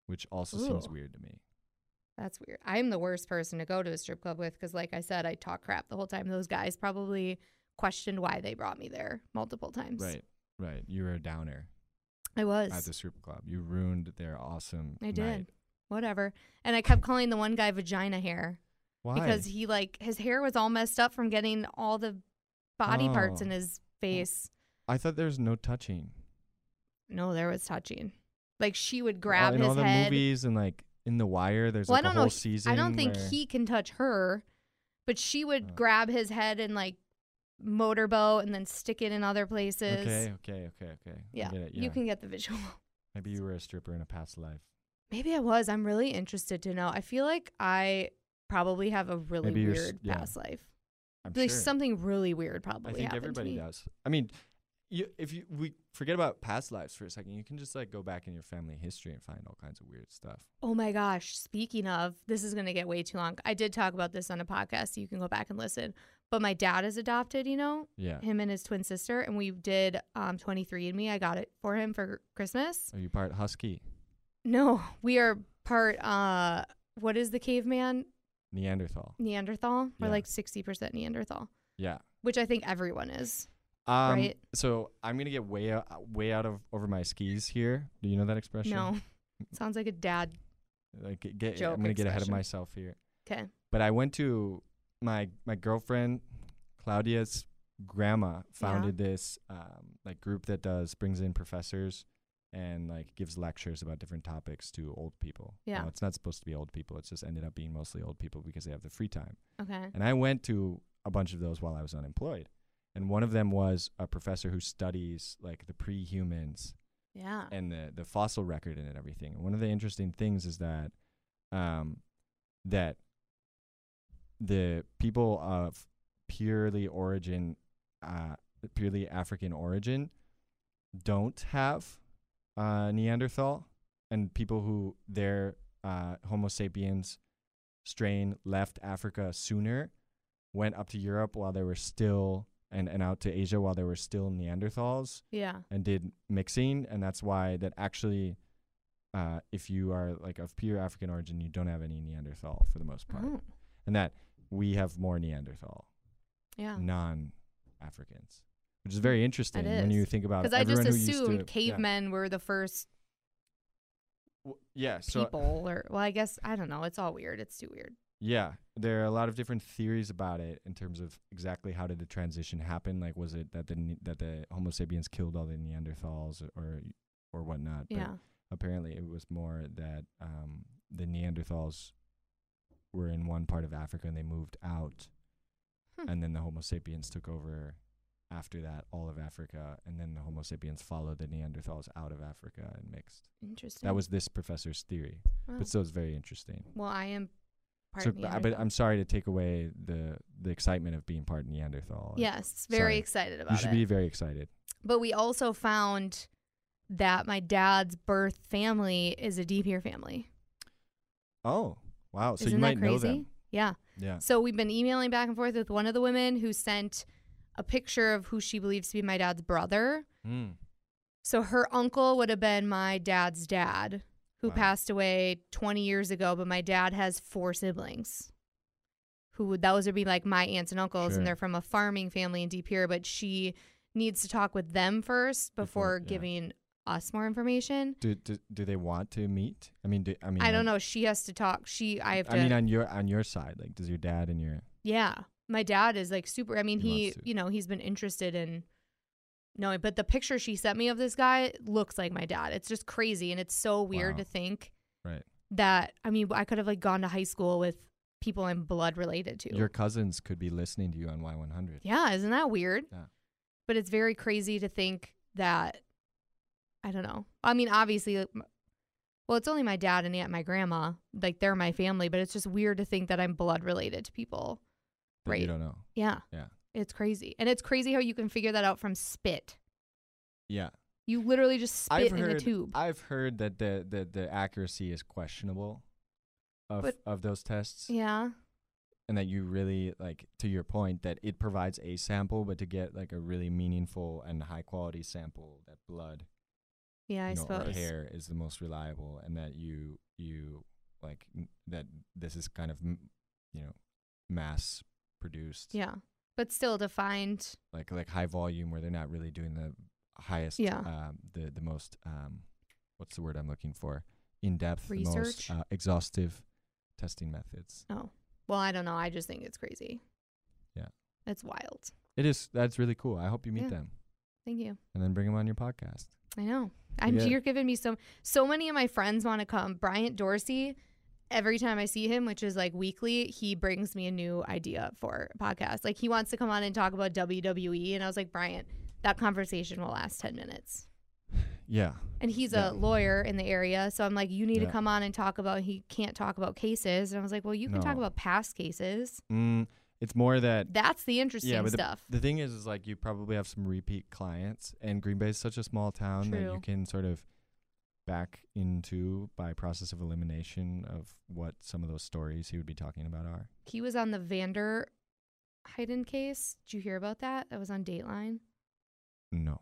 Speaker 3: which also seems
Speaker 4: Ooh.
Speaker 3: weird to me.
Speaker 4: That's weird. I'm the worst person to go to a strip club with because, like I said, I talk crap the whole time. Those guys probably questioned why they brought me there multiple times.
Speaker 3: Right, right. You were a downer
Speaker 4: I was.
Speaker 3: at the strip club. You ruined their awesome.
Speaker 4: I did.
Speaker 3: night.
Speaker 4: Whatever. And I kept calling the one guy vagina hair
Speaker 3: Why?
Speaker 4: because he like his hair was all messed up from getting all the body parts
Speaker 3: Oh.
Speaker 4: in his face.
Speaker 3: I thought there was no touching.
Speaker 4: No, there was touching. Like she would
Speaker 3: Well,
Speaker 4: grab
Speaker 3: in
Speaker 4: his
Speaker 3: all the
Speaker 4: head.
Speaker 3: movies and like in The Wire. There's
Speaker 4: well,
Speaker 3: like
Speaker 4: I don't
Speaker 3: a whole
Speaker 4: know.
Speaker 3: season.
Speaker 4: I don't think
Speaker 3: where-
Speaker 4: he can touch her, but she would
Speaker 3: Oh.
Speaker 4: grab his head and like motorboat and then stick it in other places.
Speaker 3: Okay, okay, okay, okay. I
Speaker 4: Yeah.
Speaker 3: get it,
Speaker 4: You can get the <laughs> visual.
Speaker 3: Maybe you were a stripper in a past life.
Speaker 4: Maybe I was. I'm really interested to know. I feel like I probably have a really
Speaker 3: Maybe you're s-
Speaker 4: weird
Speaker 3: yeah.
Speaker 4: past life.
Speaker 3: I'm
Speaker 4: like
Speaker 3: sure.
Speaker 4: something really weird probably
Speaker 3: I think
Speaker 4: happened to
Speaker 3: everybody
Speaker 4: me.
Speaker 3: does. I mean, you, if you we forget about past lives for a second, you can just like go back in your family history and find all kinds of weird stuff.
Speaker 4: Oh my gosh, speaking of, this is going to get way too long. I did talk about this on a podcast, so you can go back and listen. But my dad is adopted, you know,
Speaker 3: Yeah.
Speaker 4: him and his twin sister, and we did um 23andme. I got it for him for Christmas.
Speaker 3: Are you part husky,
Speaker 4: No, <laughs> we are part uh what is the caveman?
Speaker 3: Neanderthal?
Speaker 4: Neanderthal. We're
Speaker 3: Yeah.
Speaker 4: like 60% Neanderthal,
Speaker 3: Yeah.
Speaker 4: which I think everyone is.
Speaker 3: Um,
Speaker 4: Right.
Speaker 3: So I'm gonna get way out, way out of over my skis here. Do you know that expression?
Speaker 4: No. Sounds like a dad.
Speaker 3: Like get, get-
Speaker 4: Joke
Speaker 3: I'm gonna get ahead of
Speaker 4: expression.
Speaker 3: myself here.
Speaker 4: Okay.
Speaker 3: But I went to my my girlfriend Claudia's grandma founded this um, like group that does brings in professors and like gives lectures about different topics to old people.
Speaker 4: Yeah.
Speaker 3: Now, it's not supposed to be old people. It's just ended up being mostly old people because they have the free time.
Speaker 4: Okay.
Speaker 3: And I went to a bunch of those while I was unemployed. And one of them was a professor who studies like the pre-humans
Speaker 4: Yeah.
Speaker 3: and the the fossil record in it and everything. And one of the interesting things is that um that the people of purely origin uh purely African origin don't have uh Neanderthal and people who their uh Homo sapiens strain left Africa sooner went up to Europe while they were still and, and out to Asia while they were still Neanderthals
Speaker 4: Yeah.
Speaker 3: and did mixing, and that's why that actually, uh, if you are like of pure African origin, you don't have any Neanderthal for the most part,
Speaker 4: Oh.
Speaker 3: and that we have more Neanderthal,
Speaker 4: Yeah.
Speaker 3: non-Africans, which is very interesting when you
Speaker 4: Mm. is.
Speaker 3: think about it.
Speaker 4: Because I just
Speaker 3: uh, Everyone who used
Speaker 4: assumed
Speaker 3: to-
Speaker 4: cavemen were the first
Speaker 3: Yeah, W- yeah so uh,
Speaker 4: people, or well, I guess I don't know. It's all weird. It's too weird.
Speaker 3: yeah, there are a lot of different theories about it in terms of exactly how did the transition happen. Like, was it that the Ne- that the Homo sapiens killed all the Neanderthals or or whatnot? but
Speaker 4: yeah.
Speaker 3: apparently it was more that um, the Neanderthals were in one part of Africa and they moved out,
Speaker 4: Hmm.
Speaker 3: and then the Homo sapiens took over after that all of Africa, and then the Homo sapiens followed the Neanderthals out of Africa and mixed.
Speaker 4: Interesting.
Speaker 3: That was this professor's theory,
Speaker 4: Wow.
Speaker 3: but still it's very interesting.
Speaker 4: well, I am Oh. part
Speaker 3: So, but,
Speaker 4: Neanderthal.
Speaker 3: but I'm sorry to take away the the excitement of being part Neanderthal.
Speaker 4: yes, very
Speaker 3: uh, sorry.
Speaker 4: excited
Speaker 3: you
Speaker 4: about
Speaker 3: should
Speaker 4: it.
Speaker 3: be very excited.
Speaker 4: but we also found that my dad's birth family is a deep ear family.
Speaker 3: Oh wow! So you
Speaker 4: Isn't
Speaker 3: might
Speaker 4: that crazy?
Speaker 3: know them.
Speaker 4: Yeah.
Speaker 3: Yeah.
Speaker 4: So we've been emailing back and forth with one of the women who sent a picture of who she believes to be my dad's brother.
Speaker 3: Mm.
Speaker 4: So her uncle would have been my dad's dad, who
Speaker 3: Wow.
Speaker 4: passed away 20 years ago. But my dad has four siblings, who would those would be like my aunts and uncles,
Speaker 3: Sure.
Speaker 4: and they're from a farming family in Deep Pier. But she needs to talk with them first
Speaker 3: Before-
Speaker 4: before,
Speaker 3: yeah.
Speaker 4: giving us more information.
Speaker 3: Do, do do they want to meet? I mean, do, I mean,
Speaker 4: I
Speaker 3: like-
Speaker 4: don't know. She has to talk. She, I have to.
Speaker 3: I mean, on your on your side, like, does your dad and your
Speaker 4: Yeah. My dad is like super I mean,
Speaker 3: He
Speaker 4: he,
Speaker 3: wants to.
Speaker 4: you know, he's been interested in knowing, but the picture she sent me of this guy looks like my dad. It's just crazy and it's so weird
Speaker 3: Wow.
Speaker 4: to think
Speaker 3: right,
Speaker 4: that I mean, I could have like gone to high school with people I'm blood related to.
Speaker 3: your cousins could be listening to you on Y one hundred.
Speaker 4: yeah, isn't that weird?
Speaker 3: Yeah.
Speaker 4: But it's very crazy to think that I don't know. I mean, obviously like, m- well, it's only my dad and aunt, and my grandma, like they're my family, but it's just weird to think that I'm blood related to people.
Speaker 3: that
Speaker 4: Right.
Speaker 3: You don't know.
Speaker 4: Yeah.
Speaker 3: Yeah.
Speaker 4: It's crazy. And it's crazy how you can figure that out from spit.
Speaker 3: Yeah,
Speaker 4: You literally just spit
Speaker 3: I've
Speaker 4: in
Speaker 3: heard.
Speaker 4: a tube.
Speaker 3: I've heard that the, the the accuracy is questionable of
Speaker 4: But-
Speaker 3: of those tests.
Speaker 4: yeah.
Speaker 3: and that you really like to your point that it provides a sample but to get like a really meaningful and high quality sample that blood
Speaker 4: Yeah, I
Speaker 3: you know, or
Speaker 4: suppose.
Speaker 3: hair is the most reliable and that you you like n- that this is kind of m- you know mass produced
Speaker 4: Yeah. But still defined.
Speaker 3: like like high volume where they're not really doing the highest
Speaker 4: Yeah.
Speaker 3: um, the the most um what's the word I'm looking for in depth the most
Speaker 4: Research?
Speaker 3: uh, exhaustive testing methods
Speaker 4: Oh. Well, I don't know. I just think it's crazy.
Speaker 3: Yeah.
Speaker 4: It's wild.
Speaker 3: it is that's really cool I hope you meet
Speaker 4: Yeah.
Speaker 3: them
Speaker 4: Thank you.
Speaker 3: and then bring them on your podcast
Speaker 4: I know. I'm
Speaker 3: Yeah.
Speaker 4: you're giving me so so many of my friends want to come. Bryant Dorsey, every time I see him, which is like weekly, he brings me a new idea for a podcast. Like he wants to come on and talk about WWE and I was like, "Bryant, that conversation will last 10 minutes."
Speaker 3: yeah
Speaker 4: And he's
Speaker 3: Yeah.
Speaker 4: a lawyer in the area, so I'm like, "You need
Speaker 3: Yeah.
Speaker 4: to come on and talk about he can't talk about cases." And I was like, "Well, you can talk
Speaker 3: No.
Speaker 4: about past cases.
Speaker 3: mm, it's more that
Speaker 4: That's the interesting
Speaker 3: but the-
Speaker 4: stuff."
Speaker 3: The thing is, is like you probably have some repeat clients, and Green Bay is such a small town that you
Speaker 4: True.
Speaker 3: can sort of back into by process of elimination of what some of those stories he would be talking about are.
Speaker 4: he was on the Vander Heiden case. Did you hear about that? That was on Dateline.
Speaker 3: No,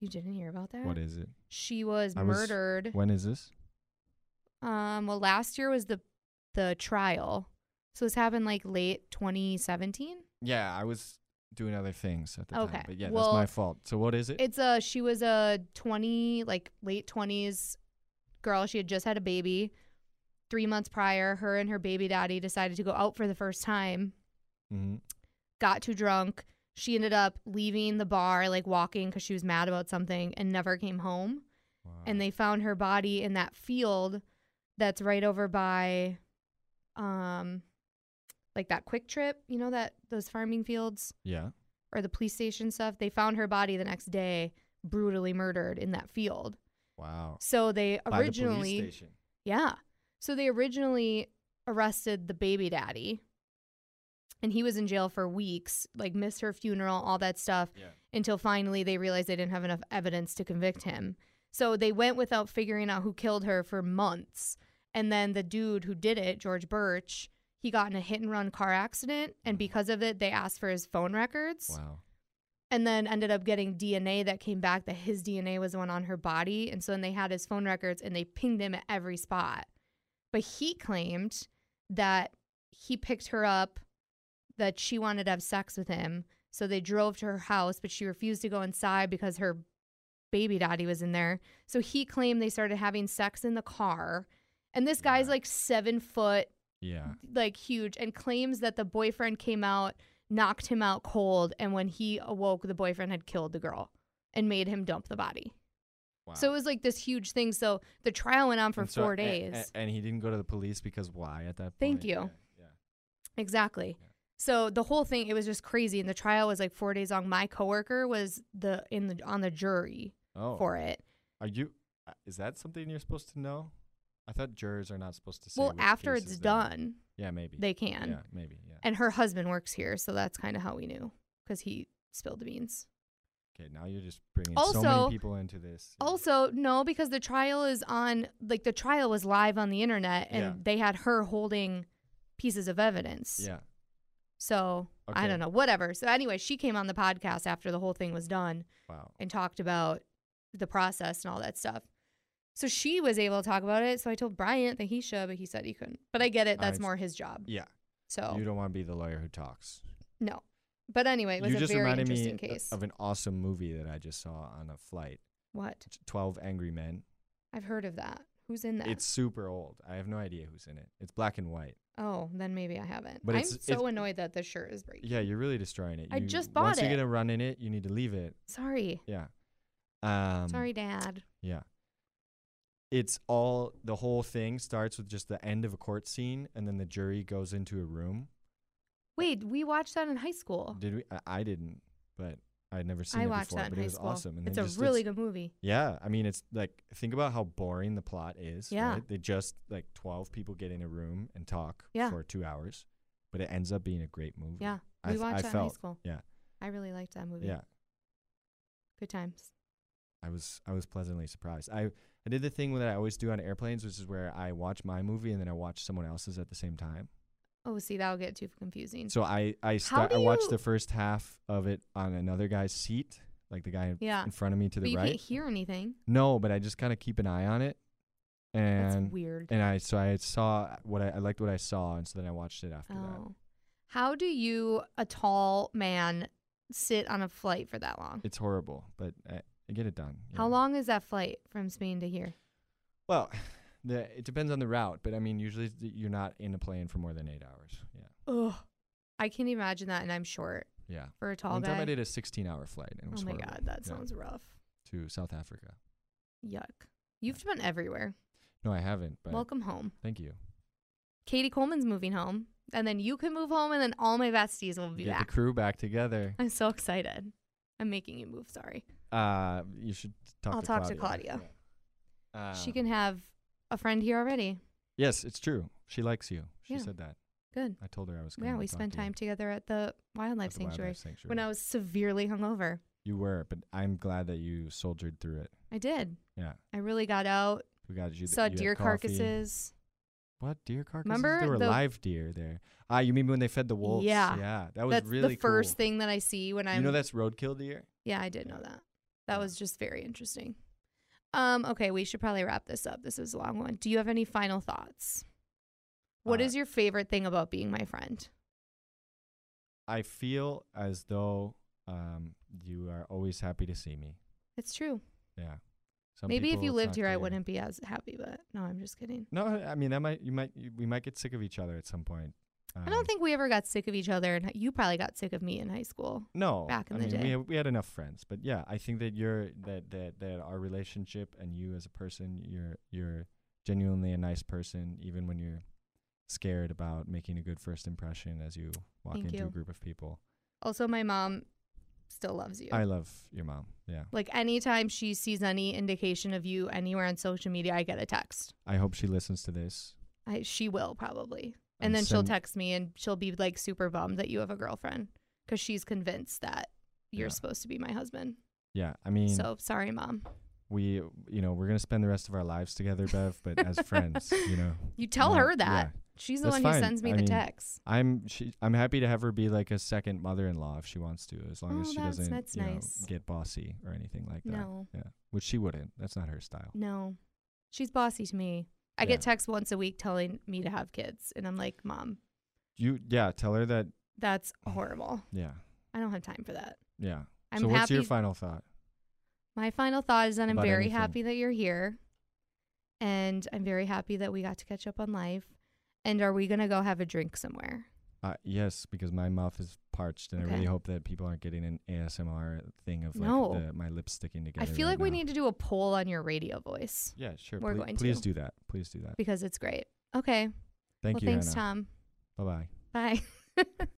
Speaker 4: You didn't hear about that?
Speaker 3: what is it?
Speaker 4: she was
Speaker 3: I was-
Speaker 4: murdered.
Speaker 3: When is this?
Speaker 4: um, well, last year was the the trial, so this happened like late 2017.
Speaker 3: Yeah, I was doing other things at the
Speaker 4: Okay,
Speaker 3: time, but yeah,
Speaker 4: well,
Speaker 3: that's my fault. So what is it?
Speaker 4: It's a she was a 20 like late 20s girl. She had just had a baby. Three months prior, her and her baby daddy decided to go out for the first time.
Speaker 3: Mhm.
Speaker 4: Got too drunk. She ended up leaving the bar, like walking, because she was mad about something, and never came home.
Speaker 3: Wow.
Speaker 4: and they found her body in that field that's right over by um like that quick trip you know that those farming fields
Speaker 3: yeah,
Speaker 4: or the police station stuff they found her body the next day brutally murdered in that field
Speaker 3: wow.
Speaker 4: so they
Speaker 3: By the police
Speaker 4: originally
Speaker 3: station.
Speaker 4: yeah. So they originally arrested the baby daddy. And he was in jail for weeks, like missed her funeral, all that stuff,
Speaker 3: Yeah.
Speaker 4: until finally they realized they didn't have enough evidence to convict him. So they went without figuring out who killed her for months. And then the dude who did it, George Birch, he got in a hit and run car accident. And because of it, they asked for his phone records
Speaker 3: Mm-hmm. Wow.
Speaker 4: and then ended up getting DNA that came back that his DNA was the one on her body. And so then they had his phone records and they pinged him at every spot. But he claimed that he picked her up, that she wanted to have sex with him. So they drove to her house, but she refused to go inside because her baby daddy was in there. So he claimed they started having sex in the car. And this guy's
Speaker 3: Yeah.
Speaker 4: like seven foot
Speaker 3: Yeah.
Speaker 4: like huge and claims that the boyfriend came out, knocked him out cold, and when he awoke, the boyfriend had killed the girl and made him dump the body.
Speaker 3: Wow.
Speaker 4: So it was like this huge thing. So the trial went on for
Speaker 3: And so- eh,
Speaker 4: four
Speaker 3: a-
Speaker 4: days.
Speaker 3: a- and, he didn't go to the police because why? At that point.
Speaker 4: Thank you.
Speaker 3: Yeah, yeah.
Speaker 4: Exactly. So the whole thing, it was just crazy, and the trial was like four days long. My coworker was the in the on the jury
Speaker 3: Oh.
Speaker 4: for it.
Speaker 3: Are you? uh, Is that something you're supposed to know? I thought jurors are not supposed to say.
Speaker 4: well,
Speaker 3: which
Speaker 4: after
Speaker 3: cases
Speaker 4: it's
Speaker 3: they're in.
Speaker 4: done,
Speaker 3: Yeah, maybe.
Speaker 4: they can.
Speaker 3: Yeah, maybe. Yeah.
Speaker 4: And her husband works here, so that's kind of how we knew because he spilled the beans.
Speaker 3: Okay, now you're just bringing so many
Speaker 4: Also-
Speaker 3: people into this. yeah.
Speaker 4: Also, no, because the trial is on, like, the trial was live on the internet and
Speaker 3: Yeah.
Speaker 4: they had her holding pieces of evidence.
Speaker 3: Yeah.
Speaker 4: So I
Speaker 3: Okay.
Speaker 4: don't know, whatever. So, anyway, she came on the podcast after the whole thing was done
Speaker 3: Wow.
Speaker 4: and talked about the process and all that stuff. So she was able to talk about it. So I told Bryant that he should, but he said he couldn't. But I get it. That's
Speaker 3: I-
Speaker 4: more his job.
Speaker 3: Yeah.
Speaker 4: So,
Speaker 3: You don't want to be the lawyer who talks.
Speaker 4: no. But anyway, it was
Speaker 3: you
Speaker 4: a
Speaker 3: just
Speaker 4: very
Speaker 3: reminded
Speaker 4: interesting
Speaker 3: me th-
Speaker 4: case.
Speaker 3: of an awesome movie that I just saw on a flight.
Speaker 4: what?
Speaker 3: It's Twelve Angry Men.
Speaker 4: I've heard of that. Who's in that?
Speaker 3: It's super old. I have no idea who's in it. It's black and white.
Speaker 4: Oh, then maybe I haven't.
Speaker 3: But
Speaker 4: I'm
Speaker 3: it's-
Speaker 4: so
Speaker 3: it's-
Speaker 4: annoyed that the shirt is breaking.
Speaker 3: Yeah, you're really destroying it.
Speaker 4: I
Speaker 3: You-
Speaker 4: just bought
Speaker 3: once you
Speaker 4: it.
Speaker 3: get a run in it, you need to leave it.
Speaker 4: Sorry.
Speaker 3: Yeah. Um,
Speaker 4: Sorry, Dad.
Speaker 3: Yeah. It's all the whole thing starts with just the end of a court scene, and then the jury goes into a room.
Speaker 4: Wait, we watched that in high school.
Speaker 3: Did we? I, I didn't, but I'd never seen
Speaker 4: Oh. I
Speaker 3: it
Speaker 4: watched
Speaker 3: before.
Speaker 4: that in
Speaker 3: but it
Speaker 4: high
Speaker 3: was
Speaker 4: school.
Speaker 3: awesome. And
Speaker 4: it's
Speaker 3: they
Speaker 4: a
Speaker 3: just-
Speaker 4: really good movie.
Speaker 3: Yeah, I mean, it's like think about how boring the plot is.
Speaker 4: Yeah.
Speaker 3: right? they just like twelve people get in a room and talk
Speaker 4: Yeah.
Speaker 3: for two hours, but it ends up being a great movie.
Speaker 4: Yeah,
Speaker 3: I
Speaker 4: we
Speaker 3: f- I
Speaker 4: watched that in high
Speaker 3: felt-
Speaker 4: school.
Speaker 3: Yeah,
Speaker 4: I really liked that movie.
Speaker 3: yeah.
Speaker 4: Good times.
Speaker 3: I was I was pleasantly surprised. I I did the thing that I always do on airplanes, which is where I watch my movie and then I watch someone else's at the same time.
Speaker 4: Oh, see, that'll get too confusing.
Speaker 3: So I I start
Speaker 4: Mm. do
Speaker 3: I watched
Speaker 4: you-
Speaker 3: the first half of it on another guy's seat, like the guy
Speaker 4: Yeah.
Speaker 3: in front of me to
Speaker 4: but
Speaker 3: the
Speaker 4: you
Speaker 3: right.
Speaker 4: can't hear anything.
Speaker 3: No, but I just kind of keep an eye on it,
Speaker 4: That's
Speaker 3: and
Speaker 4: weird.
Speaker 3: and I so I saw what I, I liked what I saw, and so then I watched it after that.
Speaker 4: Oh. How do you, a tall man, sit on a flight for that long?
Speaker 3: It's horrible, but I, I get it done. you
Speaker 4: How
Speaker 3: know?
Speaker 4: long is that flight from Spain to here?
Speaker 3: Well, <sighs> the, it depends on the route, but I mean, usually th- you're not in a plane for more than eight hours. Yeah,
Speaker 4: Ugh. I can't imagine that, and I'm short
Speaker 3: yeah.
Speaker 4: for a tall
Speaker 3: One
Speaker 4: guy.
Speaker 3: time I did a 16-hour flight, and it
Speaker 4: oh
Speaker 3: was
Speaker 4: my
Speaker 3: horrible.
Speaker 4: god, that
Speaker 3: Yeah,
Speaker 4: sounds rough.
Speaker 3: to South Africa.
Speaker 4: Yuck. You've been everywhere.
Speaker 3: No, I haven't. But
Speaker 4: Welcome home.
Speaker 3: thank you.
Speaker 4: Katie Coleman's moving home, and then you can move home, and then all my besties will be
Speaker 3: Get
Speaker 4: back.
Speaker 3: the crew back together.
Speaker 4: I'm so excited. I'm making you move. Sorry.
Speaker 3: Uh, you should talk.
Speaker 4: I'll
Speaker 3: to
Speaker 4: talk to
Speaker 3: Claudia.
Speaker 4: Claudia.
Speaker 3: Yeah.
Speaker 4: she
Speaker 3: Um,
Speaker 4: can have a friend here already.
Speaker 3: Yes, it's true. She likes you. She
Speaker 4: Yeah.
Speaker 3: said that.
Speaker 4: Good.
Speaker 3: I told her I was.
Speaker 4: Yeah,
Speaker 3: gonna
Speaker 4: we
Speaker 3: talk
Speaker 4: spent
Speaker 3: to you
Speaker 4: time together at the
Speaker 3: at
Speaker 4: wildlife
Speaker 3: the wildlife
Speaker 4: sanctuary
Speaker 3: sanctuary.
Speaker 4: when I was severely hungover.
Speaker 3: you were, but I'm glad that you soldiered through it.
Speaker 4: I did.
Speaker 3: Yeah,
Speaker 4: I really got out,
Speaker 3: we got you. th-
Speaker 4: saw
Speaker 3: you had
Speaker 4: deer
Speaker 3: coffee.
Speaker 4: carcasses.
Speaker 3: What deer carcasses?
Speaker 4: Remember
Speaker 3: there were
Speaker 4: the-
Speaker 3: live deer there. Ah, you mean when they fed the wolves?
Speaker 4: Yeah.
Speaker 3: yeah, that was
Speaker 4: That's
Speaker 3: really
Speaker 4: the first
Speaker 3: cool.
Speaker 4: thing that I see when I'm
Speaker 3: You know that's roadkill deer.
Speaker 4: Yeah, I did
Speaker 3: Yeah.
Speaker 4: know that. That
Speaker 3: Yeah.
Speaker 4: was just very interesting. Um, okay, we should probably wrap this up. This is a long one. Do you have any final thoughts? What
Speaker 3: Uh,
Speaker 4: is your favorite thing about being my friend?
Speaker 3: I feel as though um, you are always happy to see me.
Speaker 4: It's true.
Speaker 3: Yeah. Some
Speaker 4: Maybe if
Speaker 3: people,
Speaker 4: you
Speaker 3: it's
Speaker 4: lived
Speaker 3: not
Speaker 4: here, I
Speaker 3: clear.
Speaker 4: wouldn't be as happy, but no, I'm just kidding.
Speaker 3: No, I mean that might you might you, we might get sick of each other at some point. Um,
Speaker 4: I don't think we ever got sick of each other, and you probably got sick of me in high school.
Speaker 3: no.
Speaker 4: back in
Speaker 3: I
Speaker 4: the
Speaker 3: mean,
Speaker 4: day.
Speaker 3: we had, we had enough friends, but yeah, I think that you're that that that our relationship and you as a person, you're you're genuinely a nice person, even when you're scared about making a good first impression as you walk
Speaker 4: Thank
Speaker 3: into
Speaker 4: you.
Speaker 3: a group of people.
Speaker 4: Also, my mom still loves you.
Speaker 3: I love your mom. Yeah,
Speaker 4: like anytime she sees any indication of you anywhere on social media, I get a text.
Speaker 3: I hope she listens to this.
Speaker 4: I, she will probably. and
Speaker 3: and
Speaker 4: then she'll
Speaker 3: send-
Speaker 4: text me and she'll be like super bummed that you have a girlfriend because she's convinced that you're
Speaker 3: Yeah.
Speaker 4: supposed to be my husband.
Speaker 3: Yeah, I mean,
Speaker 4: So sorry, mom.
Speaker 3: we you know we're gonna spend the rest of our lives together, Bev, but as friends, you know.
Speaker 4: <laughs> You tell
Speaker 3: not-
Speaker 4: her that.
Speaker 3: yeah.
Speaker 4: She's the
Speaker 3: That's
Speaker 4: one who
Speaker 3: fine.
Speaker 4: sends me
Speaker 3: I
Speaker 4: the
Speaker 3: mean,
Speaker 4: text.
Speaker 3: I'm she, I'm happy to have her be like a second mother-in-law if she wants to, as long
Speaker 4: Oh,
Speaker 3: as she
Speaker 4: that's-
Speaker 3: doesn't
Speaker 4: that's
Speaker 3: you know,
Speaker 4: nice.
Speaker 3: get bossy or anything like that.
Speaker 4: No.
Speaker 3: Yeah, which she wouldn't. That's not her style.
Speaker 4: No, she's bossy to me. I
Speaker 3: Yeah.
Speaker 4: get texts once a week telling me to have kids, and I'm like, mom,
Speaker 3: You yeah, tell her that <sighs>
Speaker 4: that's horrible.
Speaker 3: yeah
Speaker 4: I don't have time for that.
Speaker 3: yeah.
Speaker 4: I'm
Speaker 3: so what's
Speaker 4: happy.
Speaker 3: your final thought?
Speaker 4: my final thought is that I'm
Speaker 3: About
Speaker 4: very
Speaker 3: anything.
Speaker 4: happy that you're here, and I'm very happy that we got to catch up on life. And are we gonna go have a drink somewhere?
Speaker 3: Uh, yes, because my mouth is parched, and I
Speaker 4: Okay.
Speaker 3: really hope that people aren't getting an ASMR thing of like
Speaker 4: No.
Speaker 3: the, my lips sticking together.
Speaker 4: I feel
Speaker 3: right
Speaker 4: like we
Speaker 3: now.
Speaker 4: need to do a poll on your radio voice
Speaker 3: Yeah, sure.
Speaker 4: We're
Speaker 3: please,
Speaker 4: going
Speaker 3: please
Speaker 4: to.
Speaker 3: do that. Please do that.
Speaker 4: because it's great. Okay.
Speaker 3: Thank
Speaker 4: well,
Speaker 3: you,
Speaker 4: thanks,
Speaker 3: Hannah.
Speaker 4: Tom.
Speaker 3: Bye bye.
Speaker 4: Bye.